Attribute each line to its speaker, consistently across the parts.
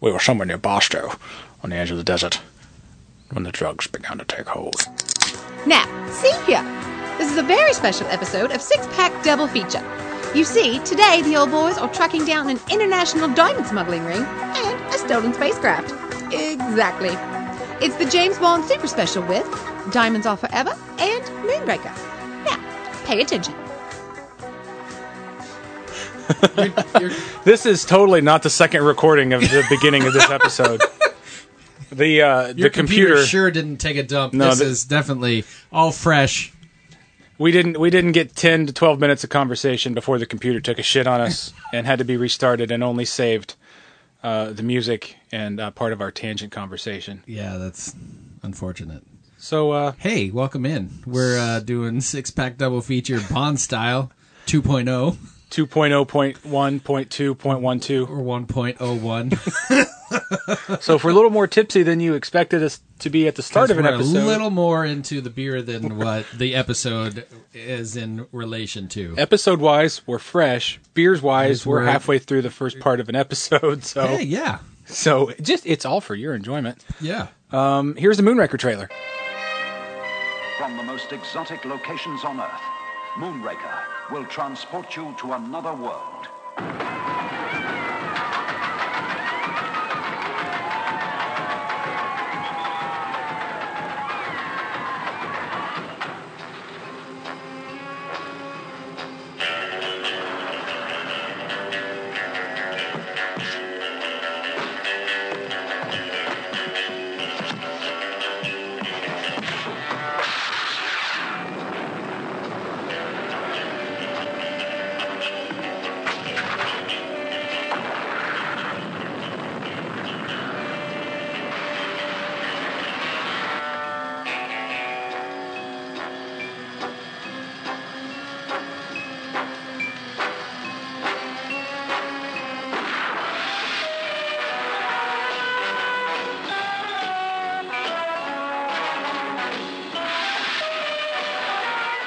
Speaker 1: We were somewhere near Barstow, on the edge of the desert, when the drugs began to take hold.
Speaker 2: Now, see here. This is a very special episode of Six Pack Double Feature. You see, today the old boys are tracking down an international diamond smuggling ring and a stolen spacecraft. Exactly. It's the James Bond Super Special with Diamonds Are Forever and Moonraker. Now, pay attention.
Speaker 1: This is totally not the second recording of the beginning of this episode. The uh, the
Speaker 3: Your
Speaker 1: computer,
Speaker 3: sure didn't take a dump.
Speaker 1: No,
Speaker 3: this
Speaker 1: the-
Speaker 3: is definitely all fresh.
Speaker 1: we didn't we didn't get ten to twelve minutes of conversation before the computer took a shit on us and had to be restarted and only saved uh, the music and uh, part of our tangent conversation.
Speaker 3: Yeah, that's unfortunate.
Speaker 1: So uh,
Speaker 3: Hey, welcome in. We're uh, doing six pack double feature Bond style 2.0
Speaker 1: two point oh point one point two point one two.
Speaker 3: or 1.01.
Speaker 1: So if we're a little more tipsy than you expected us to be at the start of an
Speaker 3: We're
Speaker 1: episode,
Speaker 3: a little more into the beer than what the episode is in relation to.
Speaker 1: episode wise, we're fresh. Beers wise,
Speaker 3: Yes,
Speaker 1: we're
Speaker 3: we're-
Speaker 1: halfway through the first part of an episode. So
Speaker 3: Hey, yeah.
Speaker 1: so just it's all for your enjoyment.
Speaker 3: Yeah.
Speaker 1: Um, here's the Moonraker trailer.
Speaker 4: From the most exotic locations on Earth, Moonraker will transport you to another world.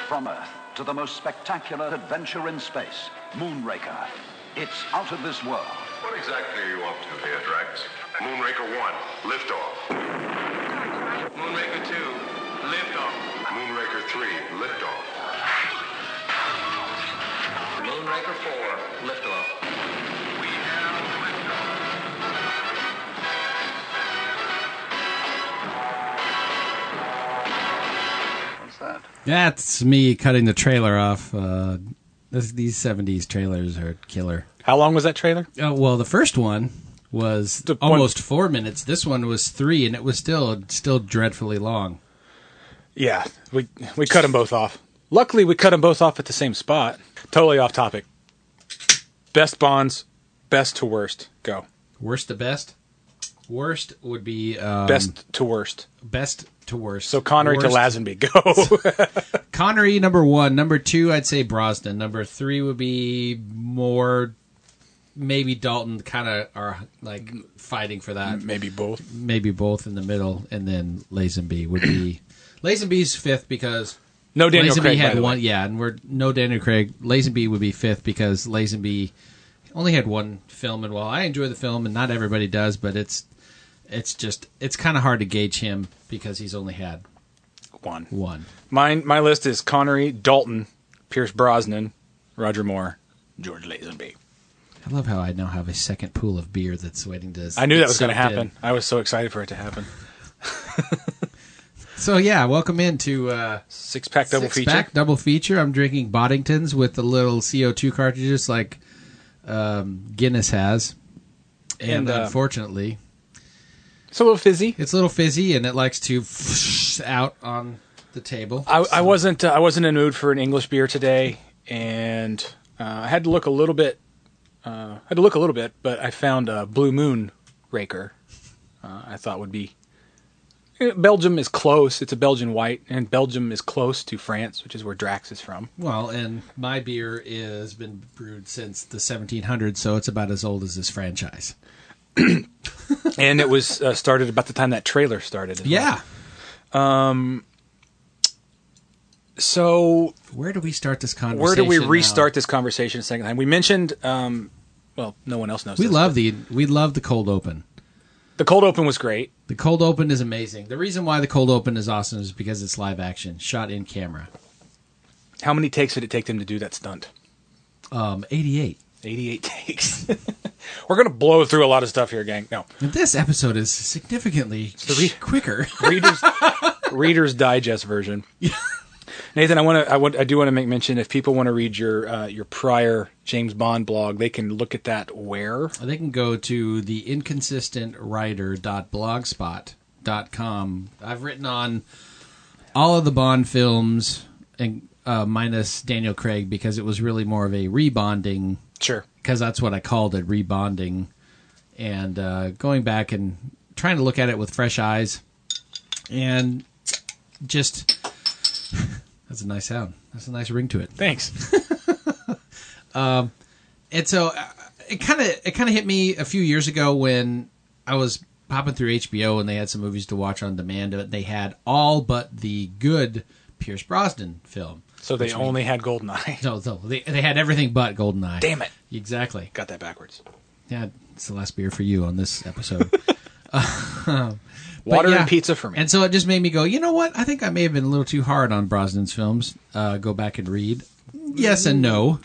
Speaker 4: From Earth to the most spectacular adventure in space, Moonraker. It's out of this world.
Speaker 5: What exactly are you up to here, Drax? Moonraker 1, liftoff. Moonraker 2, liftoff. Moonraker 3, liftoff. Moonraker 4, liftoff. We have liftoff.
Speaker 4: What's that?
Speaker 3: That's me cutting the trailer off. Uh, this, these 70s trailers are killer.
Speaker 1: How long was that trailer?
Speaker 3: Uh, well, the first one was
Speaker 1: The one-
Speaker 3: almost four minutes. This one was three, and it was still still dreadfully long.
Speaker 1: Yeah, we we cut them both off. Luckily, we cut them both off at the same spot. Totally off topic. Best bonds, best to worst. Go
Speaker 3: Worst to best. Worst would be um,
Speaker 1: best to worst.
Speaker 3: best to worst.
Speaker 1: So Connery to
Speaker 3: Worst-
Speaker 1: Lazenby. Go.
Speaker 3: Connery number one. Number two, I'd say Brosnan. Number three would be more. Maybe Dalton kind of are like fighting for that.
Speaker 1: Maybe both.
Speaker 3: Maybe both in the middle, and then Lazenby would be. Lazenby's fifth because
Speaker 1: No Daniel
Speaker 3: Lazenby
Speaker 1: Craig. by
Speaker 3: had
Speaker 1: the way.
Speaker 3: one, yeah, and we're no Daniel Craig. Lazenby would be fifth because Lazenby only had one film, and while I enjoy the film, and not everybody does, but it's it's just it's kind of hard to gauge him because he's only had
Speaker 1: One.
Speaker 3: one.
Speaker 1: Mine. My list is Connery, Dalton, Pierce Brosnan, Roger Moore, George Lazenby.
Speaker 3: I love how I now have a second pool of beer that's waiting to.
Speaker 1: I knew
Speaker 3: get
Speaker 1: that was going to
Speaker 3: sucked in.
Speaker 1: happen. I was so excited for it to happen.
Speaker 3: So yeah, welcome into uh,
Speaker 1: Six pack double
Speaker 3: six
Speaker 1: feature.
Speaker 3: pack double feature. I'm drinking Boddingtons with the little CO2 cartridges like um, Guinness has, and,
Speaker 1: And, uh,
Speaker 3: unfortunately.
Speaker 1: It's a little fizzy.
Speaker 3: It's a little fizzy and it likes to out on the table.
Speaker 1: I, I wasn't uh, I wasn't in the mood for an English beer today, and uh, I had to look a little bit. Uh, I had to look a little bit, but I found a Blue Moon Raker. Uh, I thought would be Eh, Belgium is close. It's a Belgian white, and Belgium is close to France, which is where Drax is from.
Speaker 3: Well, and my beer has been brewed since the 1700s, so it's about as old as this franchise.
Speaker 1: and it was uh, started about the time that trailer started. as well.
Speaker 3: Yeah.
Speaker 1: So
Speaker 3: Where do we start this conversation? uh,
Speaker 1: where do we
Speaker 3: now?
Speaker 1: restart this conversation a second time? We mentioned. Um, well, no one else knows.
Speaker 3: We
Speaker 1: this,
Speaker 3: love the we love the cold open.
Speaker 1: The cold open was great.
Speaker 3: The cold open is amazing. The reason why the cold open is awesome is because it's live action, shot in camera.
Speaker 1: How many takes did it take them to do that stunt?
Speaker 3: Um, 88.
Speaker 1: 88 takes. We're going to blow through a lot of stuff here, gang. No.
Speaker 3: And this episode is significantly
Speaker 1: re-
Speaker 3: quicker.
Speaker 1: Readers Reader's Digest version. Nathan, I want to I want I do want to make mention if people want to read your uh, your prior James Bond blog, they can look at that where?
Speaker 3: Uh, they can go to the inconsistentrider.blogspot.com. I've written on all of the Bond films and uh, minus Daniel Craig because it was really more of a rebonding
Speaker 1: Sure.
Speaker 3: because that's what I called it, rebonding, and uh, going back and trying to look at it with fresh eyes, and just that's a nice sound. That's a nice ring to it.
Speaker 1: Thanks.
Speaker 3: And so uh, it kind of it kind of hit me a few years ago when I was popping through HBO and they had some movies to watch on demand. But they had all but the good Pierce Brosnan film.
Speaker 1: So they only had Goldeneye.
Speaker 3: No, no, they, they had everything but Goldeneye.
Speaker 1: Damn it.
Speaker 3: Exactly.
Speaker 1: Got that backwards.
Speaker 3: Yeah, it's the last beer for you on this episode. But
Speaker 1: Water
Speaker 3: yeah.
Speaker 1: and pizza for me.
Speaker 3: And so it just made me go, you know what? I think I may have been a little too hard on Brosnan's films. Uh, go back and read. Yes and no.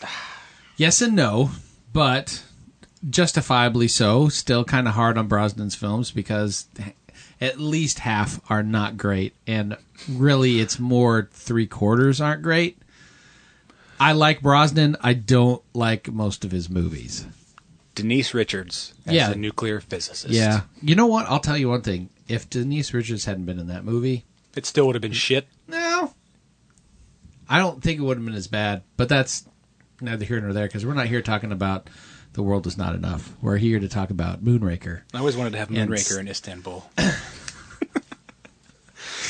Speaker 3: Yes and no, but justifiably so. Still kind of hard on Brosnan's films because at least half are not great. And really, it's more three quarters aren't great. I like Brosnan. I don't like most of his movies.
Speaker 1: Denise Richards as
Speaker 3: Yeah.
Speaker 1: a nuclear physicist.
Speaker 3: Yeah. You know what? I'll tell you one thing. If Denise Richards hadn't been in that movie,
Speaker 1: It still would have been shit.
Speaker 3: No. I don't think it would have been as bad, but that's neither here nor there because we're not here talking about the world is not enough. We're here to talk about Moonraker.
Speaker 1: I always wanted to have
Speaker 3: And
Speaker 1: Moonraker
Speaker 3: s-
Speaker 1: in Istanbul.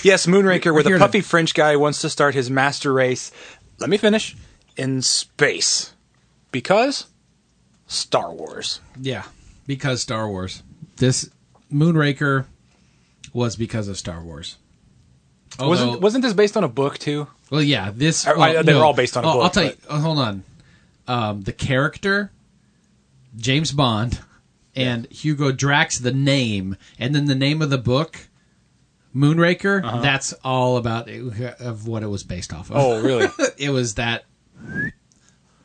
Speaker 1: yes, Moonraker, where
Speaker 3: here
Speaker 1: the
Speaker 3: to-
Speaker 1: puffy French guy wants to start his master race. Let me finish. In space. Because Star Wars.
Speaker 3: Yeah, because Star Wars. This Moonraker was because of Star Wars. Although-
Speaker 1: wasn't wasn't this based on a book too?
Speaker 3: well, yeah, this
Speaker 1: I- I-
Speaker 3: well,
Speaker 1: they were all based on a
Speaker 3: Oh,
Speaker 1: book,
Speaker 3: I'll tell you.
Speaker 1: but-
Speaker 3: oh, hold on. Um, the character, James Bond, and Hugo Drax, the name, and then the name of the book, Moonraker.
Speaker 1: Uh-huh.
Speaker 3: That's all about of what it was based off of.
Speaker 1: Oh, really?
Speaker 3: it was that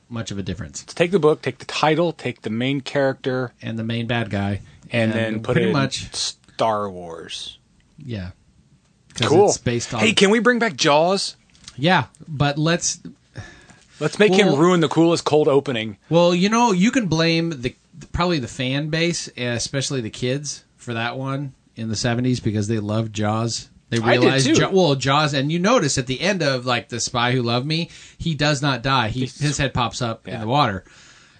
Speaker 3: much of a difference.
Speaker 1: take the book, take the title, take the main character,
Speaker 3: And the main bad guy,
Speaker 1: and, then put
Speaker 3: pretty
Speaker 1: it in
Speaker 3: much,
Speaker 1: Star Wars.
Speaker 3: yeah. 'Cause
Speaker 1: Cool.
Speaker 3: It's based on
Speaker 1: Hey, can we bring back Jaws?
Speaker 3: yeah, but let's
Speaker 1: Let's make him
Speaker 3: Well-
Speaker 1: ruin the coolest cold opening.
Speaker 3: Well, you know, you can blame the probably the fan base, especially the kids, for that one in the '70s because they loved Jaws. They
Speaker 1: I did
Speaker 3: realized
Speaker 1: too.
Speaker 3: Ja- well Jaws, and you notice at the end of like the Spy Who Loved Me, he does not die. He his head pops up in
Speaker 1: Yeah.
Speaker 3: the water,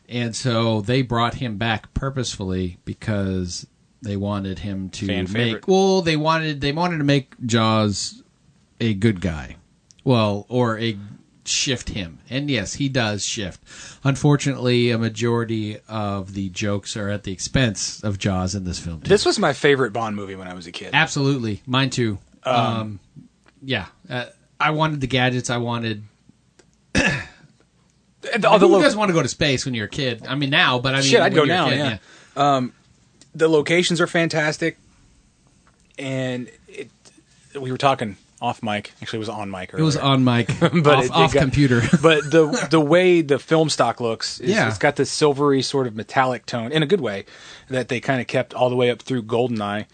Speaker 3: and so they brought him back purposefully because they wanted him to
Speaker 1: Fan
Speaker 3: make.
Speaker 1: favorite.
Speaker 3: Well, they wanted they wanted to make Jaws a good guy. Well, or a shift him. And yes, he does shift. Unfortunately, a majority of the jokes are at the expense of Jaws in this film. Too.
Speaker 1: This was my favorite Bond movie when I was a kid.
Speaker 3: Absolutely. Mine too. Um, yeah. Uh, I wanted the gadgets. I wanted.
Speaker 1: And all the
Speaker 3: who
Speaker 1: lo-
Speaker 3: doesn't want to go to space when you're a kid? I mean, now, but I mean,
Speaker 1: Shit, I'd go
Speaker 3: when you're a
Speaker 1: now,
Speaker 3: kid,
Speaker 1: yeah. the locations are fantastic, and it. We were talking off mic. Actually, it was on mic.
Speaker 3: It was on mic, but off,
Speaker 1: it- it
Speaker 3: off
Speaker 1: got-
Speaker 3: computer.
Speaker 1: but the the way the film stock looks, is,
Speaker 3: Yeah.
Speaker 1: it's got this silvery sort of metallic tone in a good way that they kind of kept all the way up through Goldeneye.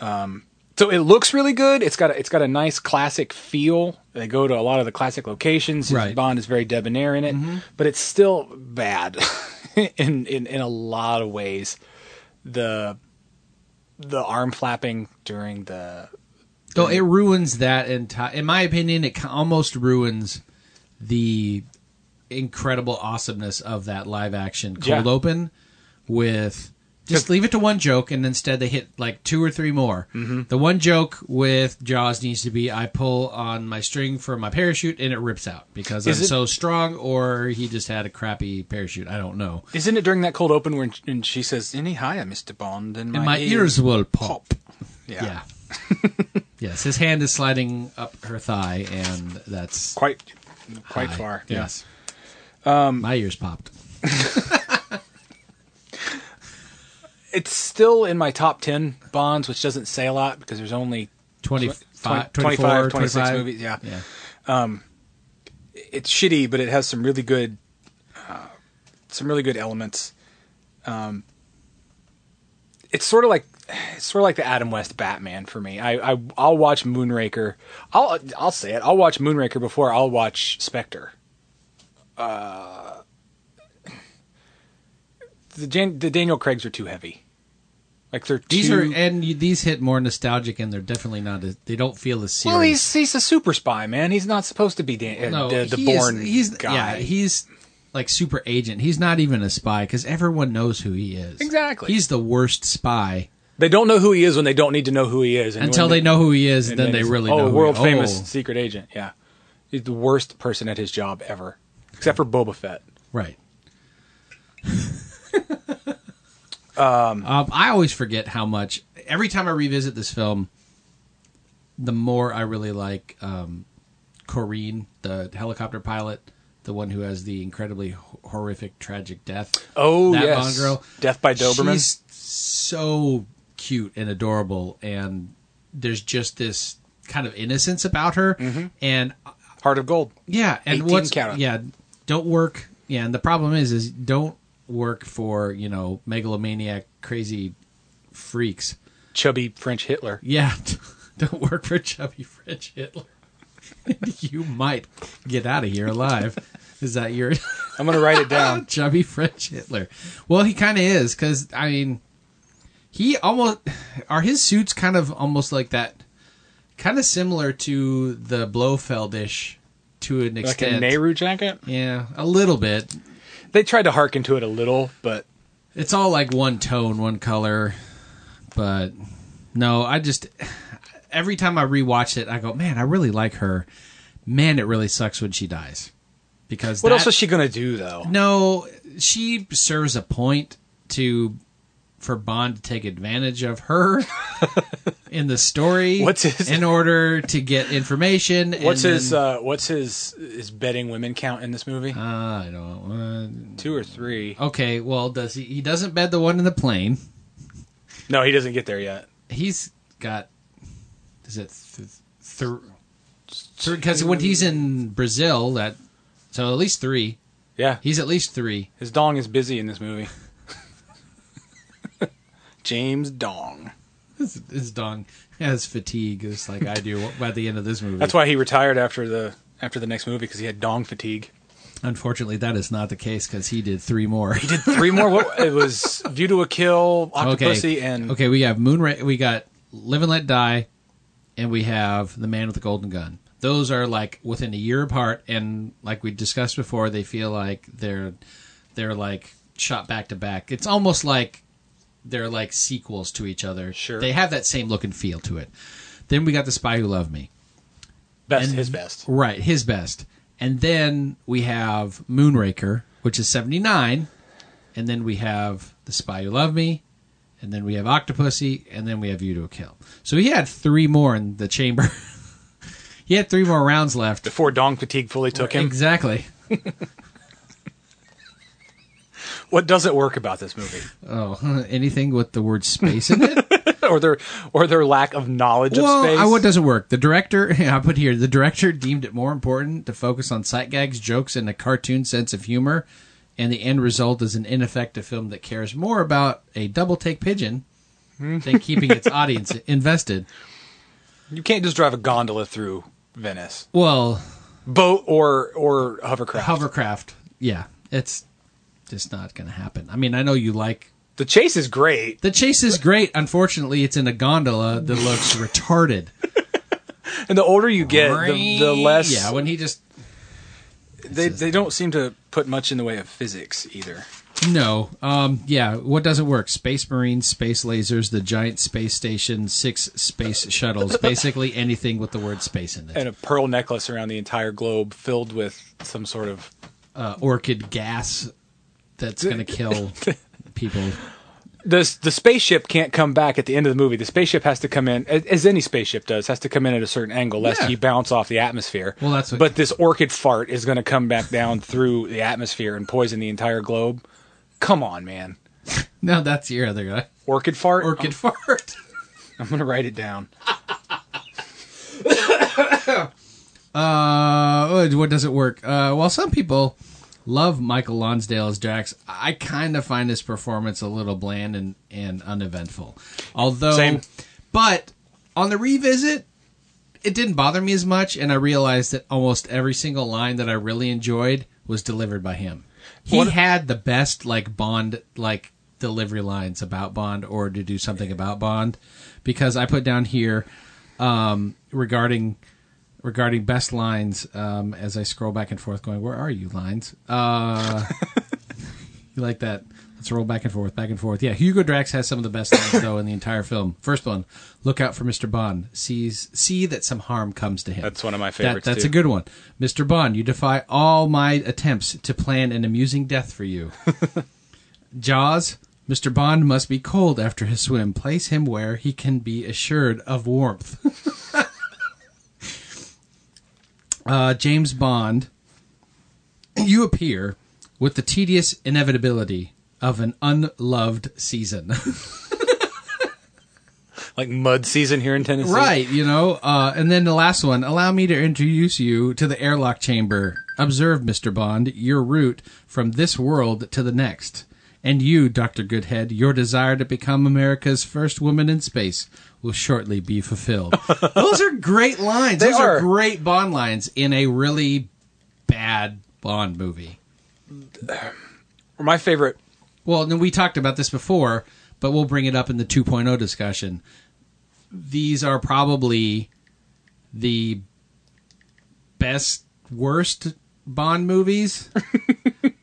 Speaker 1: Um, so it looks really good. It's got a, it's got a nice classic feel. They go to a lot of the classic locations.
Speaker 3: Right. Mm-hmm.
Speaker 1: Bond is very debonair in it, but it's still bad in, in in a lot of ways. The the arm flapping during the
Speaker 3: So it ruins that entire. In my opinion, it ki- almost ruins the incredible awesomeness of that live action cold
Speaker 1: Yeah.
Speaker 3: open with just leave it to one joke and instead they hit like two or three more.
Speaker 1: Mm-hmm.
Speaker 3: The one joke with Jaws needs to be I pull on my string for my parachute and it rips out because
Speaker 1: Is
Speaker 3: I'm
Speaker 1: it-
Speaker 3: so strong or he just had a crappy parachute. I don't know.
Speaker 1: isn't it during that cold open when and she says any higher, Mister Bond, and my,
Speaker 3: And my ears will pop.
Speaker 1: Yeah.
Speaker 3: Yeah. yes, his hand is sliding up her thigh and that's
Speaker 1: quite quite
Speaker 3: Hi.
Speaker 1: far.
Speaker 3: Yes. Um, My ears popped.
Speaker 1: it's still in my top 10 Bonds, which doesn't say a lot because there's only 25,
Speaker 3: 25, 24,
Speaker 1: 26
Speaker 3: 25.
Speaker 1: movies. Yeah.
Speaker 3: Yeah.
Speaker 1: It's shitty, but it has some really good, uh, some really good elements. Um, it's sort of like, it's sort of like the Adam West Batman for me. I, I I'll watch Moonraker. I'll I'll say it. I'll watch Moonraker before I'll watch Spectre. Uh, the Jan- the Daniel Craig's are too heavy. Like they're
Speaker 3: These
Speaker 1: too,
Speaker 3: are and you, these hit more nostalgic, and they're definitely not. As, they don't feel as serious.
Speaker 1: Well, he's he's a super spy, man. He's not supposed to be Dan- uh, the, the
Speaker 3: he is-
Speaker 1: born
Speaker 3: he's,
Speaker 1: guy.
Speaker 3: Yeah, he's like super agent. He's not even a spy because everyone knows who he is.
Speaker 1: Exactly.
Speaker 3: He's the worst spy
Speaker 1: they don't know who he is when they don't need to know who he is. And
Speaker 3: until
Speaker 1: when
Speaker 3: they know who he is, and
Speaker 1: and
Speaker 3: then they
Speaker 1: it's,
Speaker 3: really
Speaker 1: oh,
Speaker 3: know. who he-
Speaker 1: world famous
Speaker 3: oh."
Speaker 1: secret agent. Yeah, he's the worst person at his job ever, except for Boba Fett.
Speaker 3: Right. um, I always forget how much every time I revisit this film, the more I really like um, Corrine, the helicopter pilot, the one who has the incredibly ho- horrific, tragic death.
Speaker 1: Oh
Speaker 3: that
Speaker 1: yes,
Speaker 3: Bond girl,
Speaker 1: Death by Doberman.
Speaker 3: She's so cute and adorable, and there's just this kind of innocence about her,
Speaker 1: Mm-hmm.
Speaker 3: and
Speaker 1: Heart of Gold.
Speaker 3: yeah, and
Speaker 1: 18
Speaker 3: what's
Speaker 1: count.
Speaker 3: yeah, don't work. Yeah, and the problem is, is don't work for you know megalomaniac crazy freaks.
Speaker 1: Chubby French Hitler.
Speaker 3: Yeah, don't work for chubby French Hitler. you might get out of here alive. Is that your
Speaker 1: I'm gonna write it down.
Speaker 3: chubby French Hitler? Well, he kind of is because I mean, he almost are his suits kind of almost like that, kind of similar to the Blofeldish to an
Speaker 1: like
Speaker 3: extent.
Speaker 1: a Nehru jacket.
Speaker 3: Yeah, a little bit.
Speaker 1: They tried to harken to it a little, but
Speaker 3: It's all like one tone, one color. But no, I just every time I rewatch it, I go, man, I really like her. Man, it really sucks when she dies because
Speaker 1: what
Speaker 3: that-
Speaker 1: else is she gonna do though?
Speaker 3: No, she serves a point to for Bond to take advantage of her in the story.
Speaker 1: What's his-
Speaker 3: in order to get information?
Speaker 1: What's
Speaker 3: and
Speaker 1: his
Speaker 3: then-
Speaker 1: uh, What's his his betting women count in this movie?
Speaker 3: uh, I don't.
Speaker 1: Two or three?
Speaker 3: Uh, okay, well, does he? He doesn't bed the one in the plane.
Speaker 1: No, he doesn't get there yet.
Speaker 3: he's got is it th- three because when he's in Brazil that so at least three
Speaker 1: Yeah,
Speaker 3: he's at least three
Speaker 1: His dong is busy in this movie. James Dong.
Speaker 3: his, his dong has fatigue just like I do by the end of this movie
Speaker 1: That's why he retired after the after the next movie because he had dong fatigue.
Speaker 3: unfortunately that is not the case because he did three more
Speaker 1: He did three more. What, it was View to a Kill, Octopussy,
Speaker 3: okay
Speaker 1: and
Speaker 3: okay we have Moonra we got Live and Let Die and we have The Man with the Golden Gun those are like within a year apart and like we discussed before they feel like they're they're like shot back to back. It's almost like they're like sequels to each other.
Speaker 1: Sure.
Speaker 3: They have that same look and feel to it. Then we got The Spy Who Loved Me.
Speaker 1: best his best.
Speaker 3: Right, his best. And then we have Moonraker, which is 79. And then we have The Spy Who Loved Me. And then we have Octopussy. And then we have You to a Kill. So he had three more in the chamber. he had three more rounds left.
Speaker 1: Before dong fatigue fully took him.
Speaker 3: Exactly.
Speaker 1: What doesn't work about this movie,
Speaker 3: Oh, huh, anything with the word space in it?
Speaker 1: or their or their lack of knowledge of
Speaker 3: well,
Speaker 1: space?
Speaker 3: I, what doesn't work? The director, I put here, the director deemed it more important to focus on sight gags, jokes, and a cartoon sense of humor, and the end result is an ineffective film that cares more about a double take pigeon
Speaker 1: Hmm.
Speaker 3: than keeping its audience invested.
Speaker 1: you can't just drive a gondola through Venice,
Speaker 3: Well,
Speaker 1: boat or or hovercraft.
Speaker 3: hovercraft, yeah, it's just not going to happen. I mean, I know you like.
Speaker 1: the chase is great.
Speaker 3: The chase is great. Unfortunately, it's in a gondola that looks retarded.
Speaker 1: And the older you get, the, the less
Speaker 3: Yeah, when he just
Speaker 1: they they don't seem to put much in the way of physics either.
Speaker 3: No. Um, yeah. What doesn't work? Space Marines, space lasers, the giant space station, six space shuttles. Basically anything with the word space in it.
Speaker 1: And a pearl necklace around the entire globe filled with some sort of
Speaker 3: Uh, orchid gas that's going to kill people.
Speaker 1: the the spaceship can't come back at the end of the movie. The spaceship has to come in as- as any spaceship does, has to come in at a certain angle lest
Speaker 3: Yeah.
Speaker 1: you bounce off the atmosphere.
Speaker 3: Well, that's what-
Speaker 1: But this orchid fart is going to come back down through the atmosphere and poison the entire globe. Come on, man.
Speaker 3: No, that's your other guy.
Speaker 1: Orchid fart.
Speaker 3: Orchid fart.
Speaker 1: I'm, I'm gonna write it down.
Speaker 3: Uh, what doesn't work? Uh, while some people love Michael Lonsdale as Drax, I kind of find his performance a little bland and, and uneventful. Although,
Speaker 1: Same.
Speaker 3: but on the revisit, it didn't bother me as much, and I realized that almost every single line that I really enjoyed was delivered by him. He
Speaker 1: What-
Speaker 3: had the best like Bond like delivery lines about Bond or to do something about Bond, because I put down here um, regarding regarding best lines um, as I scroll back and forth, going, "Where are you lines?" Uh, you like that? Let's roll back and forth, back and forth. Yeah, Hugo Drax has some of the best lines though in the entire film. First one: Look out for Mister Bond. Sees see that some harm comes to him.
Speaker 1: That's one of my
Speaker 3: That-
Speaker 1: favorites,
Speaker 3: that's
Speaker 1: too.
Speaker 3: a good one, Mister Bond. You defy all my attempts to plan an amusing death for you. Jaws. Mr. Bond must be cold after his swim. Place him where he can be assured of warmth. uh, James Bond, you appear with the tedious inevitability of an unloved season.
Speaker 1: Like mud season here in Tennessee.
Speaker 3: right, you know. Uh, and then the last one allow me to introduce you to the airlock chamber. Observe, Mr. Bond, your route from this world to the next. And you, Dr. Goodhead, your desire to become America's first woman in space will shortly be fulfilled. Those are great lines.
Speaker 1: They
Speaker 3: Those
Speaker 1: are.
Speaker 3: are great Bond lines in a really bad Bond movie.
Speaker 1: Or my favorite.
Speaker 3: Well, no, we talked about this before, but we'll bring it up in the 2.0 discussion. These are probably the best, worst Bond movies,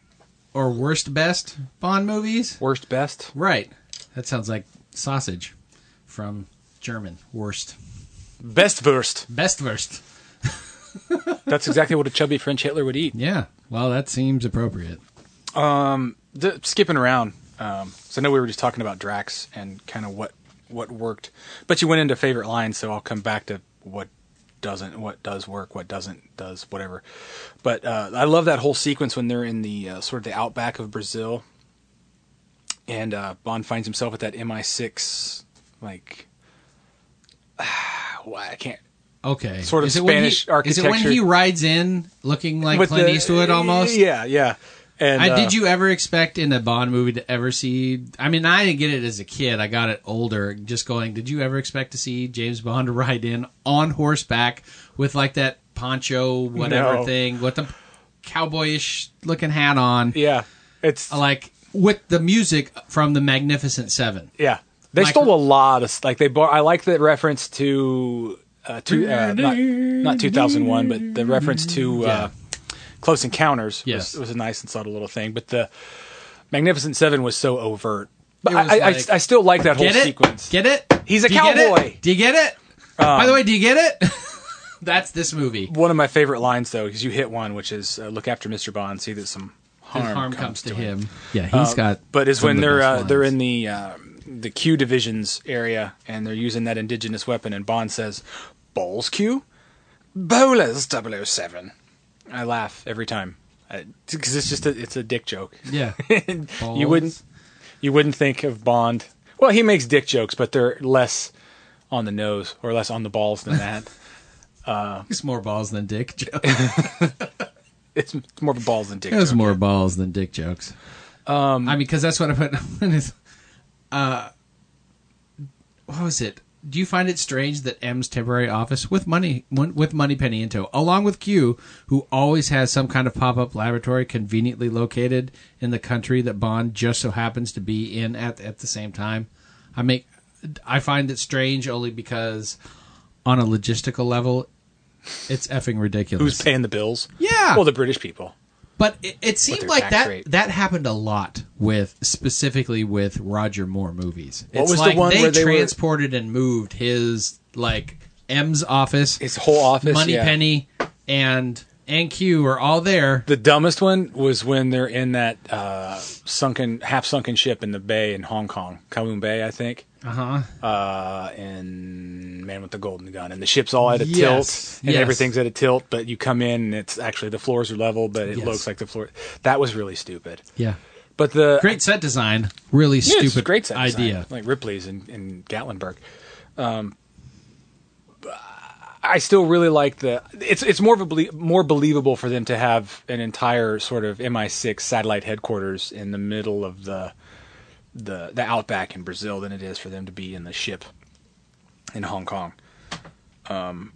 Speaker 3: or worst, best Bond movies.
Speaker 1: Worst best.
Speaker 3: Right. That sounds like sausage from German. Worst.
Speaker 1: Best worst.
Speaker 3: Best worst.
Speaker 1: That's exactly what a chubby French Hitler would eat.
Speaker 3: Yeah. Well, that seems appropriate.
Speaker 1: D- skipping around. Um, so I know we were just talking about Drax and kind of what what worked, but you went into favorite lines, so I'll come back to what doesn't, what does work, what doesn't does whatever. But uh, I love that whole sequence when they're in the uh, sort of the outback of Brazil, and uh, Bond finds himself at that MI6 like. why I can't
Speaker 3: Okay.
Speaker 1: Sort of
Speaker 3: Is it when
Speaker 1: Spanish
Speaker 3: he, Is it
Speaker 1: architecture.
Speaker 3: when he rides in looking like
Speaker 1: with
Speaker 3: Clint
Speaker 1: the-
Speaker 3: Eastwood almost?
Speaker 1: Yeah, yeah. And
Speaker 3: I,
Speaker 1: uh,
Speaker 3: did you ever expect in a Bond movie to ever see? I mean, I didn't get it as a kid. I got it older. Just going, did you ever expect to see James Bond ride in on horseback with like that poncho, whatever
Speaker 1: No.
Speaker 3: thing, with the cowboyish looking hat on,
Speaker 1: Yeah, it's
Speaker 3: like with the music from the Magnificent Seven?
Speaker 1: Yeah, they
Speaker 3: Like-
Speaker 1: stole a lot of like they. Bought, I like the reference to uh, to uh, not not two thousand one, but the reference to uh, Close Encounters
Speaker 3: Yes.
Speaker 1: was, was a nice and subtle little thing. But the Magnificent Seven was so overt. But
Speaker 3: It
Speaker 1: I,
Speaker 3: was
Speaker 1: I,
Speaker 3: like-
Speaker 1: I, I still like that whole
Speaker 3: Get it?
Speaker 1: sequence.
Speaker 3: Get it?
Speaker 1: He's a
Speaker 3: Do you get it?
Speaker 1: cowboy. Um,
Speaker 3: Do you get it? By the way, do you get it? That's this movie.
Speaker 1: One of my favorite lines though, because you hit one, which is uh, "Look after Mister Bond, see that some harm,
Speaker 3: Harm, comes, to him. Yeah,
Speaker 1: Uh,
Speaker 3: he's got.
Speaker 1: but it's
Speaker 3: some of
Speaker 1: when
Speaker 3: the
Speaker 1: they're
Speaker 3: best
Speaker 1: uh, they're
Speaker 3: lines.
Speaker 1: in the uh, the Q divisions area and they're using that indigenous weapon, and Bond says, "Balls Q, bowlers 007. I laugh every time because it's just a, it's a dick joke.
Speaker 3: Yeah.
Speaker 1: You wouldn't you wouldn't think of Bond. Well, he makes dick jokes, but they're less on the nose or less on the balls than that.
Speaker 3: It's more balls than dick jokes.
Speaker 1: it's more of a balls than dick.
Speaker 3: It was
Speaker 1: joke.
Speaker 3: more balls than dick jokes. Um, I mean, because that's what I put. when it's- uh, what was it? Do you find it strange that M's temporary office with money with Money Penny in tow, along with Q, who always has some kind of pop up laboratory conveniently located in the country that Bond just so happens to be in at at the same time? I make I find it strange only because on a logistical level, it's effing ridiculous.
Speaker 1: Who's paying the bills?
Speaker 3: Yeah.
Speaker 1: Well, the British people.
Speaker 3: But it, it seemed
Speaker 1: their
Speaker 3: like
Speaker 1: tax
Speaker 3: that
Speaker 1: rate.
Speaker 3: that happened a lot with specifically with Roger Moore movies.
Speaker 1: What
Speaker 3: it's
Speaker 1: was the
Speaker 3: like
Speaker 1: one
Speaker 3: they,
Speaker 1: where they were-
Speaker 3: transported and moved his like M's office,
Speaker 1: His whole office,
Speaker 3: Money
Speaker 1: yeah.
Speaker 3: Penny, and and Q are all there.
Speaker 1: The dumbest one was when they're in that uh, sunken, half sunken ship in the bay in Hong Kong, Kowloon Bay, I think.
Speaker 3: Uh huh.
Speaker 1: Uh, in Man with the Golden Gun, and the ship's all at a
Speaker 3: Yes,
Speaker 1: tilt, and
Speaker 3: yes.
Speaker 1: everything's at a tilt. But you come in, and it's actually the floors are level, but it
Speaker 3: Yes.
Speaker 1: looks like the floor. That was really stupid.
Speaker 3: Yeah.
Speaker 1: But the
Speaker 3: Great set design. Really
Speaker 1: Yeah, it's
Speaker 3: stupid
Speaker 1: a great set design,
Speaker 3: idea.
Speaker 1: like Ripley's in, in Gatlinburg. Um, I still really like the. It's it's more of a belie- more believable for them to have an entire sort of MI6 satellite headquarters in the middle of the the the outback in Brazil than it is for them to be in the ship in Hong Kong. Um,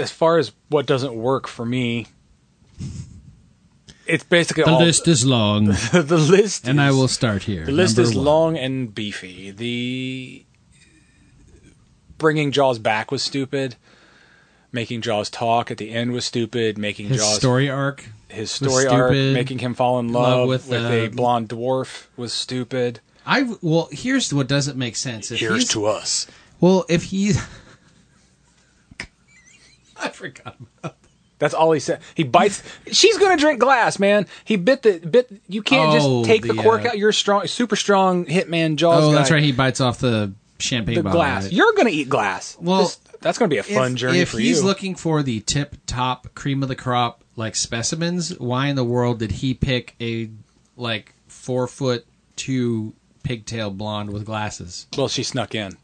Speaker 1: as far as what doesn't work for me, it's basically
Speaker 3: The
Speaker 1: all
Speaker 3: list is long,
Speaker 1: the list,
Speaker 3: and I
Speaker 1: is-
Speaker 3: will start here.
Speaker 1: the list
Speaker 3: Number
Speaker 1: is
Speaker 3: one.
Speaker 1: long and beefy. The bringing Jaws back was stupid. Making Jaws talk at the end was stupid. Making
Speaker 3: His
Speaker 1: Jaws
Speaker 3: story arc.
Speaker 1: his story arc,
Speaker 3: stupid.
Speaker 1: making him fall in
Speaker 3: Love
Speaker 1: love,
Speaker 3: with,
Speaker 1: with,
Speaker 3: uh,
Speaker 1: a blonde dwarf was stupid.
Speaker 3: I well, here's what doesn't make sense. If he's-
Speaker 1: us.
Speaker 3: Well, if he, I forgot.
Speaker 1: That's all he said. He bites. She's gonna drink glass, man. He bit the bit. You can't
Speaker 3: Oh,
Speaker 1: just take the,
Speaker 3: the,
Speaker 1: cork
Speaker 3: uh,
Speaker 1: out. You're strong, super strong hitman Jaws.
Speaker 3: Oh,
Speaker 1: guy.
Speaker 3: that's right. He bites off the champagne
Speaker 1: The
Speaker 3: bottle.
Speaker 1: glass.
Speaker 3: right?
Speaker 1: You're gonna eat glass.
Speaker 3: Well,
Speaker 1: This- that's gonna be a fun
Speaker 3: if,
Speaker 1: journey
Speaker 3: if
Speaker 1: for
Speaker 3: he's
Speaker 1: you.
Speaker 3: looking for the tip top cream of the crop like specimens, why in the world did he pick a like four foot two pigtail blonde with glasses?
Speaker 1: well, she snuck in.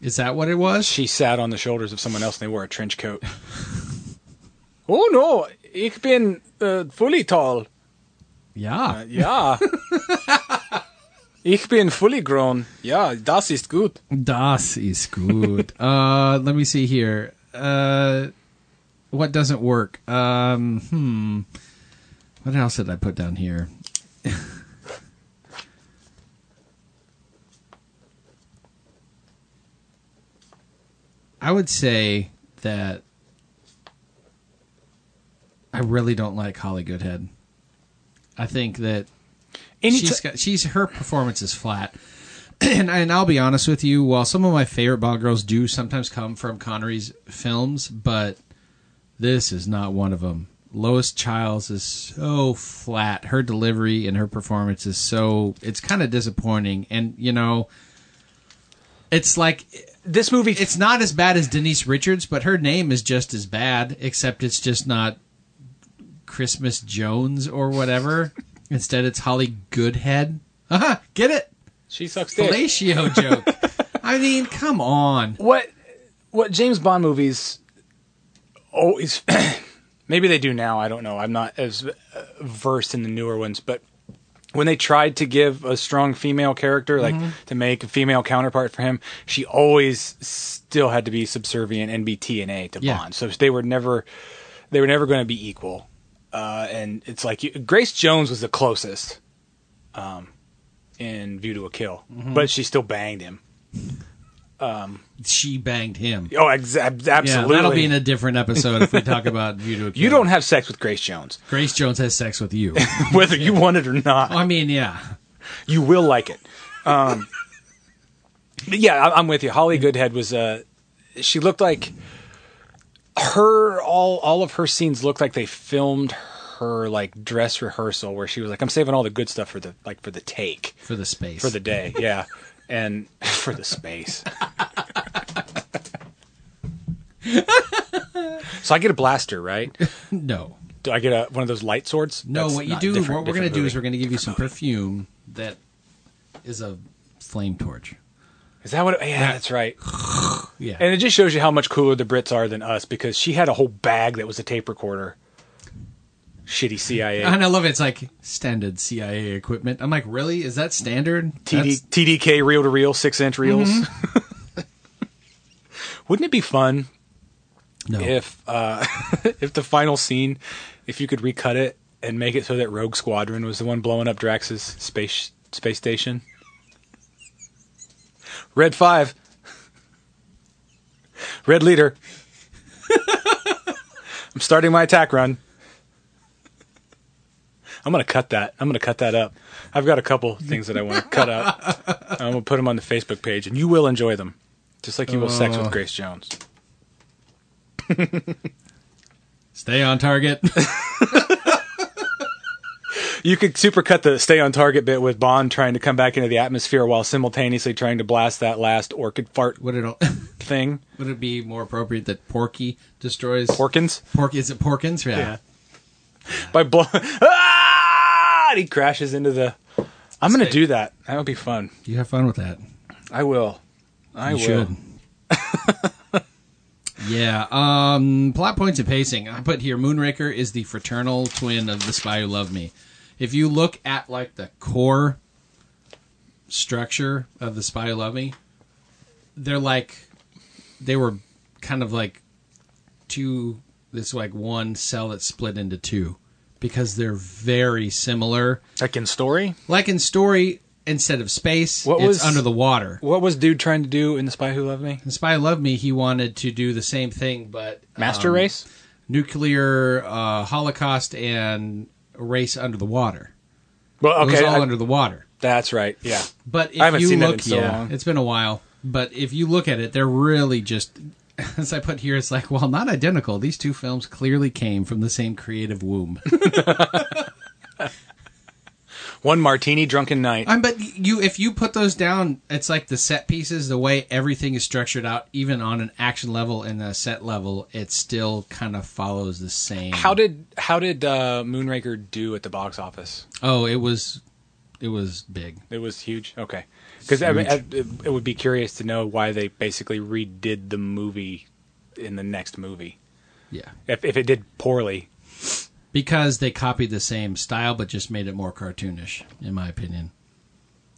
Speaker 3: Is that what it was?
Speaker 1: she sat on the shoulders of someone else and they wore a trench coat. oh no, ich bin uh, fully tall.
Speaker 3: yeah.
Speaker 1: Ja. ich bin fully grown. Ja, das ist gut.
Speaker 3: Das is good. uh, let me see here. Uh, what doesn't work? Um, hmm. What else did I put down here? I would say that I really don't like Holly Goodhead. I think that
Speaker 1: Any
Speaker 3: she's
Speaker 1: ti-
Speaker 3: got she's her performance is flat. And, and I'll be honest with you, while some of my favorite Bond girls do sometimes come from Connery's films, but this is not one of them. Lois Childs is so flat. Her delivery and her performance is so it's kind of disappointing. And you know, it's like
Speaker 1: this movie
Speaker 3: it's not as bad as Denise Richards, but her name is just as bad, except it's just not Christmas Jones or whatever. Instead, it's Holly Goodhead. Uh-huh, get it?
Speaker 1: she sucks dick.
Speaker 3: Fellatio joke. I mean, come on.
Speaker 1: what what James Bond movies always maybe they do now I don't know I'm not as uh, versed in the newer ones but when they tried to give a strong female character like
Speaker 3: Mm-hmm.
Speaker 1: to make a female counterpart for him she always still had to be subservient and be TNA to
Speaker 3: Yeah.
Speaker 1: Bond so they were never they were never going to be equal uh, and it's like you, Grace Jones was the closest um, in View to a Kill
Speaker 3: Mm-hmm.
Speaker 1: but she still banged him
Speaker 3: She banged him.
Speaker 1: oh exa- absolutely
Speaker 3: Yeah, that'll be in a different episode if we talk about you. To a
Speaker 1: You
Speaker 3: Kill.
Speaker 1: don't have sex with Grace Jones,
Speaker 3: Grace Jones has sex with you.
Speaker 1: whether you want it or not.
Speaker 3: I mean, yeah.
Speaker 1: You will like it. Um, but yeah, I- I'm with you. Holly Goodhead was uh, she looked like her all all of her scenes looked like they filmed her like dress rehearsal where she was like, "I'm saving all the good stuff for the like for the take
Speaker 3: For the space.
Speaker 1: for the day." Yeah, and for the space. so I get a blaster, right?
Speaker 3: no.
Speaker 1: Do I get a one of those light swords?
Speaker 3: No,
Speaker 1: That's
Speaker 3: what you
Speaker 1: not-
Speaker 3: do,
Speaker 1: different-
Speaker 3: what we're going to
Speaker 1: different
Speaker 3: do
Speaker 1: movie.
Speaker 3: is we're going to give you some perfume that is a flame torch.
Speaker 1: Is that what? It, yeah, that's right.
Speaker 3: Yeah.
Speaker 1: And it just shows you how much cooler the Brits are than us because she had a whole bag that was a tape recorder. Shitty CIA.
Speaker 3: And I love it. It's like standard CIA equipment. I'm like, really? Is that standard?
Speaker 1: TD,
Speaker 3: That's-
Speaker 1: TDK reel to reel, six inch reels. Wouldn't it be fun
Speaker 3: no.
Speaker 1: if uh, if the final scene, if you could recut it and make it so that Rogue Squadron was the one blowing up Drax's space space station? Red five. Red leader. I'm starting my attack run. I'm gonna cut that. I'm gonna cut that up. I've got a couple things that I want to cut up. I'm gonna put them on the Facebook page, and you will enjoy them, just like you will sex with Grace Jones.
Speaker 3: Stay on target.
Speaker 1: You could supercut the stay on target bit with Bond trying to come back into the atmosphere while simultaneously trying to blast that last orchid fart
Speaker 3: would it
Speaker 1: thing.
Speaker 3: would it be more appropriate that Porky destroys
Speaker 1: Porkins?
Speaker 3: Pork? Is it Porkins? Yeah.
Speaker 1: By blow. ah! God, he crashes into the. I'm going to do that. That would be fun.
Speaker 6: You have fun with that.
Speaker 1: I will. I
Speaker 6: You
Speaker 1: will.
Speaker 6: should.
Speaker 3: Yeah. Um, plot points and pacing. I put here Moonraker is the fraternal twin of The Spy Who Loved Me. If you look at like the core structure of The Spy Who Loved Me, they're like they were kind of like two. This like one cell that's split into two because they're very similar.
Speaker 1: Like in story,
Speaker 3: Like in story, instead of space,
Speaker 1: What
Speaker 3: it's
Speaker 1: was-
Speaker 3: under the water.
Speaker 1: what was dude trying to do in The Spy Who Loved Me?
Speaker 3: In Spy Who Loved Me, he wanted to do the same thing, but
Speaker 1: Master
Speaker 3: um,
Speaker 1: race.
Speaker 3: nuclear uh, holocaust and race under the water.
Speaker 1: Well,
Speaker 3: it was
Speaker 1: okay,
Speaker 3: all
Speaker 1: I-
Speaker 3: under the water.
Speaker 1: that's right. Yeah,
Speaker 3: But if
Speaker 1: I haven't
Speaker 3: you
Speaker 1: seen that
Speaker 3: look,
Speaker 1: in so
Speaker 3: yeah,
Speaker 1: long.
Speaker 3: it's been a while. But if you look at it, they're really just, as I put here, it's like, well, not identical. These two films clearly came from the same creative womb.
Speaker 1: one martini, drunken night.
Speaker 3: Um, but you, if you put those down, it's like the set pieces, the way everything is structured out, even on an action level and a set level, it still kind of follows the same.
Speaker 1: How did how did uh, Moonraker do at the box office?
Speaker 3: Oh, it was, it was big.
Speaker 1: It was huge. Okay, because I mean, I, it, it would be curious to know why they basically redid the movie in the next movie
Speaker 3: Yeah.
Speaker 1: if if it did poorly.
Speaker 3: because they copied the same style but just made it more cartoonish in my opinion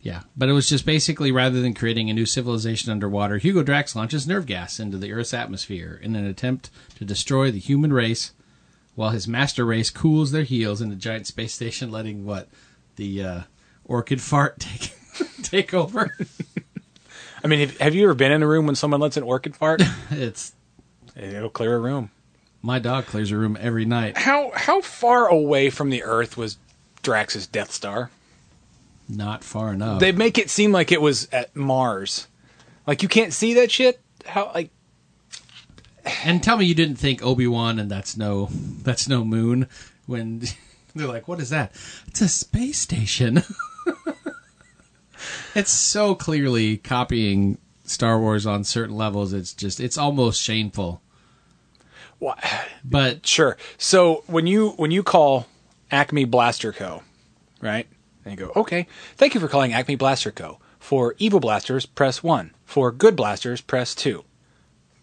Speaker 3: yeah but it was just basically rather than creating a new civilization underwater hugo drax launches nerve gas into the earth's atmosphere in an attempt to destroy the human race while his master race cools their heels in the giant space station letting what the uh, orchid fart take take over
Speaker 1: I mean, have, have you ever been in a room when someone lets an orchid fart?
Speaker 3: it's
Speaker 1: It'll clear a room.
Speaker 3: my dog clears a room every night
Speaker 1: How how far away from the Earth was Drax's Death Star?
Speaker 3: not far enough
Speaker 1: They make it seem like it was at Mars. Like you can't see that shit. How like
Speaker 3: And tell me you didn't think Obi Wan and that's no that's no moon when they're like, what is that? It's a space station. it's so clearly copying Star Wars on certain levels. It's just it's almost shameful.
Speaker 1: wha-
Speaker 3: But
Speaker 1: Sure. So when you when you call Acme Blaster Co, right? And you go, okay, thank you for calling Acme Blaster Co. For evil blasters, press one. For good blasters, press two.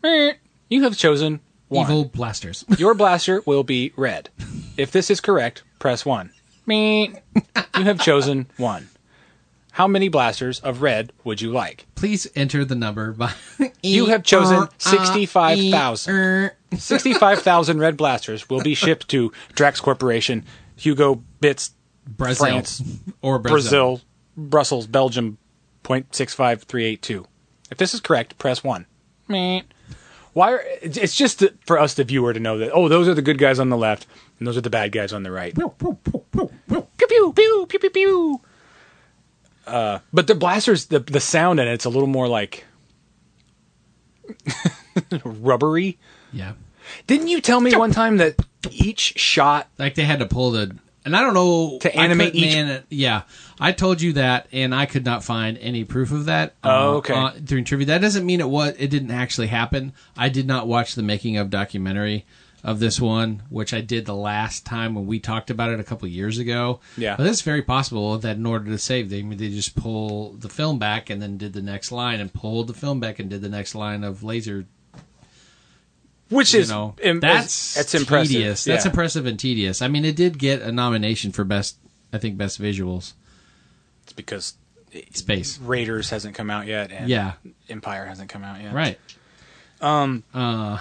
Speaker 1: Meep. You have chosen one.
Speaker 3: evil blasters.
Speaker 1: Your blaster will be red. If this is correct, press one. Meep. You have chosen one. How many blasters of red would you like?
Speaker 3: Please enter the number by
Speaker 1: You have
Speaker 3: E
Speaker 1: chosen 65,000. 65,000 red blasters will be shipped to Drax Corporation, Hugo Bits,
Speaker 3: Brazil
Speaker 1: France,
Speaker 3: or Brazil.
Speaker 1: Brazil, Brussels, Belgium, 0.65382. If this is correct, press 1. Meh. Why are, it's it's just that for us, the viewer, to know that, oh, those are the good guys on the left, and those are the bad guys on the right. Pew, pew, pew, pew, pew, pew. Uh, but the blasters, the, the sound in it's a little more like rubbery.
Speaker 3: Yeah.
Speaker 1: Didn't you tell me one time that each shot
Speaker 3: Like they had to pull the and I don't know
Speaker 1: To
Speaker 3: I
Speaker 1: animate
Speaker 3: couldn't
Speaker 1: each-
Speaker 3: ani- yeah, I told you that, and I could not find any proof of that. uh,
Speaker 1: Oh, okay.
Speaker 3: during trivia, that doesn't mean it was it didn't actually happen. I did not watch the making of documentary of this one, which I did the last time when we talked about it a couple years ago.
Speaker 1: Yeah.
Speaker 3: but it's very possible that in order to save, they they just pull the film back and then did the next line, and pulled the film back and did the next line of laser
Speaker 1: which
Speaker 3: you
Speaker 1: is
Speaker 3: know
Speaker 1: im-
Speaker 3: that's
Speaker 1: that's impressive.
Speaker 3: tedious. That's
Speaker 1: Yeah.
Speaker 3: impressive and tedious. I mean, it did get a nomination for best, I think, best visuals.
Speaker 1: It's because
Speaker 3: Space,
Speaker 1: Raiders hasn't come out yet, and
Speaker 3: Yeah.
Speaker 1: Empire hasn't come out yet.
Speaker 3: right?
Speaker 1: Does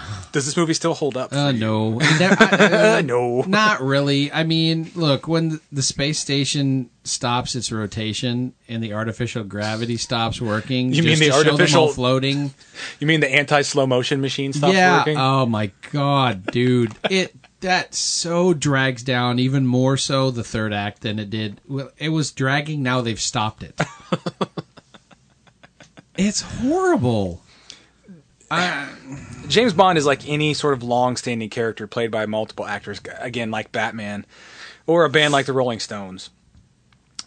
Speaker 1: this movie still hold up?
Speaker 3: Uh,
Speaker 1: for you?
Speaker 3: no, And there- I-
Speaker 1: Uh, no.
Speaker 3: not really. I mean, look, when the space station stops its rotation and the artificial gravity stops working,
Speaker 1: You mean
Speaker 3: just
Speaker 1: the
Speaker 3: to show them all
Speaker 1: artificial-
Speaker 3: floating?
Speaker 1: You mean the anti slow motion machine stops
Speaker 3: yeah.
Speaker 1: working?
Speaker 3: Oh my god, dude! It that so drags down even more so the third act than it did. Well, it was dragging. Now they've stopped it. it's horrible.
Speaker 1: James Bond is like any sort of long standing character played by multiple actors, g- again, like Batman, or a band like the Rolling Stones.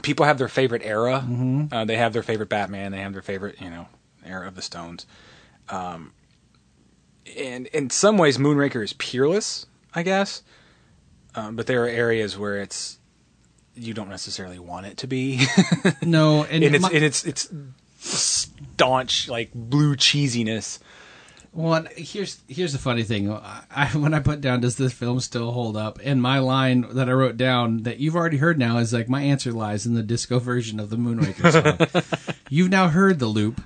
Speaker 1: People have their favorite era. Uh, they have their favorite Batman. They have their favorite, you know, era of the Stones. Um, and in some ways, Moonraker is peerless, I guess. Um, but there are areas where it's you don't necessarily want it to be.
Speaker 3: No, and,
Speaker 1: and it's
Speaker 3: my-
Speaker 1: and it's it's staunch like blue cheesiness.
Speaker 3: Well, and here's here's the funny thing. I, I, when I put down, does this film still hold up? And my line that I wrote down that you've already heard now is like my answer lies in the disco version of the Moonraker song. you've now heard the loop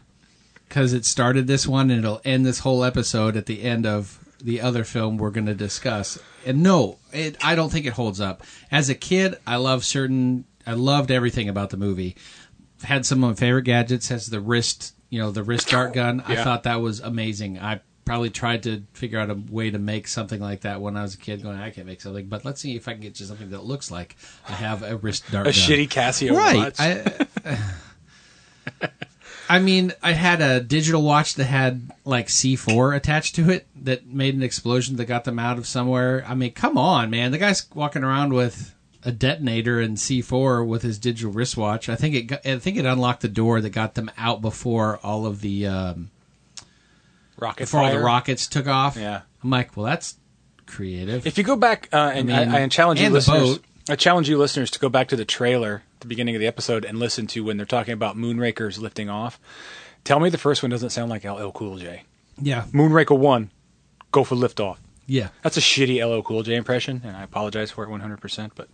Speaker 3: because it started this one and it'll end this whole episode at the end of the other film we're going to discuss. And no, it, I don't think it holds up. As a kid, I love certain. I loved everything about the movie. Had some of my favorite gadgets. Has the wrist, you know, the wrist dart gun. I
Speaker 1: Yeah.
Speaker 3: thought that was amazing. I probably tried to figure out a way to make something like that when I was a kid. Going, I can't make something, but let's see if I can get you something that looks like I have a wrist dart.
Speaker 1: A
Speaker 3: gun.
Speaker 1: shitty Casio watch.
Speaker 3: I, I mean, I had a digital watch that had like C4 attached to it that made an explosion that got them out of somewhere. I mean, come on, man. The guy's walking around with a detonator and C4 with his digital wristwatch. I think it got, I think it unlocked the door that got them out before all of the um,
Speaker 1: rocket
Speaker 3: before all
Speaker 1: fire.
Speaker 3: the rockets took off.
Speaker 1: Yeah.
Speaker 3: I'm like, well, that's creative.
Speaker 1: If you go back uh, and I,
Speaker 3: mean,
Speaker 1: I, challenge you
Speaker 3: and the
Speaker 1: listeners,
Speaker 3: boat.
Speaker 1: I challenge you listeners to go back to the trailer at the beginning of the episode and listen to when they're talking about Moonrakers lifting off. Tell me the first one doesn't sound like LL Cool J.
Speaker 3: yeah,
Speaker 1: Moonraker one, go for liftoff.
Speaker 3: yeah.
Speaker 1: That's a shitty LL Cool J impression, and I apologize for it 100. percent But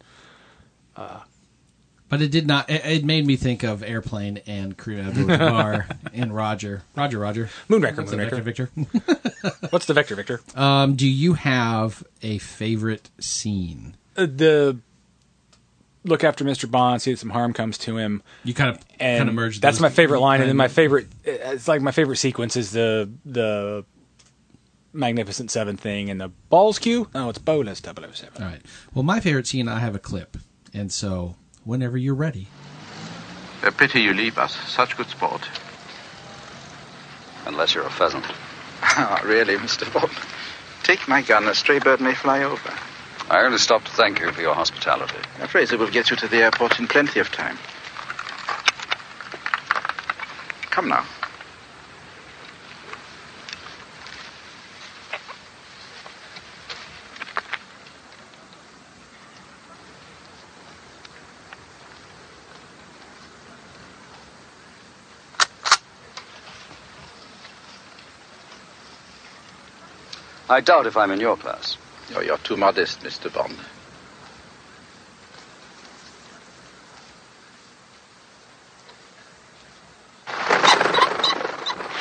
Speaker 3: But it did not. It, it made me think of Airplane and Kareem Abdul-Jabbar and Roger, Roger, Roger,
Speaker 1: Moonraker,
Speaker 3: What's the
Speaker 1: Moonraker.
Speaker 3: Victor.
Speaker 1: what's the vector, Victor?
Speaker 3: Um, do you have a favorite scene?
Speaker 1: Uh, the look after Mr. Bond, see that some harm comes to him.
Speaker 3: You kind of
Speaker 1: and
Speaker 3: kind of merged.
Speaker 1: That's
Speaker 3: those-
Speaker 1: my favorite line, and then my favorite. It's like my favorite sequence is the the Magnificent Seven thing and the balls cue. Oh, it's bonus 007.
Speaker 3: All right. Well, my favorite scene. I have a clip, and so whenever you're ready.
Speaker 6: A pity you leave us. Such good sport.
Speaker 7: Unless you're a pheasant.
Speaker 6: Ah, really, Mr. Bob. Take my gun. A stray bird may fly over.
Speaker 7: I only stopped to thank you for your hospitality.
Speaker 6: Now, Fraser will get you to the airport in plenty of time. Come now.
Speaker 7: I doubt if I'm in your class.
Speaker 6: Oh, you're too modest, Mr. Bond.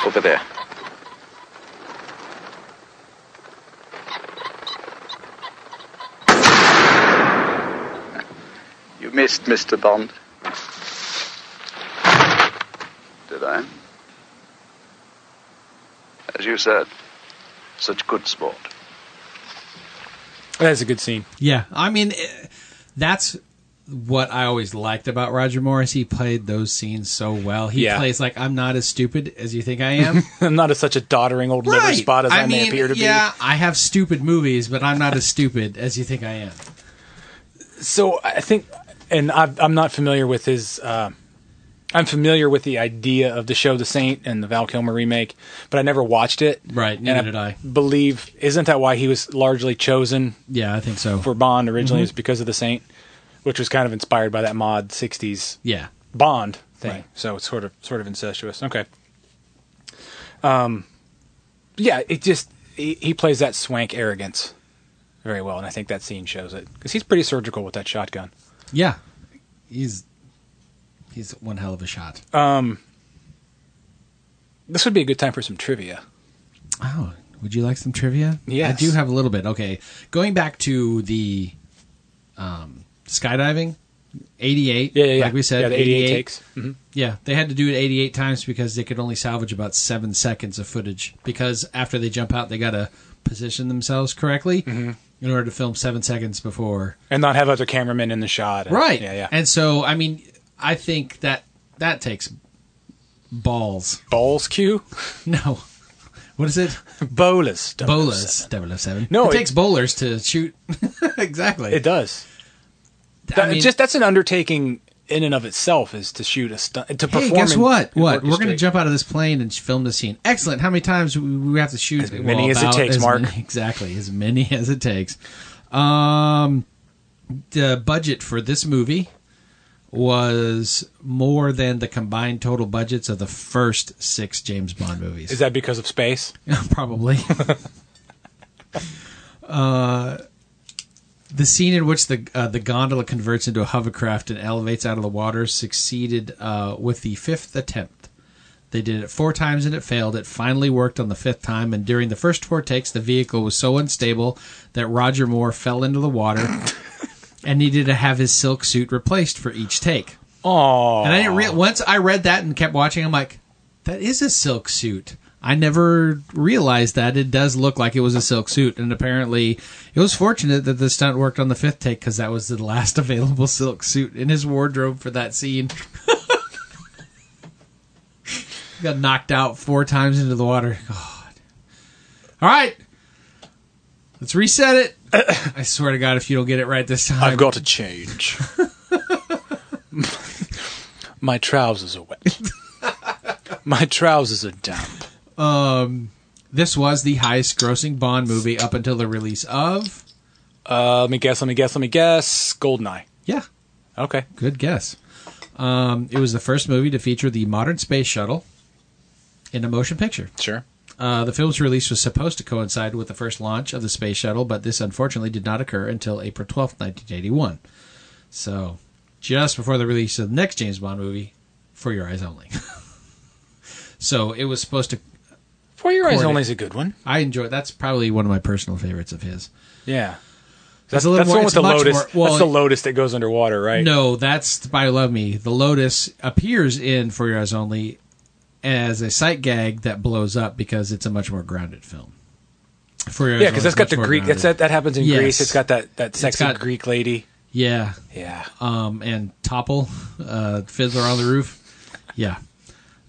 Speaker 6: Over there. You missed, Mr. Bond.
Speaker 7: Did I? As you said, such good sport.
Speaker 1: That's a good scene.
Speaker 3: Yeah, I mean, eh, that's what I always liked about Roger Morris. He played those scenes so well. He
Speaker 1: Yeah.
Speaker 3: plays like I'm not as stupid as you think I am.
Speaker 1: I'm not as such a doddering old liver spot as I, may appear to
Speaker 3: yeah, I have stupid movies, but I'm not as stupid as you think I am.
Speaker 1: be. So I think, and i I'm not familiar with his. Uh, I'm familiar with the idea of the show The Saint and the Val Kilmer remake, but I never watched it.
Speaker 3: Right,
Speaker 1: and
Speaker 3: neither did I.
Speaker 1: Believe isn't that why he was largely chosen
Speaker 3: Yeah, I think so.
Speaker 1: for Bond originally is because of the Saint, which was kind of inspired by that mod '60s
Speaker 3: yeah,
Speaker 1: Bond thing.
Speaker 3: Right.
Speaker 1: So it's sort of sort of incestuous. Okay. Um, yeah, it just he, he plays that swank arrogance very well, and I think that scene shows it because he's pretty surgical with that shotgun.
Speaker 3: yeah, he's he's one hell of a shot.
Speaker 1: Uh, This would be a good time for some trivia.
Speaker 3: oh, would you like some trivia?
Speaker 1: Yes.
Speaker 3: I do have a little bit. Okay, going back to the um, skydiving, eighty-eight.
Speaker 1: Yeah, yeah, yeah.
Speaker 3: Like we said,
Speaker 1: yeah, the 88, takes. hmm
Speaker 3: Yeah, they had to do it 88 times because they could only salvage about seven seconds of footage. Because after they jump out, they got to position themselves correctly
Speaker 1: Mm-hmm.
Speaker 3: in order to film seven seconds before.
Speaker 1: And not have other cameramen in the shot. and-
Speaker 3: Right.
Speaker 1: Yeah, yeah.
Speaker 3: And so, I mean, I think that that takes balls.
Speaker 1: balls cue?
Speaker 3: No. What is it?
Speaker 1: Bolus.
Speaker 3: Bowlers. 007.
Speaker 1: No,
Speaker 3: it,
Speaker 1: it-
Speaker 3: takes bowlers to shoot. exactly.
Speaker 1: It does.
Speaker 3: I
Speaker 1: That-
Speaker 3: mean-
Speaker 1: just that's an undertaking in and of itself is to shoot a stunt to perform.
Speaker 3: Hey, guess
Speaker 1: and-
Speaker 3: what?
Speaker 1: and
Speaker 3: What? We're going to
Speaker 1: orchestrate.
Speaker 3: jump out of this plane and film the scene. Excellent. How many times do we we have to shoot?
Speaker 1: As many as it
Speaker 3: about
Speaker 1: takes, Mark.
Speaker 3: many- exactly. As many as it takes. Um, the budget for this movie was more than the combined total budgets of the first six James Bond movies.
Speaker 1: Is that because of space?
Speaker 3: Probably. uh, the scene in which the uh, the gondola converts into a hovercraft and elevates out of the water succeeded uh, with the fifth attempt. They did it four times and it failed. It finally worked on the fifth time, and during the first four takes, the vehicle was so unstable that Roger Moore fell into the water and needed to have his silk suit replaced for each take.
Speaker 1: Oh,
Speaker 3: And I didn't real once I read that and kept watching. I'm like, that is a silk suit. I never realized that it does look like it was a silk suit, and apparently, it was fortunate that the stunt worked on the fifth take because that was the last available silk suit in his wardrobe for that scene. He Got knocked out four times into the water. God. All right, let's reset it. I swear to God, if you don't get it right this time,
Speaker 1: I've got to change. My trousers are wet. My trousers are damp.
Speaker 3: This was the highest grossing Bond movie up until the release of.
Speaker 1: Uh, let me guess. Let me guess. Let me guess. Goldeneye.
Speaker 3: Yeah,
Speaker 1: Okay.
Speaker 3: good guess. Um, it was the first movie to feature the modern space shuttle in a motion picture.
Speaker 1: Sure.
Speaker 3: Uh, the film's release was supposed to coincide with the first launch of the space shuttle, but this unfortunately did not occur until April twelfth, 1981. So, just before the release of the next James Bond movie, For Your Eyes Only. so, it was supposed to.
Speaker 1: For your eyes
Speaker 3: Corny.
Speaker 1: only is a good one.
Speaker 3: I enjoy. That's probably one of my personal favorites of his.
Speaker 1: Yeah.
Speaker 3: It's
Speaker 1: That's,
Speaker 3: a little
Speaker 1: that's the
Speaker 3: more-
Speaker 1: one with
Speaker 3: it's
Speaker 1: the
Speaker 3: much
Speaker 1: lotus.
Speaker 3: more- well,
Speaker 1: that's the lotus that goes underwater, right?
Speaker 3: No, that's by Love Me. The Lotus appears in For Your Eyes Only as a sight gag that blows up because it's a much more grounded film. For Your Eyes
Speaker 1: Yeah, because
Speaker 3: Only
Speaker 1: that's
Speaker 3: is
Speaker 1: got
Speaker 3: much
Speaker 1: the
Speaker 3: more
Speaker 1: Greek. That's,
Speaker 3: grounded.
Speaker 1: that that happens in
Speaker 3: Yes.
Speaker 1: Greece. It's got that that sexy
Speaker 3: got-
Speaker 1: Greek lady.
Speaker 3: Yeah,
Speaker 1: Yeah.
Speaker 3: um, and Topple, uh, Fiddler on the Roof. Yeah.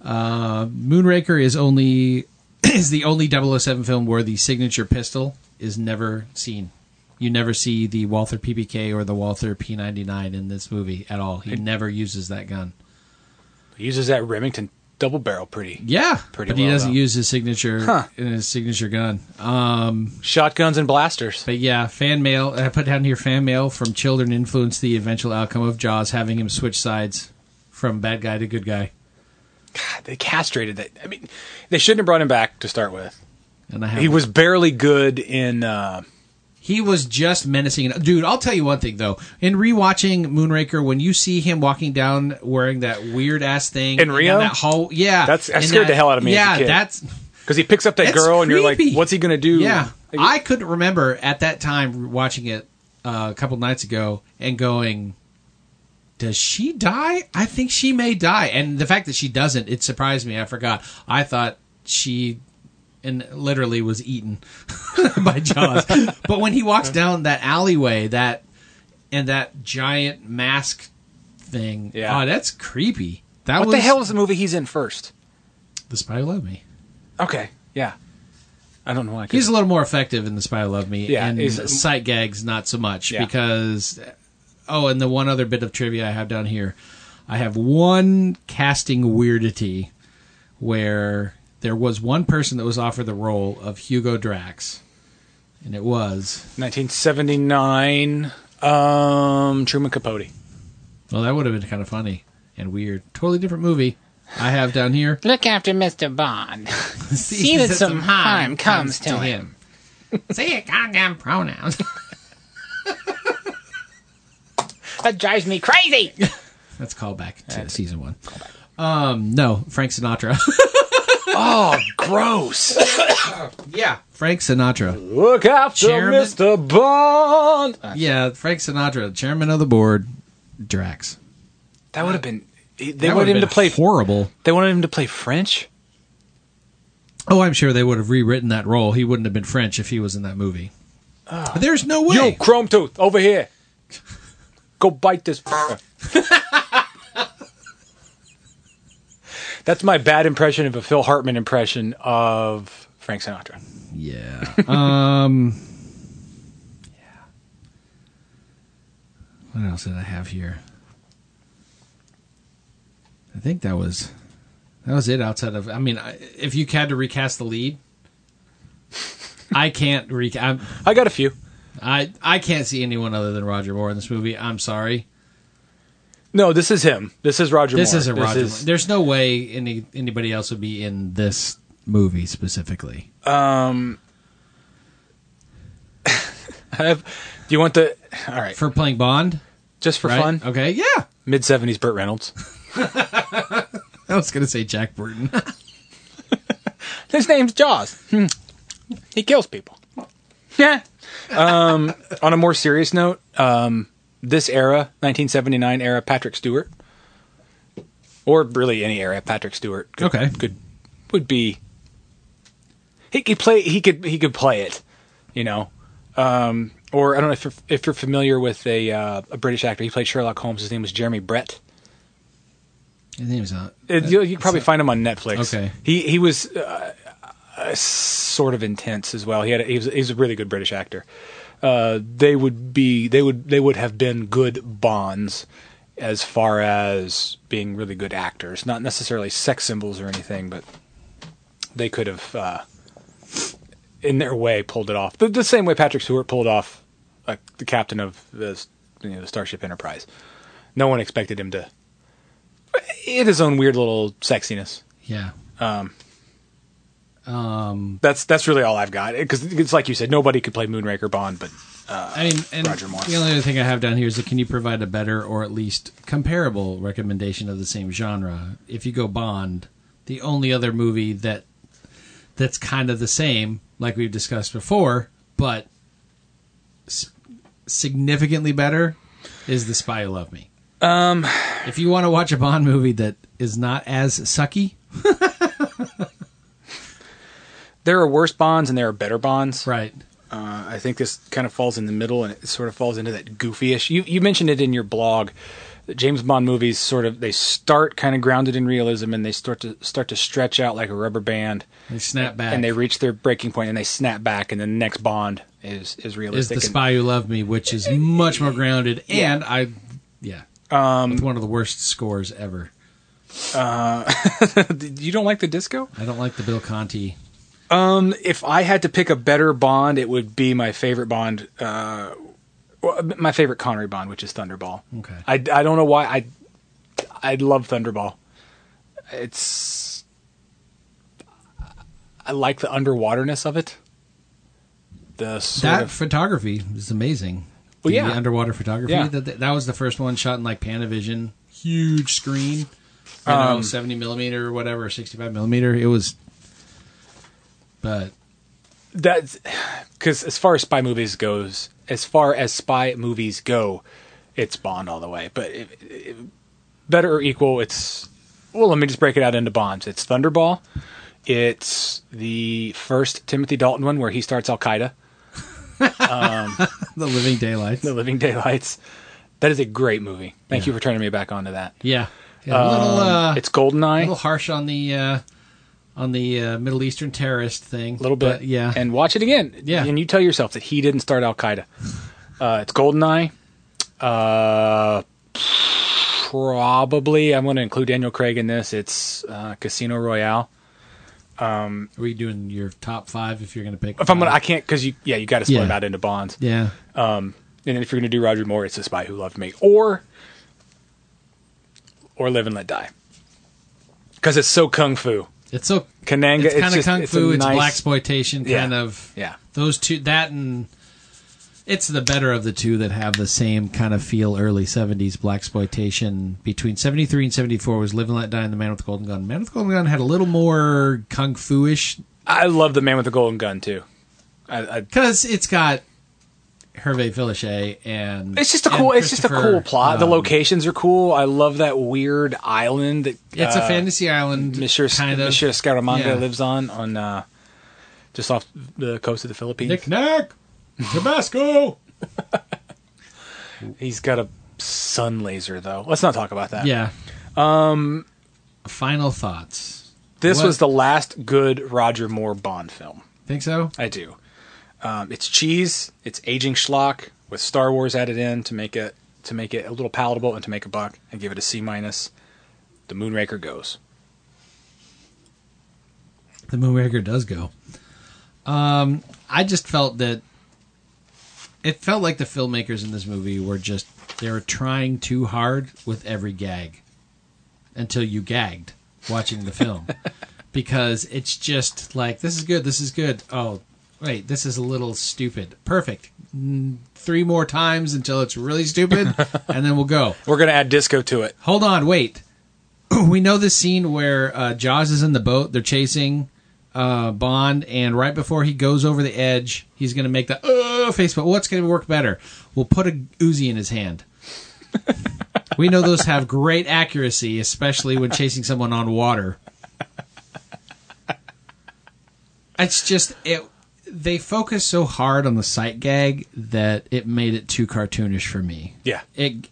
Speaker 3: Uh, Moonraker is only is the only 007 film where the signature pistol is never seen. You never see the Walther PPK or the Walther P99 in this movie at all. He never uses that gun.
Speaker 1: He uses that Remington double barrel pretty.
Speaker 3: Yeah,
Speaker 1: Pretty
Speaker 3: but he
Speaker 1: well,
Speaker 3: doesn't
Speaker 1: though.
Speaker 3: use his signature
Speaker 1: Huh.
Speaker 3: his signature gun. Uh,
Speaker 1: Shotguns and blasters.
Speaker 3: but yeah, fan mail. I put down here fan mail from children influenced the eventual outcome of Jaws, having him switch sides from bad guy to good guy.
Speaker 1: They castrated that. I mean, they shouldn't have brought him back to start with.
Speaker 3: And I have,
Speaker 1: He was barely good in. Uh,
Speaker 3: he was just menacing. Dude, I'll tell you one thing though. In rewatching Moonraker, when you see him walking down wearing that weird ass thing
Speaker 1: In
Speaker 3: and
Speaker 1: Rio?
Speaker 3: that whole yeah,
Speaker 1: That's- that
Speaker 3: and
Speaker 1: scared the hell out of me as a
Speaker 3: Yeah,
Speaker 1: kid.
Speaker 3: that's
Speaker 1: Because he picks up that
Speaker 3: That's
Speaker 1: girl, and you're like,
Speaker 3: creepy.
Speaker 1: "What's he gonna do?"
Speaker 3: Yeah,
Speaker 1: Like,
Speaker 3: I couldn't remember at that time watching it uh, a couple nights ago and going, "Does she die? I think she may die." And the fact that she doesn't, it surprised me. I forgot. I thought she and literally was eaten by Jaws. but when he walks down that alleyway, that and that giant mask thing,
Speaker 1: Yeah.
Speaker 3: oh, that's creepy. That
Speaker 1: what
Speaker 3: was
Speaker 1: the hell is the movie he's in first?
Speaker 3: the Spy Who Loved Me.
Speaker 1: Okay, yeah. I don't know why. I
Speaker 3: He's
Speaker 1: couldn't-
Speaker 3: a little more effective in The Spy Who Loved Me,
Speaker 1: Yeah,
Speaker 3: and
Speaker 1: he's-
Speaker 3: sight gags not so much
Speaker 1: Yeah.
Speaker 3: because. Oh, and the one other bit of trivia I have down here, I have one casting weirdity where there was one person that was offered the role of Hugo Drax, and it was
Speaker 1: 1979. Um, Truman Capote.
Speaker 3: well that would have been kind of funny and weird, totally different movie. I have down here.
Speaker 8: Look after Mr. Bond.
Speaker 3: See
Speaker 8: that some harm comes to him.
Speaker 3: Say your goddamn pronouns.
Speaker 8: That drives me crazy.
Speaker 3: That's callback to season one. Um, no, Frank Sinatra.
Speaker 1: Oh, gross!
Speaker 3: Yeah, Frank Sinatra.
Speaker 1: Look after
Speaker 3: Chairman-
Speaker 1: Mr. Bond.
Speaker 3: Yeah, Frank Sinatra, chairman of the board, Drax.
Speaker 1: That would have been. They
Speaker 3: That
Speaker 1: wanted
Speaker 3: would've
Speaker 1: him to
Speaker 3: been
Speaker 1: play.
Speaker 3: horrible.
Speaker 1: They wanted him to play French.
Speaker 3: Oh, I'm sure they would have rewritten that role. He wouldn't have been French if he was in that movie.
Speaker 1: Ah.
Speaker 3: But there's no way.
Speaker 1: You chrome tooth over here. Go bite this. f- That's my bad impression of a Phil Hartman impression of Frank Sinatra.
Speaker 3: Yeah. um. What else did I have here? I think that was that was it. Outside of, I mean, I- if you had to recast the lead, I can't recast.
Speaker 1: I got a few.
Speaker 3: I I can't see anyone other than Roger Moore in this movie. I'm sorry.
Speaker 1: No, this is him. This is Roger.
Speaker 3: This
Speaker 1: Moore.
Speaker 3: is a Roger.
Speaker 1: is-
Speaker 3: Moore. There's no way any anybody else would be in this movie specifically.
Speaker 1: I have- do you want the? All right,
Speaker 3: For playing Bond,
Speaker 1: just for
Speaker 3: right?
Speaker 1: fun,
Speaker 3: Okay, yeah.
Speaker 1: mid seventies Burt Reynolds.
Speaker 3: I was gonna say Jack Burton.
Speaker 1: His name's Jaws. Hmm. He kills people. Yeah. Um, on a more serious note, um, this era, 1979 era, Patrick Stewart, or really any era, Patrick Stewart. Could,
Speaker 3: Okay.
Speaker 1: could would be. He could play. He could. He could play it. You know. Um, or I don't know if you're, if you're familiar with a uh, a British actor. He played Sherlock Holmes. His name was Jeremy Brett.
Speaker 3: His name's not.
Speaker 1: It, you, you can probably find him on Netflix.
Speaker 3: Uh, Okay.
Speaker 1: He he was uh, uh, sort of intense as well. He had a, he was he's a really good British actor. Uh, they would be they would they would have been good bonds as far as being really good actors. Not necessarily sex symbols or anything, but they could have uh, in their way pulled it off. The, the same way Patrick Stewart pulled off uh, the captain of the, you know, the Starship Enterprise. No one expected him to it his own weird little sexiness.
Speaker 3: Yeah.
Speaker 1: That's that's really all I've got because it's like you said, nobody could play Moonraker Bond, but
Speaker 3: I mean, and
Speaker 1: Roger Moore.
Speaker 3: the only other thing I have down here is that can you provide a better or at least comparable recommendation of the same genre? If you go Bond, the only other movie that that's kind of the same, like we've discussed before, but s- significantly better, is The Spy Who Loved Me. Um, if you want to watch a Bond movie that is not as sucky,
Speaker 1: there are worse Bonds and there are better Bonds.
Speaker 3: right?
Speaker 1: Uh, I think this kind of falls in the middle and it sort of falls into that goofy-ish. You you mentioned it in your blog. that James Bond movies sort of they start kind of grounded in realism and they start to start to stretch out like a rubber band
Speaker 3: They snap back,
Speaker 1: and they reach their breaking point and they snap back and the next Bond is is
Speaker 3: is
Speaker 1: realistic.
Speaker 3: The
Speaker 1: and-
Speaker 3: Spy Who Loved Me, which is much more grounded, and I, yeah, um, with one of the worst scores ever.
Speaker 1: you don't like the disco?
Speaker 3: I don't like the Bill Conti.
Speaker 1: if I had to pick a better Bond, it would be my favorite Bond, uh, well, my favorite Connery Bond, which is Thunderball.
Speaker 3: Okay.
Speaker 1: I, I don't know why I I love Thunderball. It's I like the underwaterness of it. The sort
Speaker 3: That
Speaker 1: of
Speaker 3: photography is amazing.
Speaker 1: Well,
Speaker 3: the
Speaker 1: yeah.
Speaker 3: underwater photography.
Speaker 1: Yeah.
Speaker 3: That, that was the first one shot in like Panavision, huge screen, you
Speaker 1: Um,
Speaker 3: know, seventy millimeter or whatever, sixty five millimeter. It was, but
Speaker 1: that's because as far as spy movies goes, as far as spy movies go, it's Bond all the way. But if, if- better or equal, it's well. Let me just break it out into Bonds. It's Thunderball. It's the first Timothy Dalton one where he starts Al Qaeda,
Speaker 3: the Living Daylights.
Speaker 1: The Living Daylights. That is a great movie. Thank you for turning me back onto that.
Speaker 3: yeah, Yeah, a little, uh,
Speaker 1: Um, It's
Speaker 3: a
Speaker 1: Goldeneye.
Speaker 3: little harsh on the uh, on the uh, Middle Eastern terrorist thing.
Speaker 1: A little bit.
Speaker 3: but yeah,
Speaker 1: And watch it again.
Speaker 3: Yeah.
Speaker 1: And you tell yourself that he didn't start Al Qaeda. Uh, it's Goldeneye. Uh, probably, I'm going to include Daniel Craig in this. It's uh, Casino Royale.
Speaker 3: Are we doing your top five if you're going to pick?
Speaker 1: If I'm gonna, I
Speaker 3: five?
Speaker 1: can't because you, Uh, yeah, you got to split
Speaker 3: Yeah.
Speaker 1: it out into bonds.
Speaker 3: yeah,
Speaker 1: And then if you're going to do Roger Moore, it's The Spy Who Loved Me, or or Live and Let Die, because it's so kung fu.
Speaker 3: it's so
Speaker 1: Kananga.
Speaker 3: it's kind of
Speaker 1: just-
Speaker 3: kung
Speaker 1: it's a
Speaker 3: fu. It's
Speaker 1: nice-
Speaker 3: black exploitation
Speaker 1: Yeah.
Speaker 3: kind of.
Speaker 1: Yeah.
Speaker 3: those two that and it's the better of the two that have the same kind of feel. Early '70s black exploitation between '73 and '74 was Live and Let Die and The Man with the Golden Gun. Man with the Golden Gun had a little more kung fu-ish
Speaker 1: I love the Man with the Golden Gun too. I, I
Speaker 3: because it's got Hervé Filliché and
Speaker 1: It's just a
Speaker 3: and
Speaker 1: cool. It's just a
Speaker 3: Christopher,
Speaker 1: cool plot. the
Speaker 3: um,
Speaker 1: locations are cool. I love that weird island that
Speaker 3: It's a
Speaker 1: uh,
Speaker 3: fantasy island,
Speaker 1: Monsieur
Speaker 3: kind of.
Speaker 1: Monsieur Scaramanga
Speaker 3: Yeah.
Speaker 1: lives on on uh, just off the coast of the Philippines.
Speaker 3: Knick knack, Tabasco.
Speaker 1: He's got a sun laser though. Let's not talk about that.
Speaker 3: Yeah. Um. Final thoughts.
Speaker 1: this
Speaker 3: what-
Speaker 1: was the last good Roger Moore Bond film.
Speaker 3: Think so?
Speaker 1: I do. Um, it's cheese. It's aging schlock with Star Wars added in to make it to make it a little palatable and to make a buck. I give it a C minus. The Moonraker goes.
Speaker 3: The Moonraker does go. Um, I just felt that it felt like the filmmakers in this movie were just they were trying too hard with every gag until you gagged watching the film because it's just like this is good this is good oh wait this is a little stupid perfect Mm, three more times until it's really stupid and then we'll go
Speaker 1: We're gonna add disco to it.
Speaker 3: hold on, wait. we know the scene where uh, Jaws is in the boat. They're chasing uh, Bond, and right before he goes over the edge, he's going to make the uh, face. But what's going to work better? We'll put a Uzi in his hand. we know those have great accuracy, especially when chasing someone on water. It's just it. They focus so hard on the sight gag that it made it too cartoonish for me
Speaker 1: Yeah.
Speaker 3: it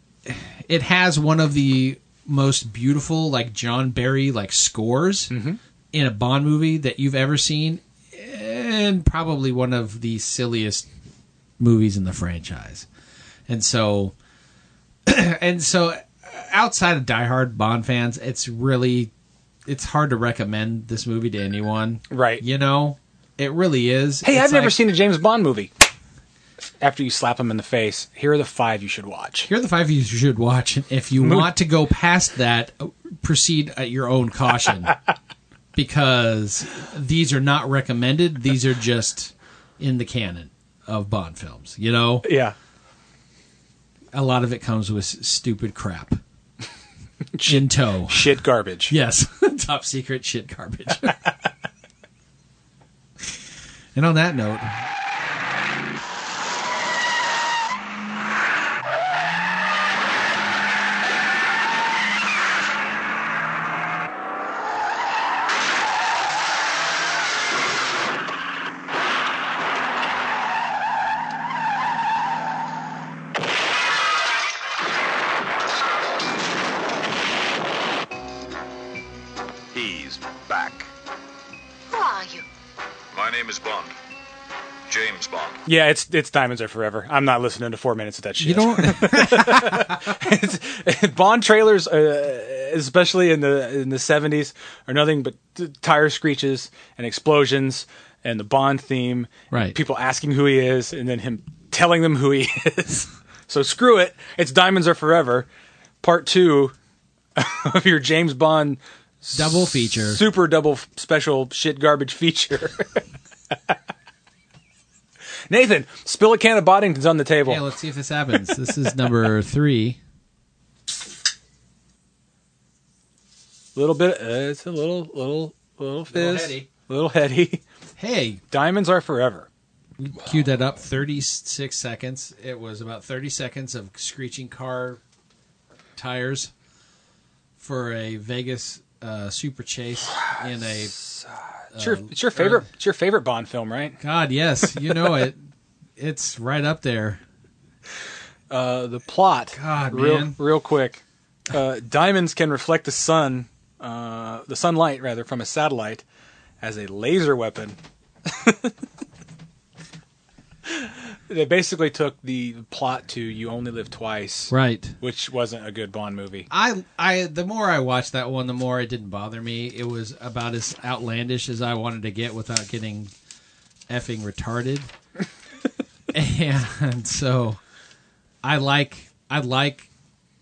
Speaker 3: it has one of the most beautiful like John Barry like scores
Speaker 1: Mm-hmm.
Speaker 3: in a Bond movie that you've ever seen, and probably one of the silliest movies in the franchise. And so, and so, outside of diehard Bond fans, it's really it's hard to recommend this movie to anyone,
Speaker 1: Right.
Speaker 3: You know, it really is.
Speaker 1: Hey,
Speaker 3: It's
Speaker 1: I've never
Speaker 3: like-
Speaker 1: seen a James Bond movie. After you slap him in the face, here are the five you should watch.
Speaker 3: Here are the five you should watch. And if you want to go past that, uh, proceed at your own caution because these are not recommended. These are just in the canon of Bond films. You know,
Speaker 1: Yeah.
Speaker 3: a lot of it comes with stupid crap in tow.
Speaker 1: Shit garbage.
Speaker 3: Yes, top secret shit garbage. and on that note,
Speaker 5: He's back.
Speaker 9: Who are you?
Speaker 5: My name is Bond. James Bond.
Speaker 1: Yeah, it's it's diamonds are forever. I'm not listening to four minutes of that shit.
Speaker 3: you don't.
Speaker 1: Bond trailers, uh, especially in the in the seventies, are nothing but t- tire screeches and explosions and the Bond theme.
Speaker 3: Right.
Speaker 1: People asking who he is, and then him telling them who he is. so screw it. It's Diamonds Are Forever, part two of your James Bond
Speaker 3: Double feature.
Speaker 1: super double f- special shit garbage feature. Nathan, spill a can of Boddington's on the table.
Speaker 3: Hey, let's see if this happens. This is number three.
Speaker 1: little bit. Uh, it's a little, little, little fizz.
Speaker 3: heady.
Speaker 1: Little heady.
Speaker 3: Hey,
Speaker 1: Diamonds are forever.
Speaker 3: Cue that up 36 seconds. It was about 30 seconds of screeching car tires for a Vegas uh, super chase in a uh,
Speaker 1: It's your, it's your favorite. It's your favorite Bond film, right?
Speaker 3: God, yes, you know it. It's right up there.
Speaker 1: Uh, the plot.
Speaker 3: God,
Speaker 1: real,
Speaker 3: man.
Speaker 1: real quick. Uh, diamonds can reflect the sun, uh, the sunlight rather, from a satellite as a laser weapon. they basically took the plot to "You Only Live Twice,"
Speaker 3: Right.
Speaker 1: which wasn't a good Bond movie.
Speaker 3: I I the more I watched that one, the more it didn't bother me. It was about as outlandish as I wanted to get without getting effing retarded. and so I like I like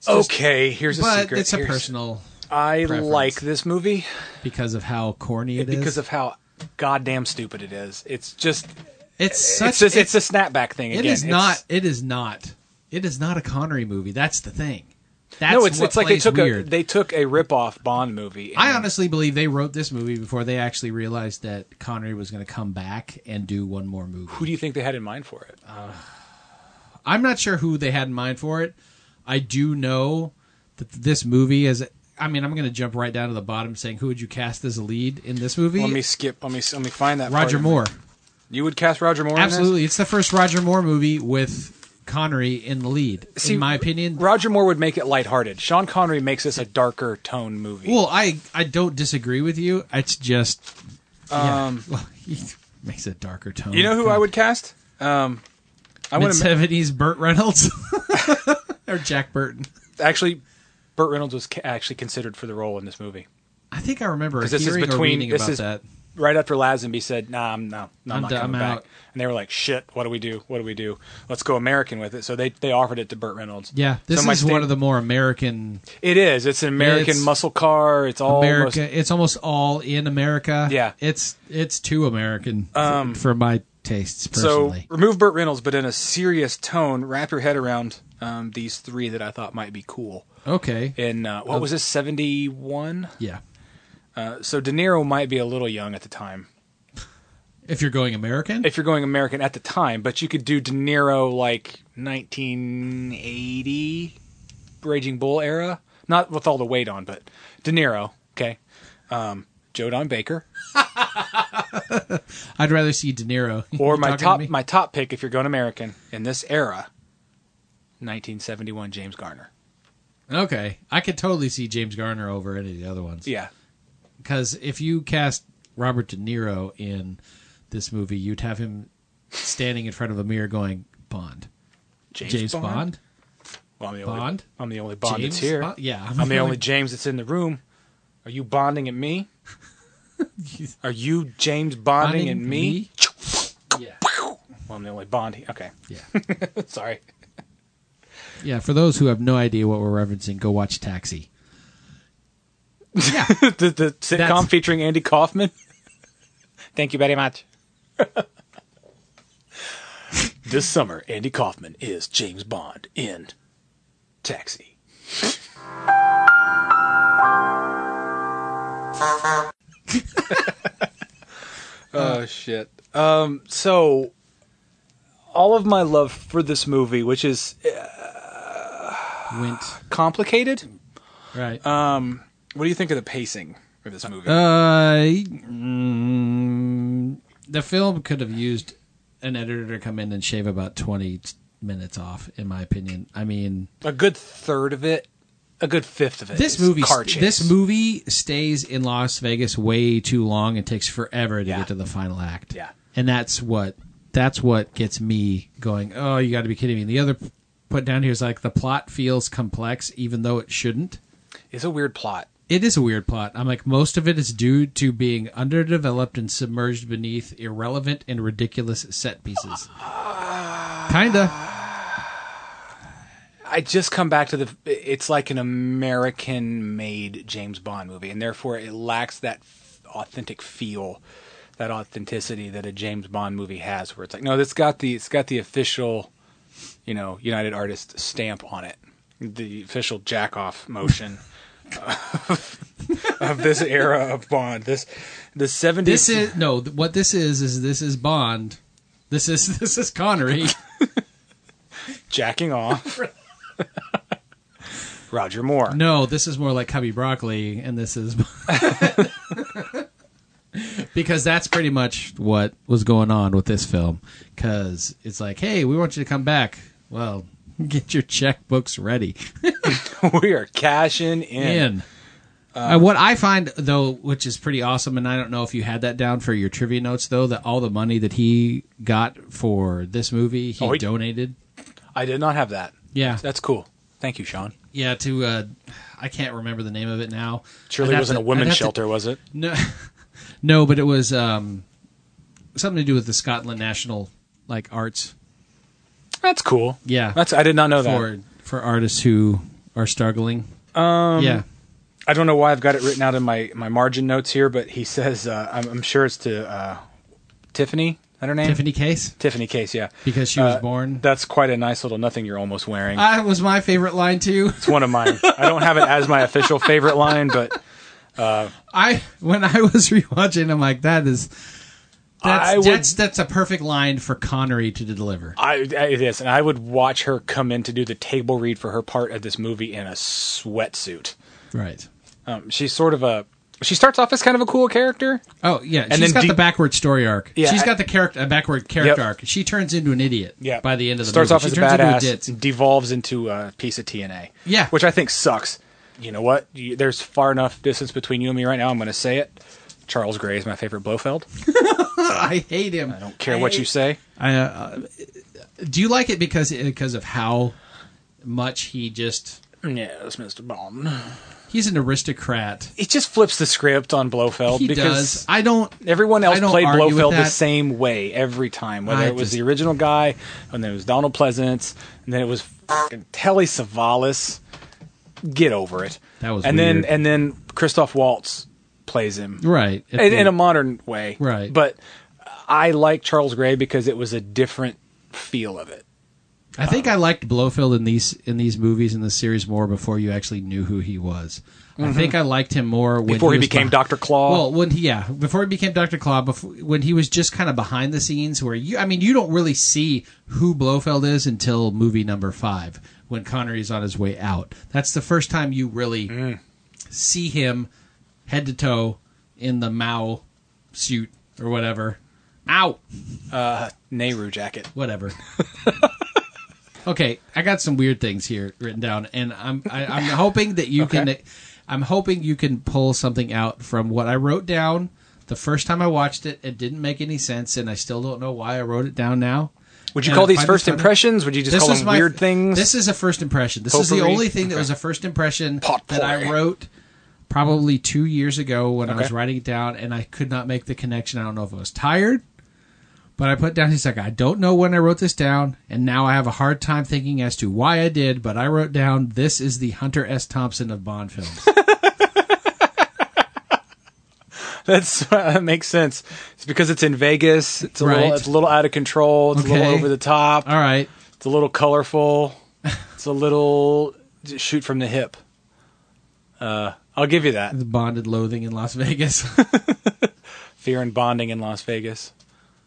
Speaker 1: Okay, here's a
Speaker 3: but
Speaker 1: secret.
Speaker 3: it's a
Speaker 1: Here's-
Speaker 3: personal
Speaker 1: I
Speaker 3: preference.
Speaker 1: like this movie.
Speaker 3: because of how corny it is.
Speaker 1: because of how goddamn stupid it is. It's just
Speaker 3: it's such
Speaker 1: it's just, it's, a snapback thing
Speaker 3: it
Speaker 1: again.
Speaker 3: is not it is not it is not a Connery movie. That's the thing. That's
Speaker 1: no, it's
Speaker 3: what
Speaker 1: it's like they
Speaker 3: plays
Speaker 1: took
Speaker 3: weird.
Speaker 1: a they took a ripoff Bond movie.
Speaker 3: I
Speaker 1: and-
Speaker 3: honestly believe they wrote this movie before they actually realized that Connery was going to come back and do one more movie.
Speaker 1: who do you think they had in mind for it?
Speaker 3: I'm not sure who they had in mind for it. I do know that this movie is. I mean, I'm going to jump right down to the bottom saying who would you cast as a lead in this movie?
Speaker 1: let me skip. Let me let me find that. part
Speaker 3: Roger
Speaker 1: of it.
Speaker 3: Moore.
Speaker 1: You would cast Roger Moore. in this?
Speaker 3: Absolutely, it's the first Roger Moore movie with Connery in the lead.
Speaker 1: See,
Speaker 3: in my opinion,
Speaker 1: Roger Moore would make it lighthearted. Sean Connery makes this a darker tone movie.
Speaker 3: well, I I don't disagree with you. It's just um, he makes a darker tone.
Speaker 1: you know who I would cast? Um, I
Speaker 3: Mid
Speaker 1: would
Speaker 3: seventies Burt Reynolds or Jack Burton.
Speaker 1: actually. Burt Reynolds was ca- actually considered for the role in this movie
Speaker 3: I think I remember
Speaker 1: because this is
Speaker 3: hearing or
Speaker 1: between
Speaker 3: reading
Speaker 1: this
Speaker 3: about
Speaker 1: is
Speaker 3: that.
Speaker 1: right after Lazenby said, "Nah, I'm no, no, I'm,
Speaker 3: I'm
Speaker 1: not
Speaker 3: d-
Speaker 1: coming
Speaker 3: I'm
Speaker 1: back,"
Speaker 3: out.
Speaker 1: and they were like, "Shit, what do we do? What do we do? Let's go American with it." So they they offered it to Burt Reynolds.
Speaker 3: Yeah, this
Speaker 1: So my
Speaker 3: is one
Speaker 1: stand-
Speaker 3: of the more American
Speaker 1: It is. It's an American
Speaker 3: It's-
Speaker 1: muscle car. It's all
Speaker 3: America. It's almost all in America.
Speaker 1: Yeah.
Speaker 3: it's it's too American for-
Speaker 1: Um,
Speaker 3: for, my tastes
Speaker 1: So
Speaker 3: personally.
Speaker 1: remove Burt Reynolds, but in a serious tone. Wrap your head around um, these three that I thought might be cool.
Speaker 3: okay,
Speaker 1: In uh,
Speaker 3: Oh.
Speaker 1: what was this seventy one?
Speaker 3: yeah.
Speaker 1: Uh, so De Niro might be a little young at the time.
Speaker 3: If you're going American,
Speaker 1: If you're going American at the time, but you could do De Niro like 1980 Raging Bull era, not with all the weight on, but De Niro. Okay, um, Joe Don Baker,
Speaker 3: I'd rather see De Niro
Speaker 1: or
Speaker 3: You
Speaker 1: my
Speaker 3: talking to
Speaker 1: top
Speaker 3: me?
Speaker 1: my top pick if you're going American in this era, 1971 James Garner.
Speaker 3: Okay, I could totally see James Garner over any of the other ones.
Speaker 1: Yeah,
Speaker 3: because if you cast Robert De Niro in this movie, you'd have him standing in front of a mirror going Bond, James, Bond.
Speaker 1: Well, I'm the
Speaker 3: Bond?
Speaker 1: Only, I'm the only Bond
Speaker 3: James
Speaker 1: that's here.
Speaker 3: Bond? Yeah,
Speaker 1: I'm, the only James that's in the room. Are you bonding at me? Are you James bonding, at me?
Speaker 3: Yeah,
Speaker 1: Well, I'm the only Bond. Here. Okay,
Speaker 3: yeah,
Speaker 1: sorry.
Speaker 3: yeah. For those who have no idea what we're referencing, go watch Taxi.
Speaker 1: the, the sitcom
Speaker 3: That's-
Speaker 1: featuring Andy Kaufman.
Speaker 8: Thank you very much.
Speaker 1: This summer, Andy Kaufman is James Bond in Taxi. oh shit. Um so all of my love for this movie, which is
Speaker 3: Went
Speaker 1: complicated.
Speaker 3: right.
Speaker 1: What do you think of the pacing of this movie?
Speaker 3: Uh, mm, the film could have used an editor to come in and shave about twenty minutes off, in my opinion. I mean,
Speaker 1: a good third of it, a good fifth of it.
Speaker 3: this
Speaker 1: is
Speaker 3: movie,
Speaker 1: car chase.
Speaker 3: this movie stays in Las Vegas way too long and takes forever to
Speaker 1: Yeah.
Speaker 3: get to the final act.
Speaker 1: Yeah.
Speaker 3: and that's what that's what gets me going. Oh, you got to be kidding me! The other p- put down here is like the plot feels complex, even though it shouldn't.
Speaker 1: is a weird plot.
Speaker 3: it is a weird plot. I'm like, most of it is due to being underdeveloped and submerged beneath irrelevant and ridiculous set pieces. Kinda.
Speaker 1: I just come back to the. It's like an American-made James Bond movie, and therefore it lacks that f- authentic feel, that authenticity that a James Bond movie has, where it's like, no, this got the it's got the official, you know, United Artists stamp on it, the official jack-off motion. of, of this era of Bond, this the seventies.
Speaker 3: This is no. th- What this is is this is Bond. This is this is Connery.
Speaker 1: jacking off. Roger Moore.
Speaker 3: No, this is more like Cubby Broccoli, and this is because that's pretty much what was going on with this film. Because it's like, hey, we want you to come back. Well, get your checkbooks ready.
Speaker 1: we are cashing in.
Speaker 3: in. Uh, what I find though, which is pretty awesome, and I don't know if you had that down for your trivia notes though, that all the money that he got for this movie, he
Speaker 1: Oh, he-
Speaker 3: donated.
Speaker 1: I did not have that.
Speaker 3: Yeah,
Speaker 1: That's cool. Thank you, Sean.
Speaker 3: yeah. To uh, I can't remember the name of it now.
Speaker 1: Surely
Speaker 3: I'd have
Speaker 1: wasn't
Speaker 3: to-
Speaker 1: a
Speaker 3: I'd
Speaker 1: women's
Speaker 3: have to-
Speaker 1: shelter, was it?
Speaker 3: no, no, but it was um, something to do with the Scotland National like Arts.
Speaker 1: That's cool.
Speaker 3: Yeah,
Speaker 1: That's I did not know that.
Speaker 3: for for artists who are struggling. Um, yeah,
Speaker 1: I don't know why I've got it written out in my, my margin notes here, but he says uh, I'm, I'm sure it's to uh, Tiffany. Is that her name?
Speaker 3: Tiffany Case
Speaker 1: Tiffany Case. Yeah.
Speaker 3: because she was
Speaker 1: Uh,
Speaker 3: born.
Speaker 1: That's quite a nice little nothing you're almost wearing.
Speaker 3: that was my favorite line too.
Speaker 1: it's one of mine. I don't have it as my official favorite line, but
Speaker 3: I when I was rewatching, I'm like, that is
Speaker 1: I
Speaker 3: that's
Speaker 1: would-
Speaker 3: that's, that's a perfect line for Connery to deliver.
Speaker 1: I, I it is, and I would watch her come in to do the table read for her part of this movie in a sweatsuit.
Speaker 3: Right.
Speaker 1: Um, she's sort of a she starts off as kind of a cool character.
Speaker 3: Oh yeah,
Speaker 1: And
Speaker 3: she's
Speaker 1: then
Speaker 3: got
Speaker 1: de-
Speaker 3: the backward story arc.
Speaker 1: Yeah,
Speaker 3: she's
Speaker 1: I-
Speaker 3: got the character a backward character
Speaker 1: Yep.
Speaker 3: arc. She turns into an idiot. By the end of the
Speaker 1: starts
Speaker 3: movie.
Speaker 1: off
Speaker 3: she
Speaker 1: as a
Speaker 3: turns into
Speaker 1: badass,
Speaker 3: ditz.
Speaker 1: and devolves into a piece of TNA.
Speaker 3: Yeah.
Speaker 1: which I think sucks. You know what? You, there's far enough distance between you and me right now. I'm going to say it. Charles Gray is my favorite Blofeld.
Speaker 3: I hate him. I
Speaker 1: Don't care what you say.
Speaker 3: I, uh, do you like it because because of how much he just
Speaker 1: Yes, Mr. Bond.
Speaker 3: He's an aristocrat.
Speaker 1: It just flips the script on Blofeld
Speaker 3: He
Speaker 1: because
Speaker 3: does. I don't.
Speaker 1: everyone else
Speaker 3: I don't
Speaker 1: played
Speaker 3: argue with
Speaker 1: Blofeld the
Speaker 3: that.
Speaker 1: same way every time, whether
Speaker 3: I
Speaker 1: it was
Speaker 3: just-
Speaker 1: the original guy, and then it was Donald Pleasance, and then it was fucking Telly Savalas. Get over it.
Speaker 3: That was
Speaker 1: and
Speaker 3: weird.
Speaker 1: then and then Christoph Waltz plays him
Speaker 3: Right.
Speaker 1: in, in a modern way,
Speaker 3: Right.
Speaker 1: But I like Charles Gray because it was a different feel of it.
Speaker 3: I think I liked Blofeld in these in these movies in the series more before you actually knew who he was. I think I liked him more when
Speaker 1: Mm-hmm. Before he
Speaker 3: was
Speaker 1: became
Speaker 3: behi-
Speaker 1: Dr. Claw.
Speaker 3: Well, when he, yeah, before he became Doctor Claw, before when he was just kind of behind the scenes, where you, I mean, you don't really see who Blofeld is until movie number five when Connery's on his way out. That's the first time you really
Speaker 1: Mm.
Speaker 3: see him head to toe in the Mao suit or whatever. Ow.
Speaker 1: Nehru jacket.
Speaker 3: whatever. okay, I got some weird things here written down, and I'm I, I'm hoping that you can, I'm hoping you can pull something out from what I wrote down the first time I watched it. It didn't make any sense, and I still don't know why I wrote it down now.
Speaker 1: Would you
Speaker 3: And
Speaker 1: call
Speaker 3: I
Speaker 1: these
Speaker 3: find
Speaker 1: first
Speaker 3: this funny.
Speaker 1: impressions? Would you just call
Speaker 3: is
Speaker 1: them weird things?
Speaker 3: This is a first impression. This is the
Speaker 1: Potpourri?
Speaker 3: only thing that was a first impression
Speaker 1: Potpourri.
Speaker 3: that I wrote probably two years ago when I was
Speaker 1: Okay.
Speaker 3: writing it down, and I could not make the connection. I don't know if I was tired, but I put down. He's like, I don't know when I wrote this down, and now I have a hard time thinking as to why I did. But I wrote down, "This is the Hunter S. Thompson of Bond films."
Speaker 1: That's that makes sense. It's because it's in Vegas. It's a
Speaker 3: Right.
Speaker 1: little it's a little out of control. It's a little
Speaker 3: Okay.
Speaker 1: over the top.
Speaker 3: All right,
Speaker 1: It's a little colorful. It's a little shoot from the hip. Uh, I'll give you that.
Speaker 3: the bonded loathing in Las Vegas.
Speaker 1: Fear and bonding in Las Vegas.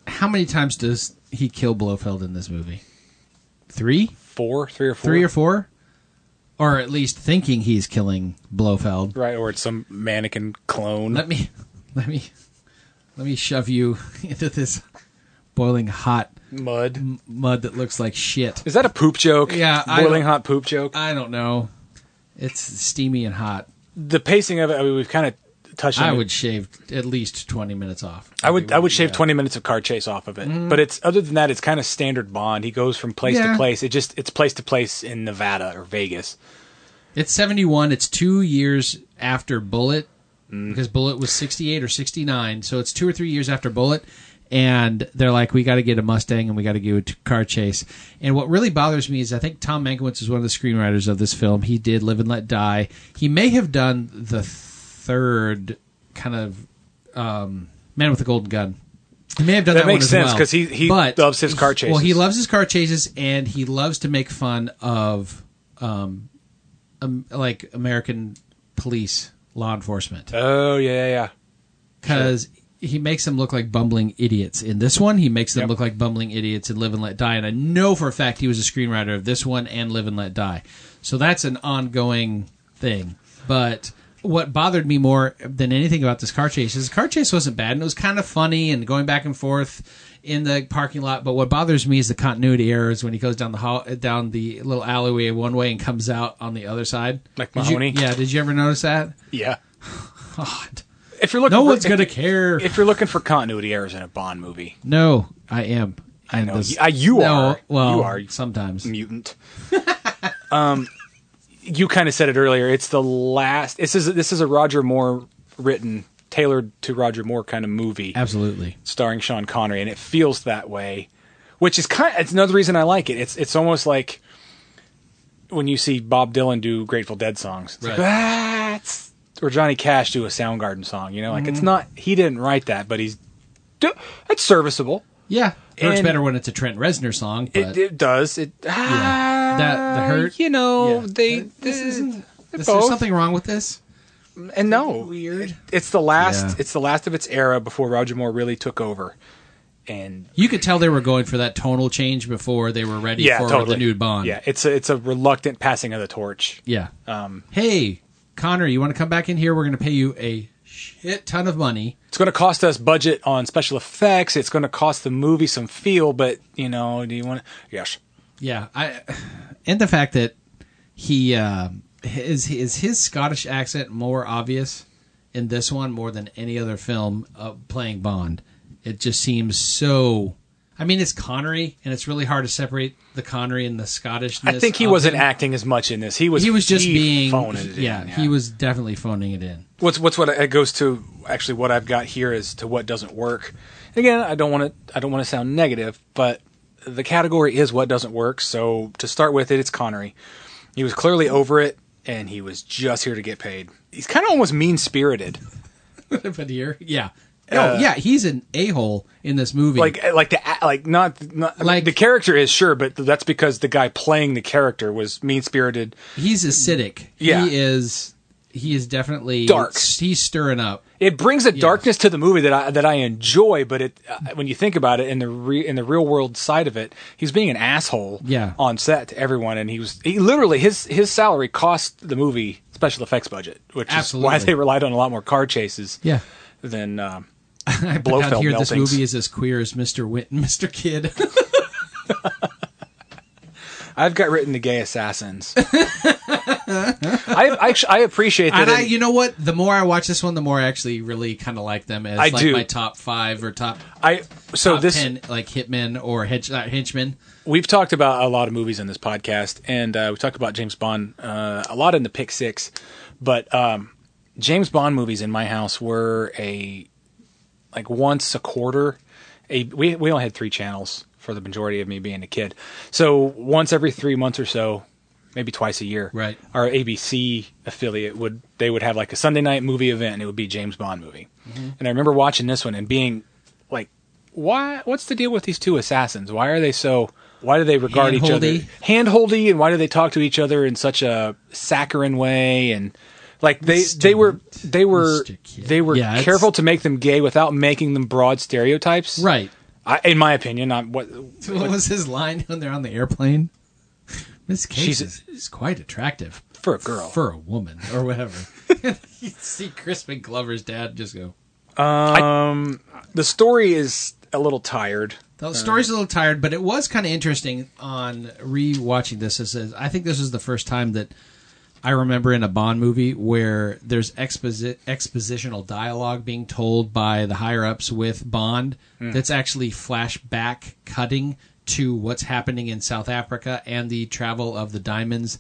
Speaker 3: How many times does he kill Blofeld in this movie? Three.
Speaker 1: Four, three or four,
Speaker 3: three or four, or at least thinking he's killing Blofeld.
Speaker 1: right, or it's some mannequin clone.
Speaker 3: Let me, let me, let me shove you into this boiling hot
Speaker 1: Mud.
Speaker 3: mud that looks like shit.
Speaker 1: Is that a poop joke?
Speaker 3: Yeah, I
Speaker 1: boiling
Speaker 3: don't-
Speaker 1: hot poop joke.
Speaker 3: I don't know. It's steamy and hot.
Speaker 1: the pacing of it. I mean, we've kind of touched. on
Speaker 3: I
Speaker 1: it.
Speaker 3: would shave at least twenty minutes off.
Speaker 1: I would I would shave
Speaker 3: Yeah.
Speaker 1: twenty minutes of car chase off of it, but it's other than that, it's kind of standard Bond. He goes from place to
Speaker 3: Mm-hmm. Yeah.
Speaker 1: place. It just it's place to place in Nevada or Vegas.
Speaker 3: It's seventy one. It's two years after Bullet
Speaker 1: Mm.
Speaker 3: because Bullet was sixty eight or sixty nine. So it's two or three years after Bullet, and they're like, we got to get a Mustang and we got to get a t- car chase. And what really bothers me is I think Tom Mankiewicz is one of the screenwriters of this film. He did Live and Let Die. He may have done the third kind of um, Man with a Golden Gun. He may have done
Speaker 1: That
Speaker 3: that,
Speaker 1: makes
Speaker 3: one as
Speaker 1: sense,
Speaker 3: well.
Speaker 1: 'cause he- he
Speaker 3: But-
Speaker 1: loves his car chases.
Speaker 3: Well, he loves his car chases, and he loves to make fun of um, um like American police law enforcement
Speaker 1: Oh yeah yeah yeah.
Speaker 3: because he makes them look like bumbling idiots in this one. He makes them
Speaker 1: Yep.
Speaker 3: look like bumbling idiots in Live and Let Die, and I know for a fact he was a screenwriter of this one and Live and Let Die. So that's an ongoing thing. But what bothered me more than anything about this car chase is the car chase wasn't bad and it was kind of funny and going back and forth in the parking lot. Uh, But what bothers me is the continuity errors when he goes down the hall, down the little alleyway one way and comes out on the other side.
Speaker 1: Like
Speaker 3: Did you-
Speaker 1: Mahoney?
Speaker 3: yeah. Did you ever notice that?
Speaker 1: Yeah.
Speaker 3: God,
Speaker 1: If you're looking,
Speaker 3: no
Speaker 1: for,
Speaker 3: one's
Speaker 1: if-
Speaker 3: gonna care.
Speaker 1: If you're looking for continuity errors in a Bond movie,
Speaker 3: No, I am. I
Speaker 1: know. Y- uh, you are.
Speaker 3: Well,
Speaker 1: You are.
Speaker 3: sometimes.
Speaker 1: mutant. um, you kind of said it earlier. It's the last. This is this is a Roger Moore written, tailored to Roger Moore kind of movie.
Speaker 3: Absolutely.
Speaker 1: starring Sean Connery, and it feels that way, which is kind. It's another reason I like it. It's it's almost like when you see Bob Dylan do Grateful Dead songs, it's like,
Speaker 3: Right.
Speaker 1: "Ah, it's-" or Johnny Cash do a Soundgarden song. You know, like it's not he didn't write that, but he's do- it's serviceable.
Speaker 3: Yeah. Hurts
Speaker 1: And-
Speaker 3: better when it's a Trent Reznor song, but
Speaker 1: it, it does it. Ah,
Speaker 3: That- the hurt-
Speaker 1: You know,
Speaker 3: yeah.
Speaker 1: they
Speaker 3: this
Speaker 1: they-
Speaker 3: isn't.
Speaker 1: they're
Speaker 3: Is there
Speaker 1: both.
Speaker 3: something wrong with this?
Speaker 1: and no
Speaker 3: weird?
Speaker 1: It's the last.
Speaker 3: Yeah.
Speaker 1: It's the last of its era before Roger Moore really took over. And
Speaker 3: You could tell they were going for that tonal change before they were ready for the nude bond.
Speaker 1: Yeah, it's a it's a reluctant passing of the torch.
Speaker 3: Yeah.
Speaker 1: Um,
Speaker 3: Hey, Connor, you want to come back in here? We're going to pay you a shit ton of money.
Speaker 1: it's going to cost us budget on special effects. It's going to cost the movie some feel, but you know, do you want? to... Yes,
Speaker 3: Yeah. I and the fact that he uh, is is his Scottish accent more obvious in this one more than any other film uh, playing Bond. It just seems so I mean, it's Connery, and it's really hard to separate the Connery and the Scottishness.
Speaker 1: I think he
Speaker 3: of
Speaker 1: wasn't
Speaker 3: him.
Speaker 1: acting as much in this. He was
Speaker 3: He was just being.
Speaker 1: phoned it in,
Speaker 3: yeah, he was definitely phoning it in.
Speaker 1: what's what's what it goes to actually what I've got here is to what doesn't work. And again, I don't want to I don't want to sound negative, but the category is what doesn't work. So to start with it, it's Connery. He was clearly over it, and he was just here to get paid. He's kind of almost mean spirited,
Speaker 3: but here, yeah. Oh yeah, he's an a hole in this movie.
Speaker 1: like like the like not, not like
Speaker 3: Like-
Speaker 1: the character is sure, but that's because the guy playing the character was mean spirited.
Speaker 3: he's acidic.
Speaker 1: Yeah.
Speaker 3: he is. He is definitely
Speaker 1: Dark.
Speaker 3: He's stirring up.
Speaker 1: It brings a darkness to the movie that I that I enjoy, but it uh, when you think about it in the re, in the real world side of it, he's being an asshole
Speaker 3: Yeah.
Speaker 1: on set to everyone, and he was he literally his his salary cost the movie special effects budget, which
Speaker 3: Absolutely.
Speaker 1: is why they relied on a lot more car chases
Speaker 3: Yeah.
Speaker 1: than um,
Speaker 3: I put
Speaker 1: Blofeld
Speaker 3: down here this
Speaker 1: meltings.
Speaker 3: movie is as queer as Mr. Witt and Mr. Kid.
Speaker 1: I've got written the gay assassins. I, I actu- I appreciate that.
Speaker 3: and I,
Speaker 1: it-
Speaker 3: you know what? The more I watch this one, the more I actually really kind of like them as
Speaker 1: I
Speaker 3: like
Speaker 1: do.
Speaker 3: my top five or top
Speaker 1: I so
Speaker 3: top
Speaker 1: this
Speaker 3: ten like hitmen or hench, uh, henchmen.
Speaker 1: we've talked about a lot of movies in this podcast, and uh, we talked about James Bond uh, a lot in the Pick Six, but um, James Bond movies in my house were a like once a quarter. A we we only had three channels for the majority of me being a kid, so once every three months or so, maybe twice a year,
Speaker 3: Right.
Speaker 1: Our ABC affiliate would they would have like a Sunday night movie event, and it would be a James Bond movie, and I remember watching this one and being like why what's the deal with these two assassins why are they so why do they regard each other
Speaker 3: Handholdy?
Speaker 1: handholdy and why do they talk to each other in such a saccharine way and like they
Speaker 3: Mr.
Speaker 1: they were they were
Speaker 3: Mr. Kid.
Speaker 1: they were
Speaker 3: Yeah, it's-
Speaker 1: careful to make them gay without making them broad stereotypes
Speaker 3: Right.
Speaker 1: I, in my opinion not what
Speaker 3: So what was his line when they're on the airplane? Miss Case
Speaker 1: She's-
Speaker 3: is, is quite attractive
Speaker 1: for a girl
Speaker 3: for a woman or whatever. you see Crispin Glover's dad just go.
Speaker 1: the story is a little tired
Speaker 3: The story's a little tired, but it was kind of interesting on rewatching this. This is, I think this is the first time that I remember in a Bond movie where there's exposi- expositional dialogue being told by the higher ups with Bond that's actually flashback cutting to what's happening in South Africa and the travel of the diamonds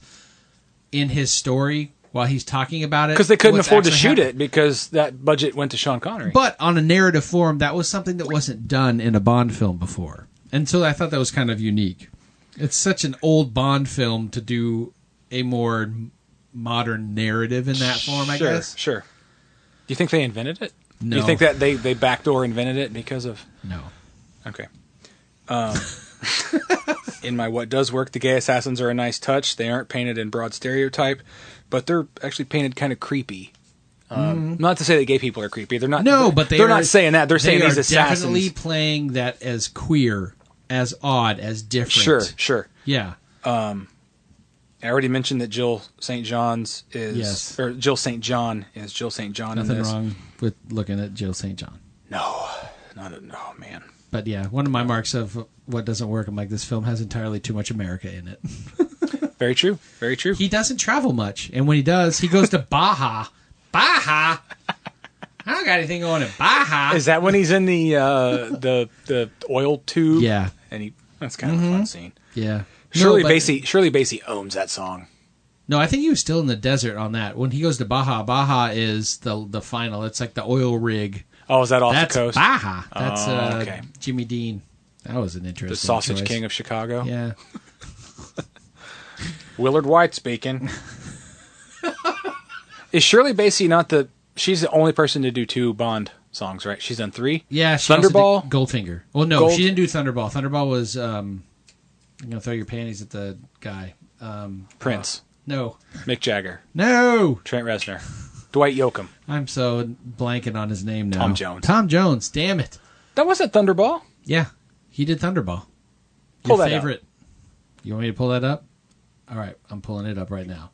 Speaker 3: in his story while he's talking about it
Speaker 1: because they couldn't
Speaker 3: what's
Speaker 1: afford to
Speaker 3: actually
Speaker 1: shoot
Speaker 3: happening.
Speaker 1: it because that budget went to Sean Connery
Speaker 3: But on a narrative form, that was something that wasn't done in a Bond film before. And so I thought that was kind of unique. It's such an old Bond film to do a more modern narrative in that form, I
Speaker 1: sure
Speaker 3: guess.
Speaker 1: sure do you think they invented it do you
Speaker 3: No.
Speaker 1: think that they they backdoor invented it because of
Speaker 3: No.
Speaker 1: Okay. Um, in my what does work, the gay assassins are a nice touch. They aren't painted in broad stereotype, but they're actually painted kind of creepy. Um, Not to say that gay people are creepy. They're not.
Speaker 3: Mm-hmm. No,
Speaker 1: they're,
Speaker 3: but they
Speaker 1: they're
Speaker 3: are,
Speaker 1: not saying that. They're saying
Speaker 3: they
Speaker 1: these
Speaker 3: are
Speaker 1: assassins.
Speaker 3: definitely playing that as queer, as odd, as different.
Speaker 1: Sure, sure.
Speaker 3: Yeah.
Speaker 1: I already mentioned that Jill St. John's is,
Speaker 3: Yes.
Speaker 1: or Jill St. John is Jill St. John. in
Speaker 3: Nothing
Speaker 1: this.
Speaker 3: wrong with looking at Jill St. John.
Speaker 1: No, not a, no man.
Speaker 3: But yeah, one of my marks of what doesn't work, I'm like, this film has entirely too much America in it.
Speaker 1: Very true. Very true.
Speaker 3: he doesn't travel much, and when he does, he goes to Baja. Baja. I don't got anything going in Baja.
Speaker 1: is that when he's in the uh, the the oil tube?
Speaker 3: Yeah. Mm-hmm.
Speaker 1: and he that's kind of a fun scene.
Speaker 3: yeah.
Speaker 1: Shirley
Speaker 3: no, but-
Speaker 1: Bassey. Shirley Bassey owns that song.
Speaker 3: No, I think he was still in the desert on that. When he goes to Baja, Baja is the the final. It's like the oil rig.
Speaker 1: Oh, is that off
Speaker 3: That's
Speaker 1: the coast?
Speaker 3: Baja. That's
Speaker 1: Oh,
Speaker 3: uh,
Speaker 1: okay.
Speaker 3: Jimmy Dean. That was an interesting.
Speaker 1: The Sausage
Speaker 3: choice.
Speaker 1: King of Chicago.
Speaker 3: Yeah.
Speaker 1: Willard White speaking. is Shirley Bassey not the? She's the only person to do two Bond songs, right? She's done three.
Speaker 3: Yeah. she also did
Speaker 1: Thunderball.
Speaker 3: Goldfinger. Well, no,
Speaker 1: Gold-
Speaker 3: she didn't do Thunderball. Thunderball was. Um, I'm gonna throw your panties at the guy. Um,
Speaker 1: Prince,
Speaker 3: no,
Speaker 1: Mick Jagger,
Speaker 3: no.
Speaker 1: Trent Reznor, Dwight Yoakam.
Speaker 3: I'm so blanking on his name now.
Speaker 1: Tom Jones.
Speaker 3: Tom Jones. Damn it.
Speaker 1: That wasn't Thunderball.
Speaker 3: Yeah, he did Thunderball.
Speaker 1: Pull
Speaker 3: Your
Speaker 1: that up.
Speaker 3: favorite. You want me to pull that up? All right, I'm pulling it up right now.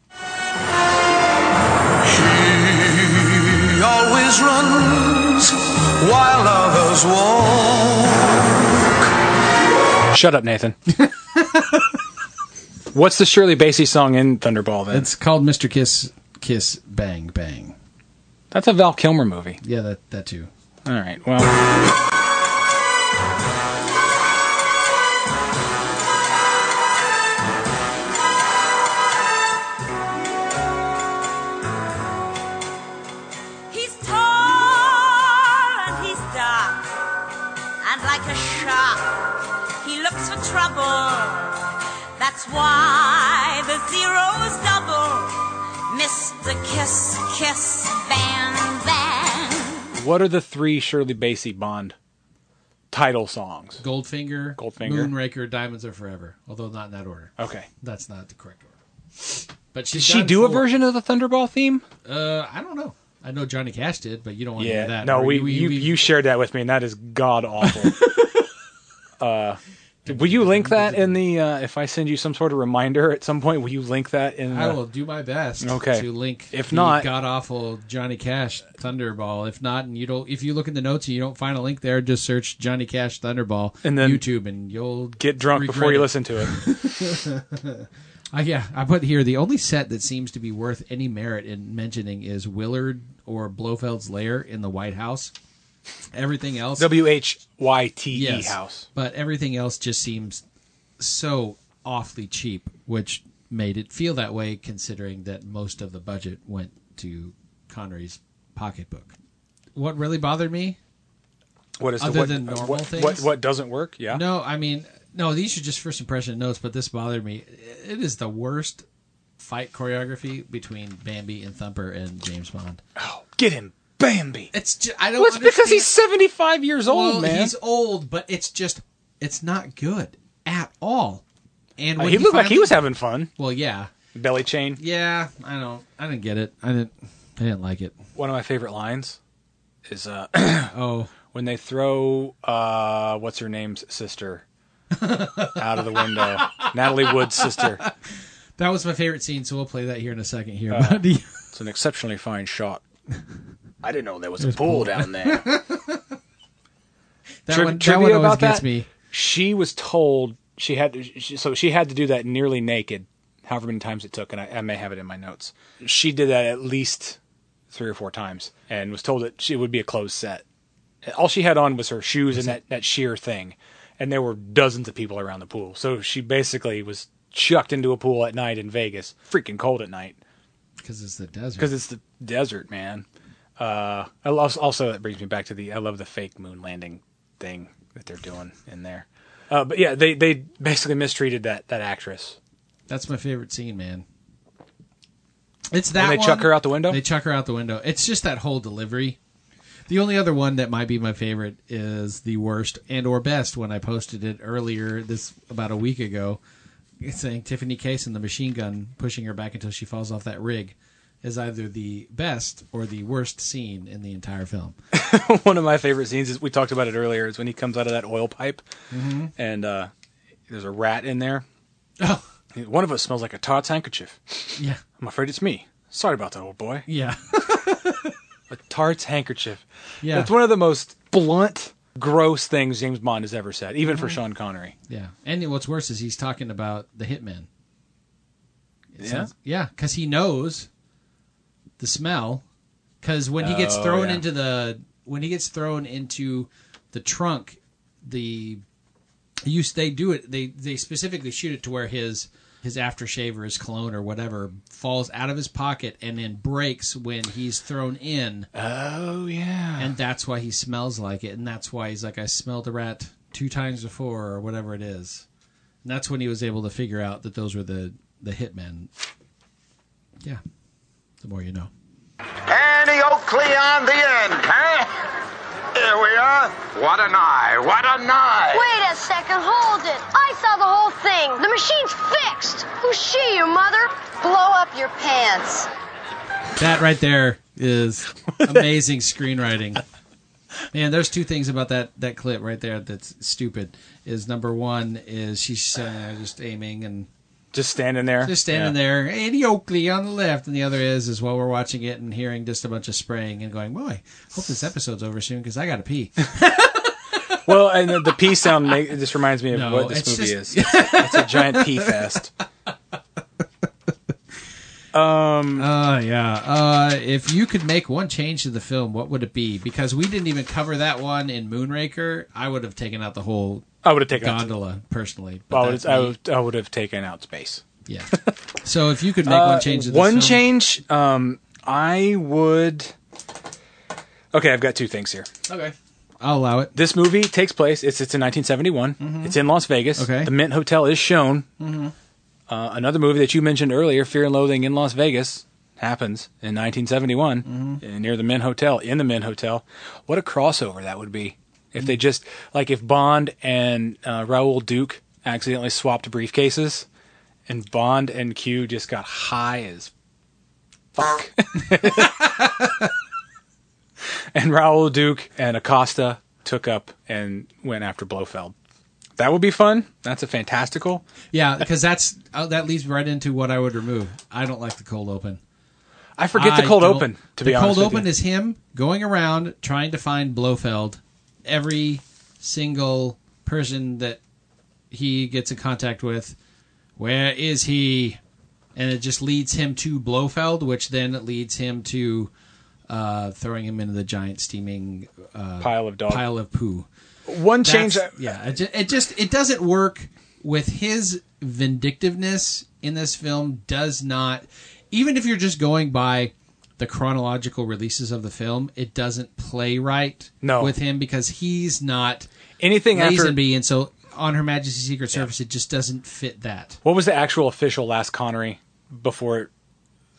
Speaker 5: always runs while others walk.
Speaker 1: Shut up, Nathan. What's the Shirley Bassey song in Thunderball? Then
Speaker 3: It's called Mr. Kiss Kiss Bang Bang.
Speaker 1: that's a Val Kilmer movie.
Speaker 3: Yeah, that that too.
Speaker 1: All right. Well,
Speaker 10: like a shark. He looks for trouble. That's why the zero's double. Mr. Kiss, Kiss, Bang, Bang.
Speaker 1: What are the three Shirley Bassey Bond title songs?
Speaker 3: Goldfinger,
Speaker 1: Goldfinger.
Speaker 3: Moonraker, Diamonds Are Forever. Although not in that order.
Speaker 1: Okay.
Speaker 3: that's not the correct order. But
Speaker 1: Did she do a version of the Thunderball theme?
Speaker 3: Uh, I don't know. I know Johnny Cash did, but you don't want to hear that.
Speaker 1: No,
Speaker 3: Or
Speaker 1: we,
Speaker 3: you-
Speaker 1: you, you shared that with me, and that is god awful. uh, will you link that in the? Uh, if I send you some sort of reminder at some point, will you link that in?
Speaker 3: I
Speaker 1: the-
Speaker 3: will do my best
Speaker 1: Okay.
Speaker 3: to link
Speaker 1: If not-
Speaker 3: god awful Johnny Cash Thunderball. If not, and you don't if you look in the notes and you don't find a link there, just search Johnny Cash Thunderball
Speaker 1: And then
Speaker 3: YouTube and you'll
Speaker 1: get drunk before you listen
Speaker 3: regret
Speaker 1: to it.
Speaker 3: it. Uh, yeah, I put here the only set that seems to be worth any merit in mentioning is Willard or Blofeld's lair in the White House. Everything else
Speaker 1: W H Y T E
Speaker 3: Yes.
Speaker 1: house.
Speaker 3: But everything else just seems so awfully cheap, which made it feel that way considering that most of the budget went to Connery's pocketbook. What really bothered me?
Speaker 1: What is
Speaker 3: other
Speaker 1: the, what,
Speaker 3: than normal
Speaker 1: what,
Speaker 3: things?
Speaker 1: What, what doesn't work? Yeah.
Speaker 3: No, I mean, no, these are just first impression notes, but this bothered me. It is the worst fight choreography between Bambi and Thumper and James Bond.
Speaker 1: Get him, Bambi.
Speaker 3: It's just, I don't
Speaker 1: Well, it's because
Speaker 3: understand-
Speaker 1: he's seventy-five years old,
Speaker 3: well,
Speaker 1: man.
Speaker 3: He's old, but it's just it's not good at all. And
Speaker 1: Uh,
Speaker 3: when
Speaker 1: he looked like he
Speaker 3: finally-
Speaker 1: was having fun.
Speaker 3: Well, yeah,
Speaker 1: Belly chain.
Speaker 3: yeah. I don't. I didn't get it. I didn't. I didn't like it.
Speaker 1: One of my favorite lines is uh,
Speaker 3: Oh,
Speaker 1: when they throw uh, what's her name's sister out of the window, Natalie Wood's sister.
Speaker 3: that was my favorite scene. So we'll play that here in a second. Here,
Speaker 1: Uh,
Speaker 3: buddy.
Speaker 1: It's an exceptionally fine shot. I didn't know there was
Speaker 3: There's
Speaker 1: a pool
Speaker 3: pool.
Speaker 1: down there.
Speaker 3: That
Speaker 1: Tri-
Speaker 3: one. That
Speaker 1: trivia
Speaker 3: one always
Speaker 1: about
Speaker 3: gets
Speaker 1: that?
Speaker 3: me.
Speaker 1: she was told she had to, she, so she had to do that nearly naked, however many times it took, and I, I may have it in my notes. She did that at least three or four times, and was told that she would be a closed set. All she had on was her shoes and that, that sheer thing, and there were dozens of people around the pool. So she basically was chucked into a pool at night in Vegas, freaking cold at night
Speaker 3: Because it's the desert.
Speaker 1: because it's the desert, man. Uh, I love, also that brings me back to the I love the fake moon landing thing that they're doing in there. Uh, but yeah, they they basically mistreated that that actress.
Speaker 3: That's my favorite scene, man. It's that
Speaker 1: they
Speaker 3: one.
Speaker 1: chuck her out the window?
Speaker 3: They chuck her out the window. It's just that whole delivery. The only other one that might be my favorite is the worst and or best when I posted it earlier this about a week ago, saying Tiffany Case and the machine gun pushing her back until she falls off that rig is either the best or the worst scene in the entire film.
Speaker 1: One of my favorite scenes is we talked about it earlier is when he comes out of that oil pipe
Speaker 3: Mm-hmm.
Speaker 1: and uh, there's a rat in there.
Speaker 3: Oh.
Speaker 1: One of us smells like a Todd's handkerchief.
Speaker 3: Yeah,
Speaker 1: I'm afraid it's me. Sorry about that, old boy.
Speaker 3: yeah,
Speaker 1: A Tart's handkerchief.
Speaker 3: Yeah.
Speaker 1: That's one of the most blunt, gross things James Bond has ever said, even for
Speaker 3: Mm-hmm.
Speaker 1: Sean Connery.
Speaker 3: yeah. And what's worse is he's talking about the hitman. It
Speaker 1: Yeah?
Speaker 3: sounds- yeah, because he knows the smell. Because when he gets
Speaker 1: Oh,
Speaker 3: thrown
Speaker 1: yeah.
Speaker 3: into the when he gets thrown into the trunk, the you they do it they they specifically shoot it to where his his aftershave or his cologne or whatever falls out of his pocket and then breaks when he's thrown in,
Speaker 1: Oh yeah.
Speaker 3: and that's why he smells like it, and that's why he's like I smelled a rat two times before or whatever it is, and that's when he was able to figure out that those were the the hitmen. Yeah, the more you know.
Speaker 7: Annie Oakley on the end, huh? Here we are. What an eye. What an eye.
Speaker 9: Wait a second, hold it. I saw the whole thing. The machine's fixed. Who's she, your mother? Blow up your pants.
Speaker 3: That right there is amazing screenwriting. Man, there's two things about that that clip right there that's stupid. Is number one is she's uh, just aiming and
Speaker 1: Just standing there.
Speaker 3: just standing there, Annie Oakley on the left, and the other is is while we're watching it and hearing just a bunch of spraying and going, boy, hope this episode's over soon because I got to pee.
Speaker 1: there. Well, and the, the pee sound make, it just reminds me of
Speaker 3: No,
Speaker 1: what this
Speaker 3: it's
Speaker 1: movie
Speaker 3: just-
Speaker 1: is. It's a giant pee fest. Um,
Speaker 3: Oh yeah. Uh, if you could make one change to the film, what would it be? Because we didn't even cover that one in Moonraker. I would have taken out the whole
Speaker 1: I would have taken. Out,
Speaker 3: gondola personally. but
Speaker 1: I, would,
Speaker 3: that's
Speaker 1: I,
Speaker 3: me.
Speaker 1: would, I would have taken out space.
Speaker 3: Yeah. So if you could make
Speaker 1: Uh,
Speaker 3: one change to this
Speaker 1: one
Speaker 3: film-
Speaker 1: change. Um, I would. Okay, I've got two things here.
Speaker 3: Okay. I'll allow it.
Speaker 1: This movie takes place. It's it's in 1971. It's in Las Vegas.
Speaker 3: Mm-hmm. Okay.
Speaker 1: The Mint Hotel is shown.
Speaker 3: Mm-hmm.
Speaker 1: Uh, another movie that you mentioned earlier, Fear and Loathing in Las Vegas, happens in 1971
Speaker 3: Mm-hmm.
Speaker 1: near the Mint Hotel. In the Mint Hotel, what a crossover that would be if
Speaker 3: Mm-hmm.
Speaker 1: they just like if Bond and uh, Raoul Duke accidentally swapped briefcases, and Bond and Q just got high as fuck. and Raoul Duke and Acosta took up and went after Blofeld. That would be fun. That's a fantastical.
Speaker 3: Yeah, because that's uh, that leads right into what I would remove. I don't like the cold open.
Speaker 1: I forget the cold
Speaker 3: don't-
Speaker 1: open, to
Speaker 3: the
Speaker 1: be
Speaker 3: cold
Speaker 1: honest with
Speaker 3: open
Speaker 1: you.
Speaker 3: is him going around trying to find Blofeld. Every single person that he gets in contact with, where is he? And it just leads him to Blofeld, which then leads him to uh, throwing him into the giant steaming uh,
Speaker 1: Pile of dog-
Speaker 3: pile of poo.
Speaker 1: One change
Speaker 3: That's- yeah, it just, it just it doesn't work with his vindictiveness in this film. Does not even if you're just going by the chronological releases of the film, it doesn't play right.
Speaker 1: No.
Speaker 3: with him because he's not
Speaker 1: Anything after-
Speaker 3: Lazenby, and so on Her Majesty's Secret Service, it just doesn't fit that.
Speaker 1: What was the actual official last Connery before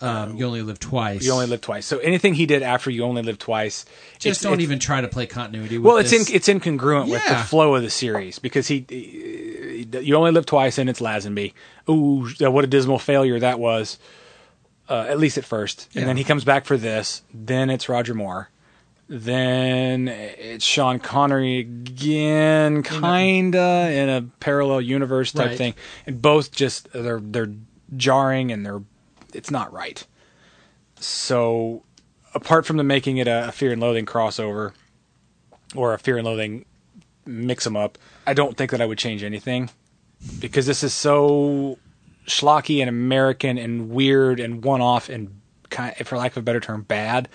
Speaker 3: Um, you only live twice.
Speaker 1: You Only Live Twice? So anything he did after You Only Live Twice,
Speaker 3: just
Speaker 1: it's-
Speaker 3: don't
Speaker 1: it's-
Speaker 3: even try to play continuity. With
Speaker 1: Well, it's
Speaker 3: this.
Speaker 1: in, it's incongruent with the
Speaker 3: Yeah.
Speaker 1: flow of the series because he, he- you only live twice, and it's Lazenby. Ooh, uh, what a dismal failure that was. Uh, at least at first, and
Speaker 11: Yeah.
Speaker 1: then he comes back for this. Then it's Roger Moore. Then it's Sean Connery again, kinda in a parallel universe type
Speaker 11: Right.
Speaker 1: thing, and both just they're they're jarring and they're it's not right. So, apart from the making it a Fear and Loathing crossover, or a Fear and Loathing mix them up. I don't think that I would change anything because this is so schlocky and American and weird and one off and kind for lack of a better term bad.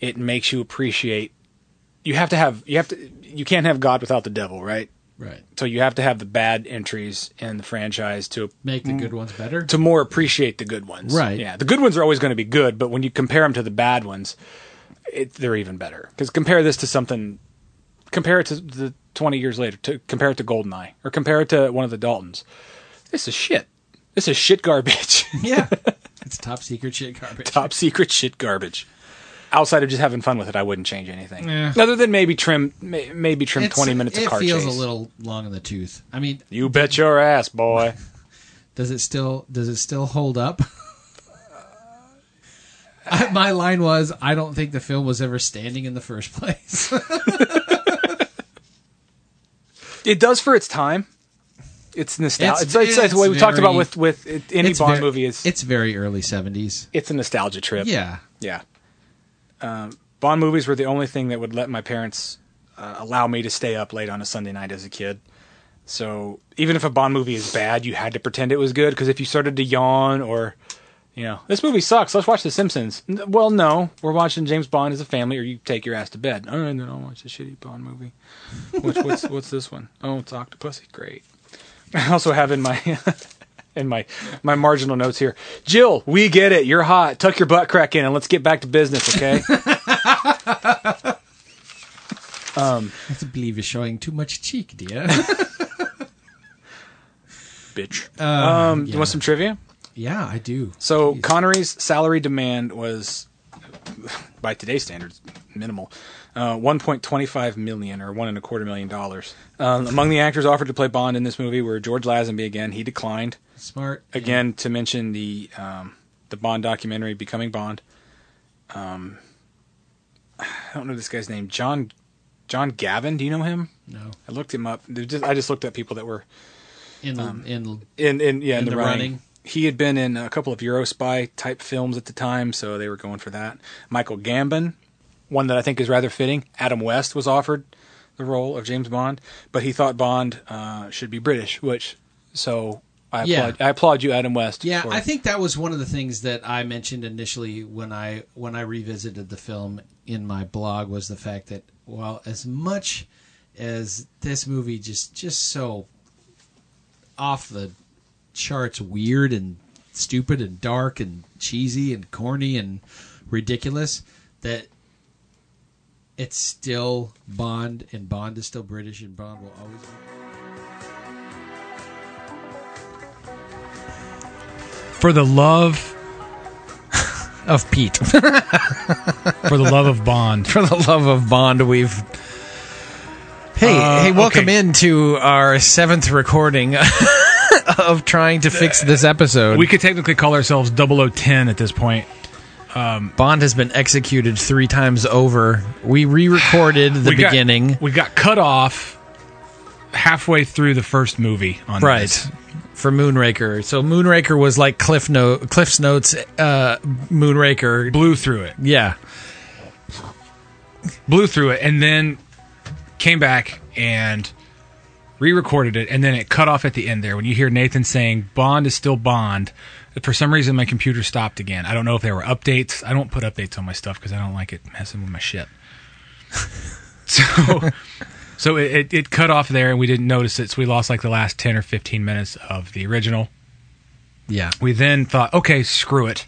Speaker 1: It makes you appreciate you have to have you have to you can't have God without the devil, right?
Speaker 3: Right.
Speaker 1: So you have to have the bad entries in the franchise to
Speaker 3: Make the good ones better.
Speaker 1: Mm. To more appreciate the good ones.
Speaker 3: Right.
Speaker 1: Yeah. The good ones are always going to be good, but when you compare them to the bad ones, it, they're even better. Because compare this to something, compare it to the 20 years later, to compare it to Goldeneye, or compare it to one of the Daltons. This is shit. This is shit garbage.
Speaker 3: yeah. It's top secret shit garbage.
Speaker 1: Top secret shit garbage. Outside of just having fun with it, I wouldn't change anything.
Speaker 3: Yeah.
Speaker 1: Other than maybe trim, may, maybe trim
Speaker 3: It's-
Speaker 1: twenty minutes
Speaker 3: It
Speaker 1: of car
Speaker 3: feels
Speaker 1: chase.
Speaker 3: a little long in the tooth. I mean,
Speaker 1: you bet your ass, boy.
Speaker 3: Does it still does it still hold up? I- My line was, I don't think the film was ever standing in the first place.
Speaker 1: It does for its time. It's nostalgia. It's, it's, it's the way we
Speaker 3: it's
Speaker 1: talked about
Speaker 3: very-
Speaker 1: with with it, any
Speaker 3: it's
Speaker 1: Bond
Speaker 3: ver-
Speaker 1: movie is
Speaker 3: It's very early seventies.
Speaker 1: it's a nostalgia trip.
Speaker 3: Yeah.
Speaker 1: yeah. Um, Bond movies were the only thing that would let my parents uh, allow me to stay up late on a Sunday night as a kid. So even if a Bond movie is bad, you had to pretend it was good because if you started to yawn or you know this movie sucks, let's watch The Simpsons. N- Well, no, we're watching James Bond as a family, or you take your ass to bed. "Oh, All right, then I'll watch the shitty Bond movie. Which, what's what's this one? Oh, it's Octopussy. Great. I also have in my in my my marginal notes here. Jill, we get it. You're hot. Tuck your butt crack in and let's get back to business, okay? um,
Speaker 3: I believe you're showing too much cheek, dear.
Speaker 1: bitch.
Speaker 3: Uh,
Speaker 1: um, you
Speaker 3: yeah.
Speaker 1: want some trivia?
Speaker 3: yeah, I do.
Speaker 1: So Connery's salary demand was, by today's standards, minimal, uh, 1.25 million or one and a quarter million dollars. Um, among the actors offered to play Bond in this movie were George Lazenby again. He declined.
Speaker 3: Smart.
Speaker 1: again to mention the um, the Bond documentary, Becoming Bond. Um, I don't know this guy's name, John John Gavin. Do you know him?
Speaker 3: No.
Speaker 1: I looked him up. They're Just, I just looked up people that were
Speaker 3: In
Speaker 1: um,
Speaker 3: in
Speaker 1: in in yeah in,
Speaker 3: in
Speaker 1: the,
Speaker 3: the
Speaker 1: running.
Speaker 3: running.
Speaker 1: He had been in a couple of Eurospy type films at the time, so they were going for that. Michael Gambon, one that I think is rather fitting. Adam West was offered the role of James Bond, but he thought Bond uh, should be British, which so I
Speaker 3: Yeah.
Speaker 1: applaud I applaud you, Adam West.
Speaker 3: Yeah,
Speaker 1: for-
Speaker 3: I think that was one of the things that I mentioned initially when I when I revisited the film in my blog was the fact that well, as much as this movie just just so off the charts weird and stupid and dark and cheesy and corny and ridiculous that
Speaker 12: it's still Bond, and Bond is still British, and Bond will always.
Speaker 3: For the love of Pete. For
Speaker 1: For the love of Bond.
Speaker 3: For the love of Bond, we've. Hey,
Speaker 1: Uh,
Speaker 3: hey, welcome
Speaker 1: okay.
Speaker 3: into our seventh recording of trying to fix this episode.
Speaker 1: We could technically call ourselves 0010 at this point.
Speaker 3: Um, Bond has been executed three times over. We re-recorded the
Speaker 1: We got-
Speaker 3: beginning.
Speaker 1: we got cut off halfway through the first movie on
Speaker 3: right
Speaker 1: this.
Speaker 3: for Moonraker. So Moonraker was like Cliff Note, Cliff's Notes. Uh, Moonraker
Speaker 1: blew through it.
Speaker 3: Yeah,
Speaker 1: blew through it and then came back and re-recorded it and then it cut off at the end there when you hear nathan saying bond is still bond for some reason my computer stopped again i don't know if there were updates i don't put updates on my stuff because i don't like it messing with my shit so so it, it, it cut off there and we didn't notice it so we lost like the last 10 or 15 minutes of the original
Speaker 3: yeah.
Speaker 1: we then thought okay screw it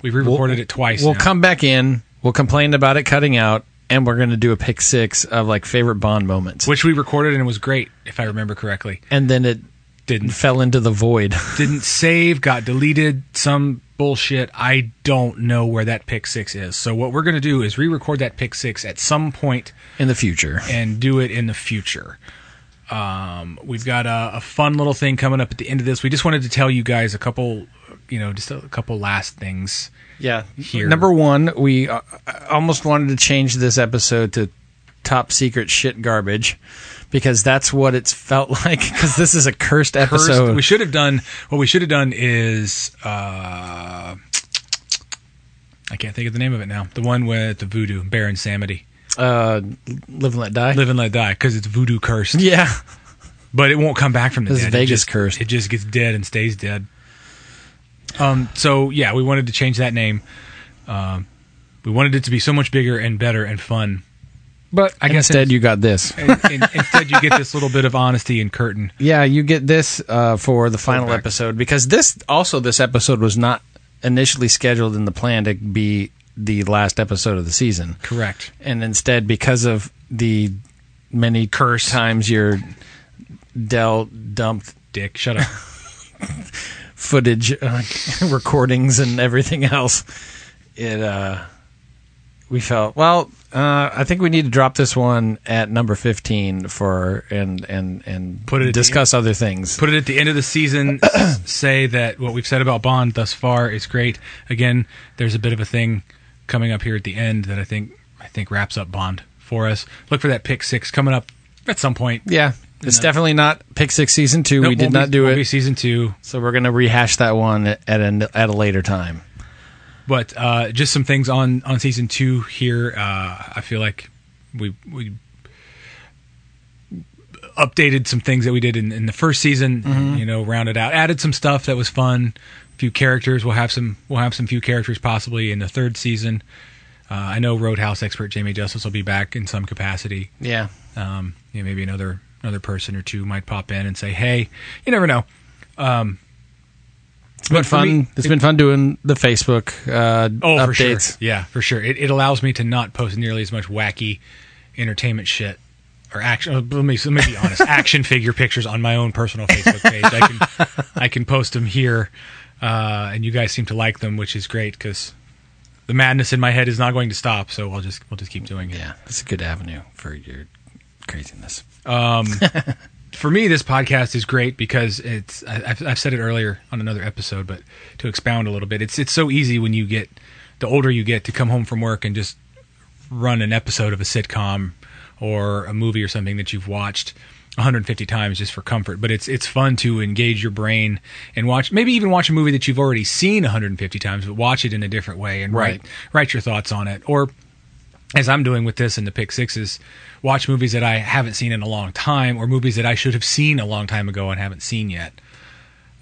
Speaker 1: we re-recorded it twice
Speaker 3: We'll
Speaker 1: now.
Speaker 3: come back in. We'll complain about it cutting out, and we're going to do a pick six of like favorite Bond moments,
Speaker 1: which we recorded and it was great if i remember correctly
Speaker 3: and then it
Speaker 1: didn't
Speaker 3: fell into the void.
Speaker 1: didn't save, got deleted, some bullshit. I don't know where that pick six is. So what we're gonna do is re-record that pick six at some point
Speaker 3: in the future
Speaker 1: and do it in the future. Um, we've got a, a fun little thing coming up at the end of this. We just wanted to tell you guys a couple, you know, just a couple last things.
Speaker 3: Yeah.
Speaker 1: Here.
Speaker 3: Number one, we uh, almost wanted to change this episode to top secret shit garbage because that's what it's felt like. Because this is a cursed
Speaker 1: Cursed-
Speaker 3: episode.
Speaker 1: we should have done what we should have done is uh, I can't think of the name of it now. The one with the voodoo Baron Samity.
Speaker 3: Uh, live and let die.
Speaker 1: Live and let die because it's voodoo cursed.
Speaker 3: Yeah.
Speaker 1: but it won't come back from the
Speaker 3: It's
Speaker 1: dead.
Speaker 3: Vegas
Speaker 1: it just, cursed. It just gets dead and stays dead. Um. So yeah, we wanted to change that name. Um, we wanted it to be so much bigger and better and fun.
Speaker 3: But
Speaker 1: I guess
Speaker 3: instead
Speaker 1: it's-
Speaker 3: you got this.
Speaker 1: And, and instead, you get this little bit of honesty and curtain.
Speaker 3: Yeah, you get this uh, for the final episode because this also this episode was not initially scheduled in the plan to be the last episode of the season.
Speaker 1: Correct.
Speaker 3: And instead, because of the many curse times your Dell dumped
Speaker 1: dick, shut up
Speaker 3: footage uh, recordings and everything else, it uh, we felt well. Uh, I think we need to drop this one at number fifteen for and and and
Speaker 1: Put it at the
Speaker 3: discuss other things.
Speaker 1: Put it at the end of the season. s- say that what we've said about Bond thus far is great. Again, there's a bit of a thing coming up here at the end that I think I think wraps up Bond for us. Look for that pick six coming up at some point.
Speaker 3: Yeah, it's
Speaker 1: No.
Speaker 3: definitely not Pick Six season two.
Speaker 1: Nope,
Speaker 3: we did
Speaker 1: won't be-
Speaker 3: not do
Speaker 1: won't
Speaker 3: it.
Speaker 1: be season two,
Speaker 3: so we're gonna rehash that one at a, at a later time.
Speaker 1: But uh, just some things on on season two here. Uh, I feel like we we updated some things that we did in, in the first season.
Speaker 3: Mhm.
Speaker 1: You know, rounded out, added some stuff that was fun. A few characters. We'll have some. We'll have some few characters possibly in the third season. Uh, I know Roadhouse expert Jamie Justice will be back in some capacity.
Speaker 3: Yeah.
Speaker 1: Um, you know, maybe another another person or two might pop in and say, "Hey, you never know." Um,
Speaker 3: It's been
Speaker 1: But for
Speaker 3: fun.
Speaker 1: me,
Speaker 3: it's
Speaker 1: it-
Speaker 3: been fun doing the Facebook uh,
Speaker 1: Oh, for sure.
Speaker 3: updates.
Speaker 1: Yeah, for sure. It, it allows me to not post nearly as much wacky entertainment shit or action. uh, Let me, let me be honest. action figure pictures on my own personal Facebook page. I can I can post them here, uh, and you guys seem to like them, which is great because the madness in my head is not going to stop. So I'll just we'll just keep doing it. Yeah,
Speaker 3: it's a good avenue for your craziness.
Speaker 1: Um, for me, this podcast is great because it's. I, I've, I've said it earlier on another episode, but to expound a little bit, it's it's so easy when you get the older you get to come home from work and just run an episode of a sitcom or a movie or something that you've watched 150 times just for comfort. But it's it's fun to engage your brain and watch maybe even watch a movie that you've already seen 150 times, but watch it in a different way and
Speaker 3: Right.
Speaker 1: write write your thoughts on it or as I'm doing with this in the pick sixes, watch movies that I haven't seen in a long time or movies that I should have seen a long time ago and haven't seen yet.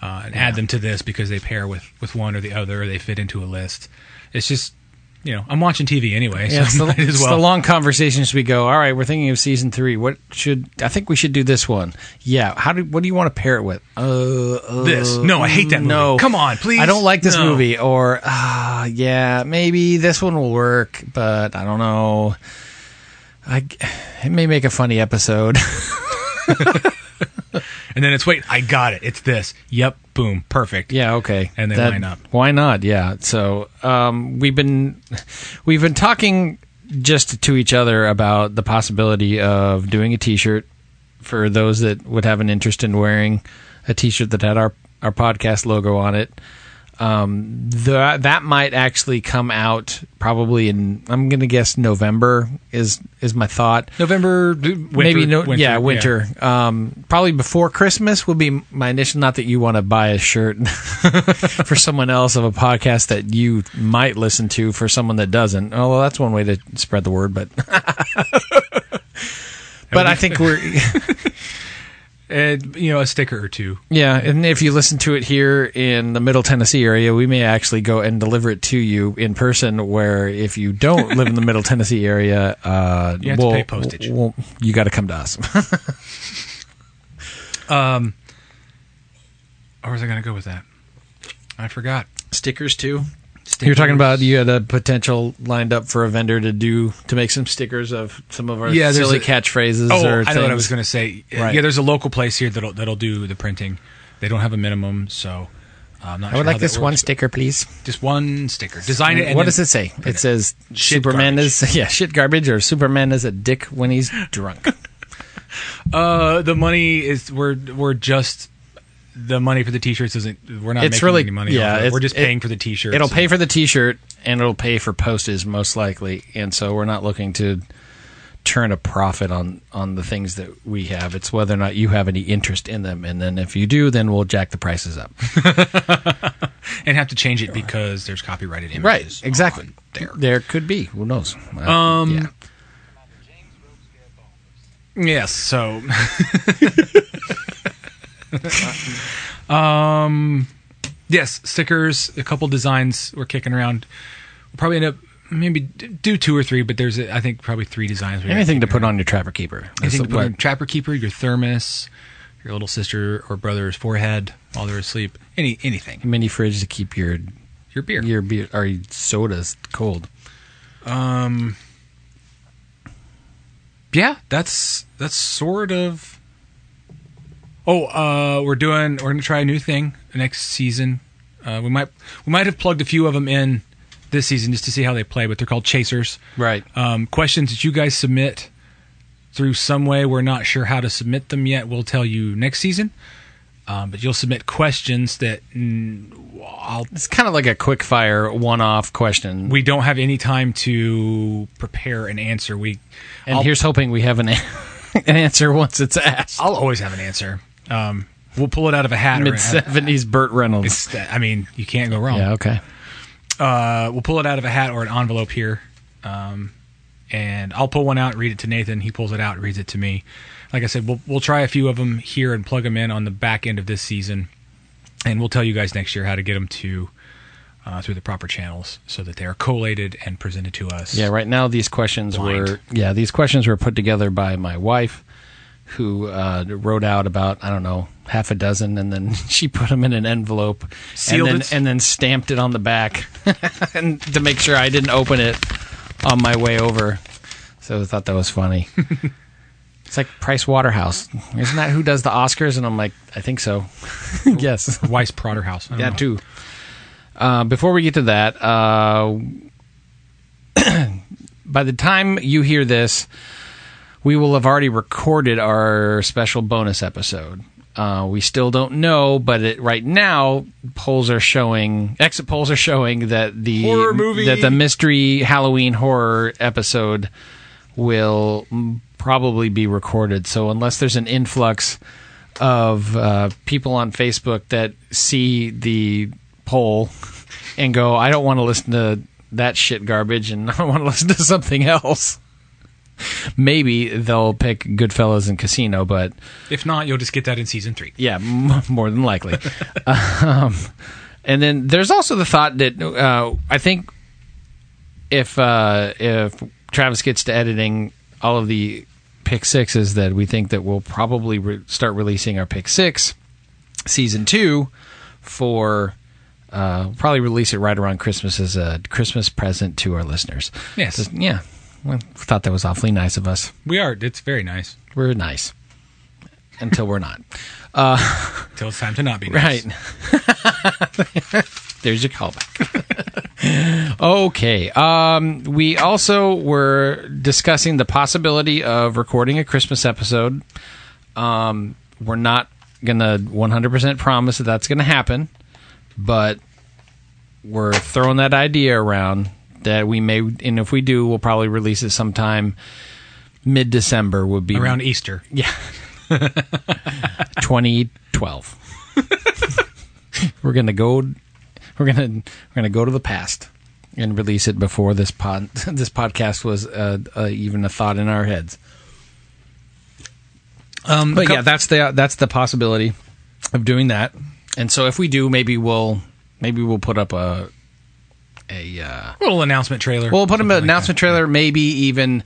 Speaker 1: Uh, and add them to this because they pair with, with one or the other, or they fit into a list. It's just, you know, I'm watching TV anyway, so
Speaker 3: Yeah, it's, the,
Speaker 1: might as
Speaker 3: it's
Speaker 1: well.
Speaker 3: the long conversations we go. All right, we're thinking of season three. What should I think we should do this one? Yeah. How do? What do you want to pair it with? Uh, uh,
Speaker 1: This. No, I hate that movie.
Speaker 3: No,
Speaker 1: Come on, please.
Speaker 3: I don't like this
Speaker 1: No.
Speaker 3: movie. uh, Or ah, yeah, maybe this one will work, but I don't know. I, it may make a funny episode.
Speaker 1: and then it's wait, I got it. It's this. Yep, boom, perfect.
Speaker 3: Yeah, okay.
Speaker 1: And they
Speaker 3: That-
Speaker 1: line up.
Speaker 3: Why not? Yeah. So um, we've been we've been talking just to each other about the possibility of doing a T-shirt for those that would have an interest in wearing a T-shirt that had our our podcast logo on it. Um, the, that might actually come out probably in I'm going to guess November is is my thought.
Speaker 1: November, winter,
Speaker 3: maybe no,
Speaker 1: winter,
Speaker 3: yeah, winter. Um, probably before Christmas will be my initial. Not that you want to buy a shirt for someone else of a podcast that you might listen to for someone that doesn't. Although that's one way to spread the word, but but I think we're
Speaker 1: and you know a sticker or two.
Speaker 3: yeah. And if you listen to it here in the Middle Tennessee area, we may actually go and deliver it to you in person. Where if you don't live in the Middle Tennessee area, uh,
Speaker 1: You have to
Speaker 3: we'll-
Speaker 1: pay postage.
Speaker 3: we'll- you got to come to us.
Speaker 1: Um, or was I going to go with that? I forgot.
Speaker 3: Stickers too. You're talking about you had a potential lined up for a vendor to do to make some stickers of some of our
Speaker 1: there's
Speaker 3: silly
Speaker 1: a-
Speaker 3: catchphrases.
Speaker 1: Oh,
Speaker 3: or
Speaker 1: I know what I
Speaker 3: things.
Speaker 1: was going to say. Uh,
Speaker 3: Right.
Speaker 1: Yeah, there's a local place here that'll that'll do the printing. They don't have a minimum, so uh, I'm not.
Speaker 3: I would
Speaker 1: sure
Speaker 3: like
Speaker 1: how
Speaker 3: this
Speaker 1: that
Speaker 3: one
Speaker 1: works,
Speaker 3: sticker, please.
Speaker 1: but Just one sticker. Design it. And
Speaker 3: what
Speaker 1: then
Speaker 3: does it say?
Speaker 1: print
Speaker 3: It says Superman is yeah shit garbage or Superman is a dick when he's drunk.
Speaker 1: Uh, the money is we're we're just the money for the t-shirts isn't we're not
Speaker 3: it's
Speaker 1: making
Speaker 3: really
Speaker 1: any money.
Speaker 3: yeah.
Speaker 1: off of it.
Speaker 3: it's-
Speaker 1: we're just
Speaker 3: it-
Speaker 1: paying for the t-shirts.
Speaker 3: It'll
Speaker 1: and-
Speaker 3: pay for the T-shirt and it'll pay for postage most likely, and so we're not looking to turn a profit on on the things that we have. It's whether or not you have any interest in them, and then if you do, then we'll jack the prices up.
Speaker 1: and have to change it because there's copyrighted images.
Speaker 3: Right, exactly. There. could be. Who knows? Uh,
Speaker 1: Um,
Speaker 3: yeah.
Speaker 1: Yes. So, um, yes, stickers. A couple designs we're kicking around. We'll probably end up maybe d- do two or three, but there's uh, I think probably three designs. we
Speaker 3: Anything to put on your trapper keeper. That's
Speaker 1: Anything to put
Speaker 3: what-
Speaker 1: on your trapper keeper, your thermos, your little sister or brother's forehead while they're asleep. Any anything.
Speaker 3: mini fridge to keep your
Speaker 1: your beer,
Speaker 3: your beer or your sodas cold.
Speaker 1: Um. Yeah, that's that's sort of. Oh, uh, we're doing. We're gonna try a new thing next season. Uh, we might we might have plugged a few of them in this season just to see how they play, but they're called chasers.
Speaker 3: Right.
Speaker 1: Um, questions that you guys submit through some way. We're not sure how to submit them yet. We'll tell you next season. Um, but you'll submit questions that mm, I'll
Speaker 3: It's kind of like a quick fire one off question.
Speaker 1: we don't have any time to prepare an answer. We
Speaker 3: and
Speaker 1: I'll-
Speaker 3: here's hoping we have an, a- an answer once it's asked.
Speaker 1: I'll always have an answer. Um, we'll pull it out of a hat. or-
Speaker 3: Mid seventies Burt Reynolds.
Speaker 1: It's- I mean, you can't go wrong.
Speaker 3: Yeah. Okay.
Speaker 1: Uh, we'll pull it out of a hat or an envelope here, um, and I'll pull one out, read it to Nathan. He pulls it out, reads it to me. Like I said, we'll we'll try a few of them here and plug them in on the back end of this season, and we'll tell you guys next year how to get them to uh, through the proper channels so that they are collated and presented to us.
Speaker 3: Yeah. Right now, these questions
Speaker 1: Blind.
Speaker 3: were yeah these questions were put together by my wife, who uh, wrote out about I don't know half a dozen, and then she put them in an envelope,
Speaker 1: Sealed
Speaker 3: and then
Speaker 1: it?
Speaker 3: and then stamped it on the back, and to make sure I didn't open it on my way over. So I thought that was funny. It's like Price Waterhouse, isn't that who does the Oscars? And I'm like, I think so. yes.
Speaker 1: Weiss Um, Prodderhouse. I don't
Speaker 3: That
Speaker 1: know.
Speaker 3: too. Uh, before we get to that, uh, by the time you hear this, we will have already recorded our special bonus episode. Uh, we still don't know, but it, right now polls are showing exit polls are showing that the
Speaker 1: Horror movie.
Speaker 3: that the mystery Halloween horror episode will mm, probably be recorded. So unless there's an influx of uh, people on Facebook that see the poll and go, I don't want to listen to that shit garbage, and I want to listen to something else. Maybe they'll pick Goodfellas and Casino, but
Speaker 1: If not, you'll just get that in season three.
Speaker 3: yeah, m- more than likely. um, and then there's also the thought that uh, I think if uh, if Travis gets to editing all of the pick sixes, that we think that we'll probably re- start releasing our pick six season two for. Uh, probably release it right around Christmas as a Christmas present to our listeners.
Speaker 1: Yes.
Speaker 3: Just- yeah. we thought that was awfully nice of us.
Speaker 13: We are. It's very nice.
Speaker 3: We're nice until we're not. Uh,
Speaker 13: Until it's time to not be nice.
Speaker 3: right. There's your callback. okay. Um, we also were discussing the possibility of recording a Christmas episode. Um, we're not going to 100% promise that that's going to happen, but we're throwing that idea around that we may, and if we do, we'll probably release it sometime mid December, would be
Speaker 13: Around Easter.
Speaker 3: Yeah. 2012. we're gonna go. We're gonna we're gonna go to the past and release it before this pod this podcast was uh, uh, even a thought in our heads. Um, but yeah, that's the that's the possibility of doing that. And so if we do, maybe we'll maybe we'll put up a a uh,
Speaker 13: Little announcement trailer.
Speaker 3: We'll put
Speaker 13: Something
Speaker 3: an
Speaker 13: like
Speaker 3: announcement trailer, maybe even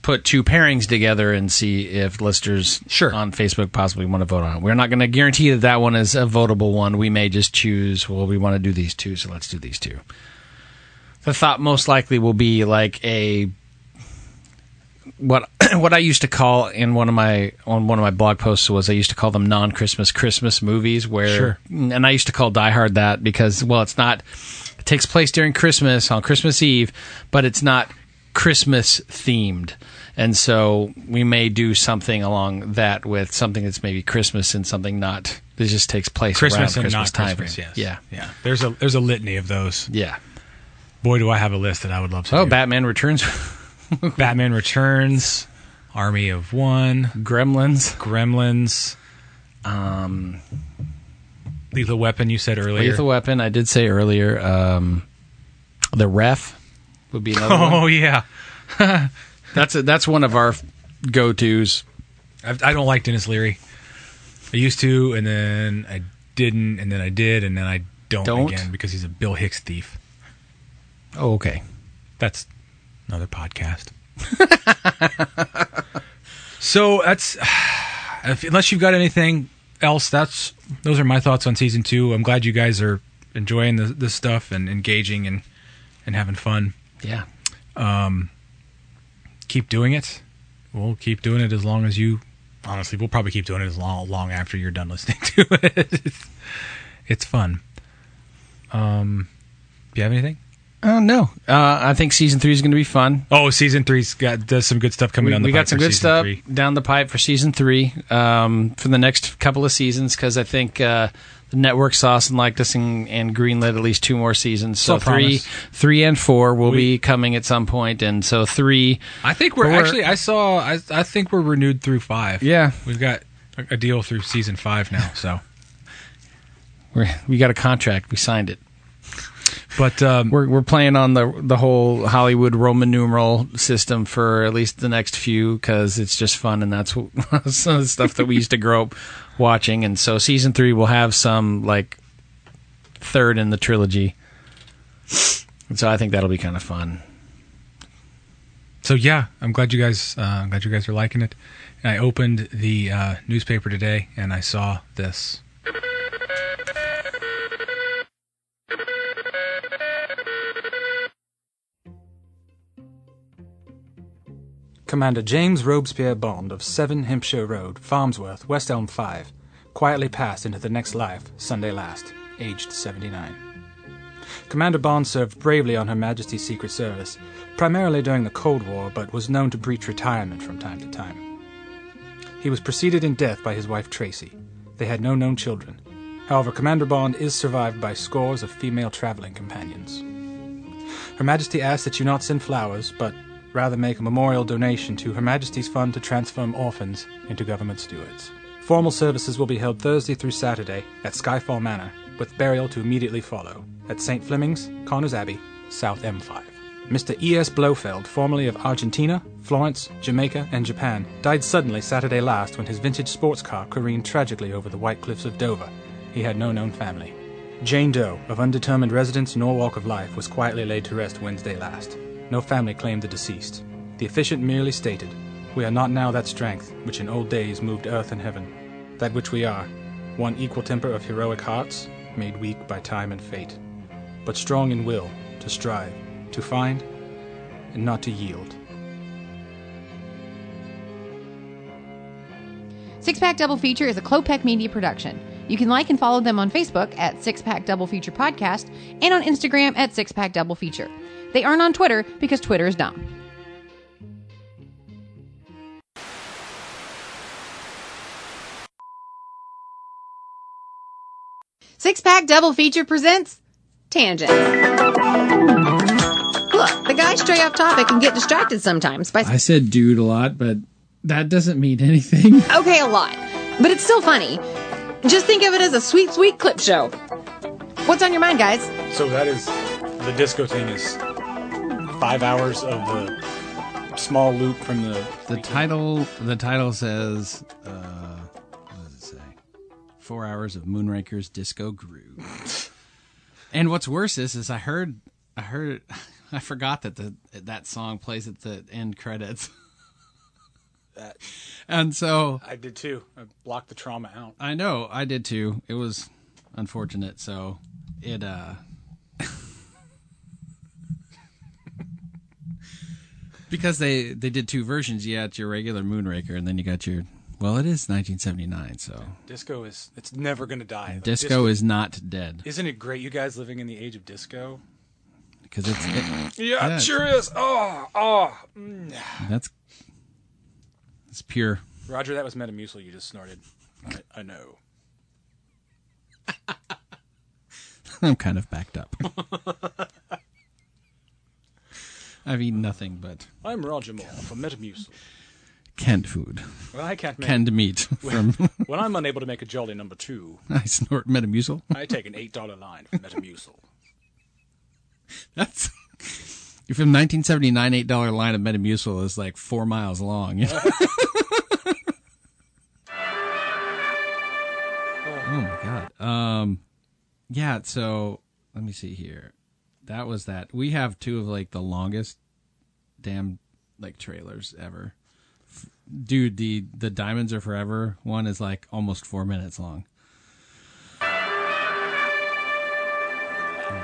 Speaker 3: put two pairings together and see if listeners sure. on Facebook possibly want to vote on it. We're not going to guarantee that that one is a votable one. We may just choose, well, we want to do these two, so let's do these two. The thought most likely will be like a what what I used to call in one of my on one of my blog posts was I used to call them non Christmas Christmas movies where
Speaker 13: Sure.
Speaker 3: and I used to call Die Hard that because well it's not it takes place during Christmas on Christmas Eve but it's not Christmas themed and so we may do something along that with something that's maybe Christmas and something not that just takes place
Speaker 13: Christmas
Speaker 3: around
Speaker 13: and
Speaker 3: Christmas
Speaker 13: not
Speaker 3: time
Speaker 13: Christmas. Yes.
Speaker 3: yeah
Speaker 13: Yeah. There's a there's a litany of those.
Speaker 3: Yeah.
Speaker 13: Boy, do I have a list that I would love to.
Speaker 3: oh
Speaker 13: do.
Speaker 3: Batman Returns
Speaker 13: Batman Returns, Army of One,
Speaker 3: Gremlins,
Speaker 13: Gremlins,
Speaker 3: um,
Speaker 13: Lethal Weapon. You said earlier.
Speaker 3: Lethal Weapon. I did say earlier, um, the ref would be another.
Speaker 13: Oh
Speaker 3: one.
Speaker 13: yeah.
Speaker 3: that's a, that's one of our go tos.
Speaker 13: I, I don't like Dennis Leary. I used to, and then I didn't, and then I did, and then I don't,
Speaker 3: Don't?
Speaker 13: again because he's a Bill Hicks thief.
Speaker 3: Oh, okay.
Speaker 13: That's another podcast. so that's if, unless you've got anything else. That's those are my thoughts on season two. I'm glad you guys are enjoying the, this stuff and engaging and and having fun.
Speaker 3: Yeah.
Speaker 13: Um, keep doing it. We'll keep doing it as long as you. Honestly, we'll probably keep doing it as long long after you're done listening to it. It's, it's fun. Um, do you have anything?
Speaker 3: Oh no, uh, I think season three is going to be fun.
Speaker 13: Oh, season three's got does some good stuff coming
Speaker 3: We,
Speaker 13: down. The
Speaker 3: we
Speaker 13: pipe
Speaker 3: got some
Speaker 13: for
Speaker 3: good
Speaker 13: season
Speaker 3: stuff
Speaker 13: three.
Speaker 3: down the pipe for season three um, for the next couple of seasons because I think uh, the network saw us and liked us and, and greenlit at least two more seasons. So
Speaker 13: Still
Speaker 3: three,
Speaker 13: promise.
Speaker 3: three and four will be coming at some point, and so three.
Speaker 13: I think we're,
Speaker 3: But we're-
Speaker 13: actually. I saw. I, I think we're renewed through five.
Speaker 3: Yeah.
Speaker 13: we've got a a deal through season five now. So,
Speaker 3: We're, we got a contract. We signed it.
Speaker 13: but um,
Speaker 3: We're we're playing on the the whole Hollywood Roman numeral system for at least the next few because it's just fun and that's what- some of the stuff that we used to grow up watching. And so season three will have some like third in the trilogy. And so I think that'll be kind of fun.
Speaker 13: so yeah, I'm glad you guys. Uh, I'm glad you guys are liking it. And I opened the uh, newspaper today and I saw this.
Speaker 1: Commander James Robespierre Bond of 7 Hampshire Road, Farmsworth, West Elm 5, quietly passed into the next life Sunday last, aged 79. Commander Bond served bravely on Her Majesty's Secret Service, primarily during the Cold War, but was known to breach retirement from time to time. He was preceded in death by his wife Tracy. They had no known children. However, Commander Bond is survived by scores of female traveling companions. Her Majesty asks that you not send flowers, but rather make a memorial donation to Her Majesty's Fund to transform orphans into government stewards. Formal services will be held Thursday through Saturday at Skyfall Manor, with burial to immediately follow at St. Fleming's, Connors Abbey, South M5. Mr. E.S. E Blofeld, formerly of Argentina, Florence, Jamaica, and Japan, died suddenly Saturday last when his vintage sports car careened tragically over the white cliffs of Dover. He had no known family. Jane Doe, of undetermined residence nor walk of life, was quietly laid to rest Wednesday last. No family claimed the deceased. The officiant merely stated, We are not now that strength which in old days moved earth and heaven, that which we are, one equal temper of heroic hearts, made weak by time and fate, but strong in will, to strive, to find, and not to yield,
Speaker 2: Six Pack Double Feature is a Clopec Media production. You can like and follow them on Facebook at Six Pack Double Feature Podcast and on Instagram at Six Pack Double Feature. They aren't on Twitter because Twitter is dumb. Six Pack Double Feature presents Tangents. Look, the guys stray off topic and get distracted sometimes by
Speaker 3: I said dude a lot, but that doesn't mean anything.
Speaker 2: Okay, a lot. But it's still funny. Just think of it as a sweet, sweet clip show. What's on your mind, guys?
Speaker 11: So that is the disco thing is five hours of the small loop from the
Speaker 3: The title the title says uh, what does it say? Four hours of Moonraker's disco groove. and what's worse is is I heard I heard I forgot that the that song plays at the end credits.
Speaker 11: That-
Speaker 3: and so
Speaker 11: I did too. I blocked the trauma out.
Speaker 3: I know, I did too. It was unfortunate, so it uh because they they did two versions, you got your regular Moonraker and then you got your well, it is 1979, so
Speaker 11: Disco is it's never gonna die.
Speaker 3: disco, is not dead
Speaker 11: Isn't it great? You guys living in the age of disco.
Speaker 3: because it's it-
Speaker 11: Yeah, it
Speaker 3: it's-
Speaker 11: sure is. Oh, oh. mm.
Speaker 3: That's it's pure.
Speaker 11: Roger, that was Metamucil you just snorted. I, I know.
Speaker 3: I'm kind of backed up. I've eaten nothing but
Speaker 11: I'm Roger Moore from Metamucil.
Speaker 3: canned food.
Speaker 11: Well, I can't make
Speaker 3: canned meat
Speaker 11: When,
Speaker 3: from
Speaker 11: when I'm unable to make a jolly number two,
Speaker 3: I snort Metamucil.
Speaker 11: I take an eight dollar line from Metamucil.
Speaker 3: That's from 1979. Eight dollar line of Metamucil is like four miles long. you know? oh my god. Um, yeah. So let me see here. That was that. We have two of like the longest damn like trailers ever. F- Dude, the the Diamonds Are Forever one is like almost four minutes long.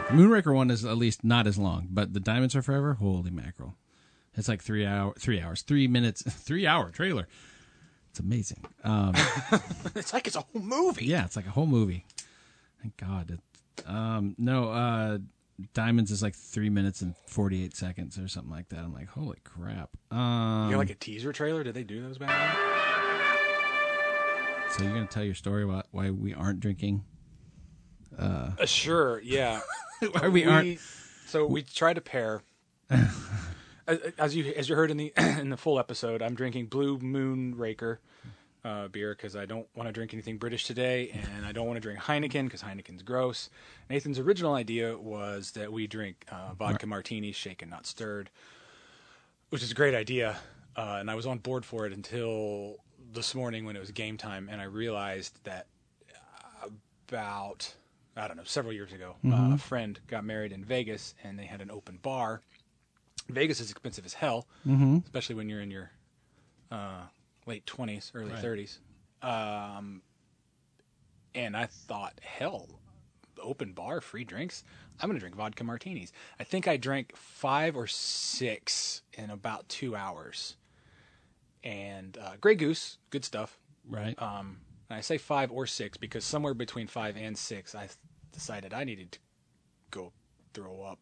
Speaker 3: Moonraker one is at least not as long, but the Diamonds Are Forever, holy mackerel, it's like three hour, three hours, three minutes, three hour trailer. It's amazing. Um,
Speaker 11: it's like it's a whole movie.
Speaker 3: yeah, it's like a whole movie. Thank God. It, um, no, uh, Diamonds is like three minutes and forty eight seconds or something like that. I'm like, holy crap. Um,
Speaker 11: you know, like a teaser trailer. Did they do those back then?
Speaker 3: so you're gonna tell your story about why we aren't drinking? Uh,
Speaker 11: Uh, sure, yeah.
Speaker 3: Why we aren't-
Speaker 11: So we tried to pair. As- as you as you heard in the in the full episode, I'm drinking Blue Moon Raker uh, beer because I don't want to drink anything British today, and I don't want to drink Heineken because Heineken's gross. Nathan's original idea was that we drink uh, vodka martinis, shaken not stirred, which is a great idea, uh, and I was on board for it until this morning when it was game time, and I realized that about I don't know several years ago, uh, a
Speaker 14: Mhm.
Speaker 11: friend got married in Vegas, and they had an open bar. Vegas is expensive as hell,
Speaker 14: Mhm.
Speaker 11: especially when you're in your uh, late twenties, early
Speaker 14: Right.
Speaker 11: thirties. Um, and I thought, hell, open bar, free drinks. I'm gonna drink vodka martinis. I think I drank five or six in about two hours. And uh, Grey Goose, good stuff.
Speaker 3: Right.
Speaker 11: Um, and I say five or six because somewhere between five and six, I decided I needed to go throw up,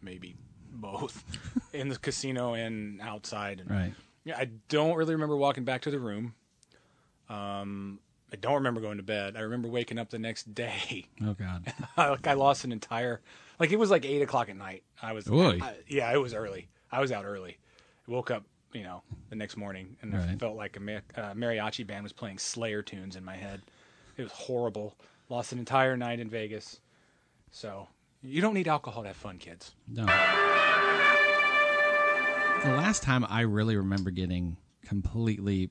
Speaker 11: maybe both, in the casino and outside. And
Speaker 3: Right.
Speaker 11: yeah, I don't really remember walking back to the room. Um, I don't remember going to bed. I remember waking up the next day.
Speaker 3: oh God.
Speaker 11: like I lost an entire, like it was like eight o'clock at night. I was,
Speaker 3: Oy.
Speaker 11: I- yeah, it was early. I was out early. I woke up, you know, the next morning, and I
Speaker 3: Right.
Speaker 11: felt like a ma- uh, mariachi band was playing Slayer tunes in my head. It was horrible. Lost an entire night in Vegas. So you don't need alcohol to have fun, kids.
Speaker 3: No. The last time I really remember getting completely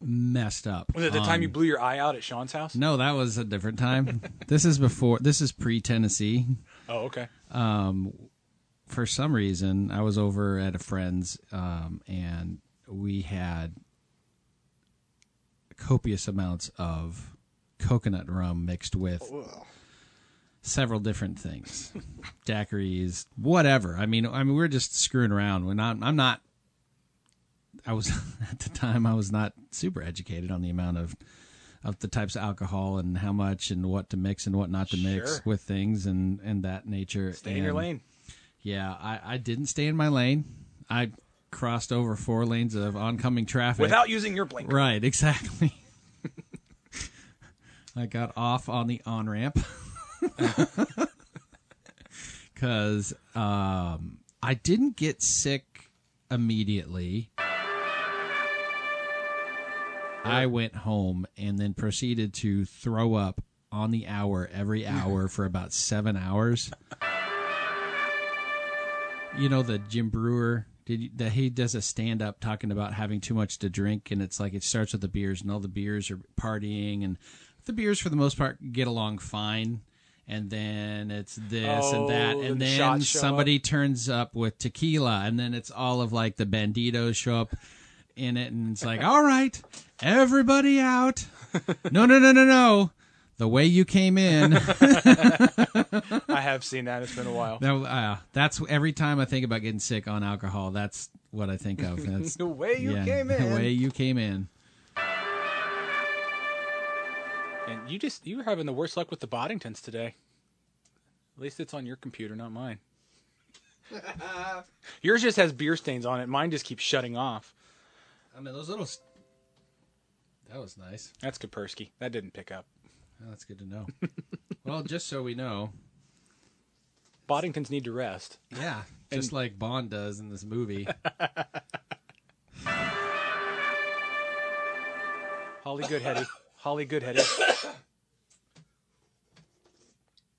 Speaker 3: messed up.
Speaker 11: Was it the
Speaker 3: on-
Speaker 11: time you blew your eye out at Sean's house?
Speaker 3: No, that was a different time. this is before. This is pre Tennessee.
Speaker 11: Oh, okay.
Speaker 3: Um, for some reason, I was over at a friend's, um, and we had copious amounts of coconut rum mixed with several different things, daiquiris, whatever. I mean, I mean, we we're just screwing around. When I'm, I'm not, I was at the time I was not super educated on the amount of of the types of alcohol and how much and what to mix and what not to
Speaker 11: Sure.
Speaker 3: mix with things and and that nature.
Speaker 11: Stay in your
Speaker 3: And-
Speaker 11: lane.
Speaker 3: Yeah, I, I didn't stay in my lane. I crossed over four lanes of oncoming traffic
Speaker 11: Without using your blinker.
Speaker 3: Right, exactly. I got off on the on ramp because um, I didn't get sick immediately. I went home and then proceeded to throw up on the hour every hour for about seven hours. You know the Jim Brewer did you, that he does a stand up talking about having too much to drink and it's like it starts with the beers and all the beers are partying and the beers for the most part get along fine and then it's this
Speaker 11: Oh,
Speaker 3: and that and
Speaker 11: and the
Speaker 3: then
Speaker 11: shots show
Speaker 3: somebody turns up with tequila and then it's all of like the banditos show up in it and it's like all right everybody out no no no no no the way you came in
Speaker 11: I have seen that. It's been a while.
Speaker 3: That, uh, that's every time I think about getting sick on alcohol. That's what I think of. That's
Speaker 11: The way you
Speaker 3: yeah,
Speaker 11: came in.
Speaker 3: The way you came in.
Speaker 11: And you just you were having the worst luck with the Boddingtons today. At least it's on your computer, not mine. Yours just has beer stains on it. Mine just keeps shutting off.
Speaker 3: I mean, those little. That was nice. Oh,
Speaker 11: That's Kapersky. That didn't pick up.
Speaker 3: that's good to know. well, just so we know,
Speaker 11: Boddingtons need to rest.
Speaker 3: Yeah, just like Bond does in this movie.
Speaker 11: Holly Goodheady. Holly Goodheady.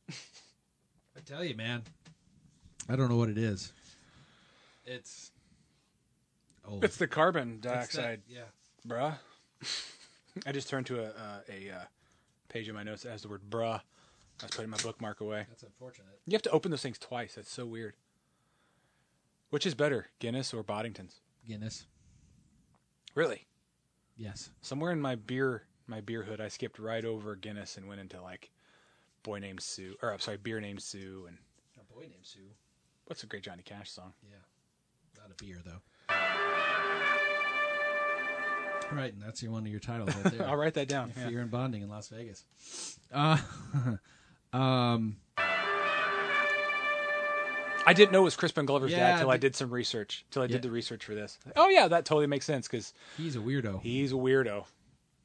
Speaker 3: I tell you, man. I don't know what it is. It's old.
Speaker 11: It's the carbon
Speaker 3: It's that-
Speaker 11: dioxide.
Speaker 3: yeah.
Speaker 11: Bruh. I just turned to a a, a uh, page in my notes that has the word bruh. I was putting my bookmark away.
Speaker 3: That's unfortunate.
Speaker 11: You have to open those things twice. That's so weird. Which is better, Guinness or Boddington's?
Speaker 3: Guinness.
Speaker 11: Really?
Speaker 3: Yes.
Speaker 11: Somewhere in my beer my beer hood, I skipped right over Guinness and went into like boy named Sue, or I'm sorry, beer named Sue, and
Speaker 3: A boy named Sue.
Speaker 11: what's a great Johnny Cash song?
Speaker 3: Yeah. Not a beer though. All right, and that's your one of your titles right there.
Speaker 11: I'll write that down,
Speaker 3: If
Speaker 11: yeah.
Speaker 3: You're in bonding in Las Vegas. Uh, um,
Speaker 11: I didn't know it was Crispin Glover's
Speaker 3: Yeah,
Speaker 11: dad till I
Speaker 3: did-
Speaker 11: did some research. Till I
Speaker 3: Yeah.
Speaker 11: did the research for this. Oh yeah, that totally makes sense because
Speaker 3: he's a weirdo.
Speaker 11: He's a weirdo.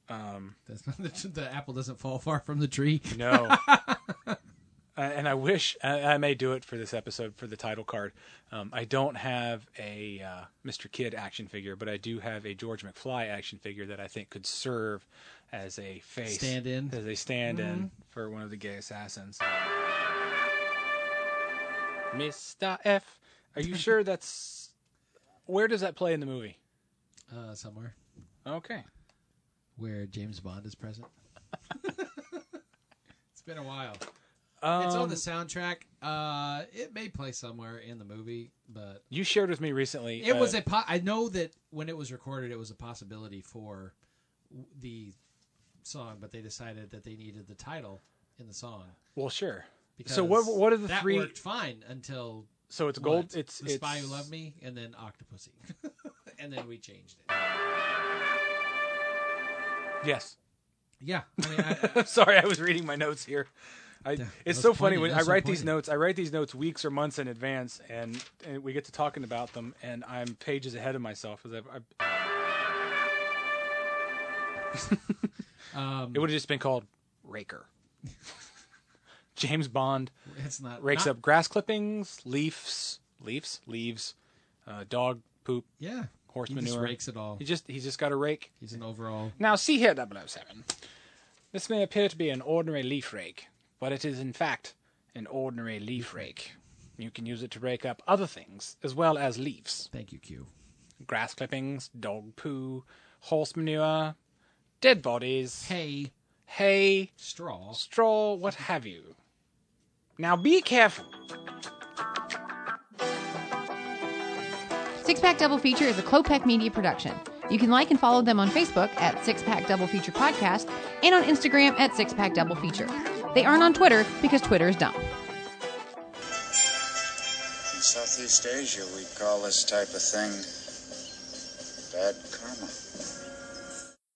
Speaker 11: Um,
Speaker 3: That's not, the, apple doesn't fall far from the tree.
Speaker 11: No. Uh, and I wish I, I may do it for this episode for the title card. Um, I don't have a uh, Mr. Kid action figure, but I do have a George McFly action figure that I think could serve as a face
Speaker 3: Stand-in.
Speaker 11: as a stand-in Mm-hmm.
Speaker 3: Mhm.
Speaker 11: for one of the gay assassins. Mr. F, are you sure that's where does that play in the movie?
Speaker 3: Uh, somewhere
Speaker 11: Okay.
Speaker 3: where James Bond is present. it's been a while. it's on
Speaker 11: Um,
Speaker 3: the soundtrack. Uh, it may play somewhere in the movie, but
Speaker 11: You shared with me recently.
Speaker 3: It was
Speaker 11: uh,
Speaker 3: a. Po- I know that when it was recorded, it was a possibility for w- the song, but they decided that they needed the title in the song.
Speaker 11: Well, sure.
Speaker 3: Because
Speaker 11: So what what are the
Speaker 3: that
Speaker 11: three
Speaker 3: worked fine until
Speaker 11: So it's gold-
Speaker 3: what?
Speaker 11: it's-
Speaker 3: the
Speaker 11: it's-
Speaker 3: spy who loved me and then Octopussy, and then we changed it.
Speaker 11: Yes.
Speaker 3: Yeah. I mean, I-
Speaker 11: Sorry, I was reading my notes here. I,
Speaker 3: that's
Speaker 11: it's so funny
Speaker 3: pointed,
Speaker 11: when I
Speaker 3: that's so
Speaker 11: write these
Speaker 3: pointed.
Speaker 11: notes. I write these notes weeks or months in advance, and, and we get to talking about them, and I'm pages ahead of myself. 'cause I've, I've-
Speaker 3: Um,
Speaker 11: it would have just been called Raker. James Bond
Speaker 3: It's not-
Speaker 11: rakes
Speaker 3: not-
Speaker 11: up grass clippings, leaves, leaves, leaves, uh, dog poop.
Speaker 3: Yeah,
Speaker 11: horse
Speaker 3: He just
Speaker 11: manure.
Speaker 3: rakes it all.
Speaker 11: He just he's just got a rake.
Speaker 3: He's an overall.
Speaker 11: Now see here, 007. This may appear to be an ordinary leaf rake, but it is in fact an ordinary leaf rake. You can use it to rake up other things as well as leaves.
Speaker 3: Thank you, Q.
Speaker 11: Grass clippings, dog poo, horse manure, dead bodies,
Speaker 3: hay,
Speaker 11: hay,
Speaker 3: straw,
Speaker 11: straw, what have you. Now be careful.
Speaker 2: Six Pack Double Feature is a Clopec Media production. You can like and follow them on Facebook at Six Pack Double Feature Podcast and on Instagram at Six Pack Double Feature. They aren't on Twitter because Twitter is dumb.
Speaker 7: In Southeast Asia, we call this type of thing Bad karma.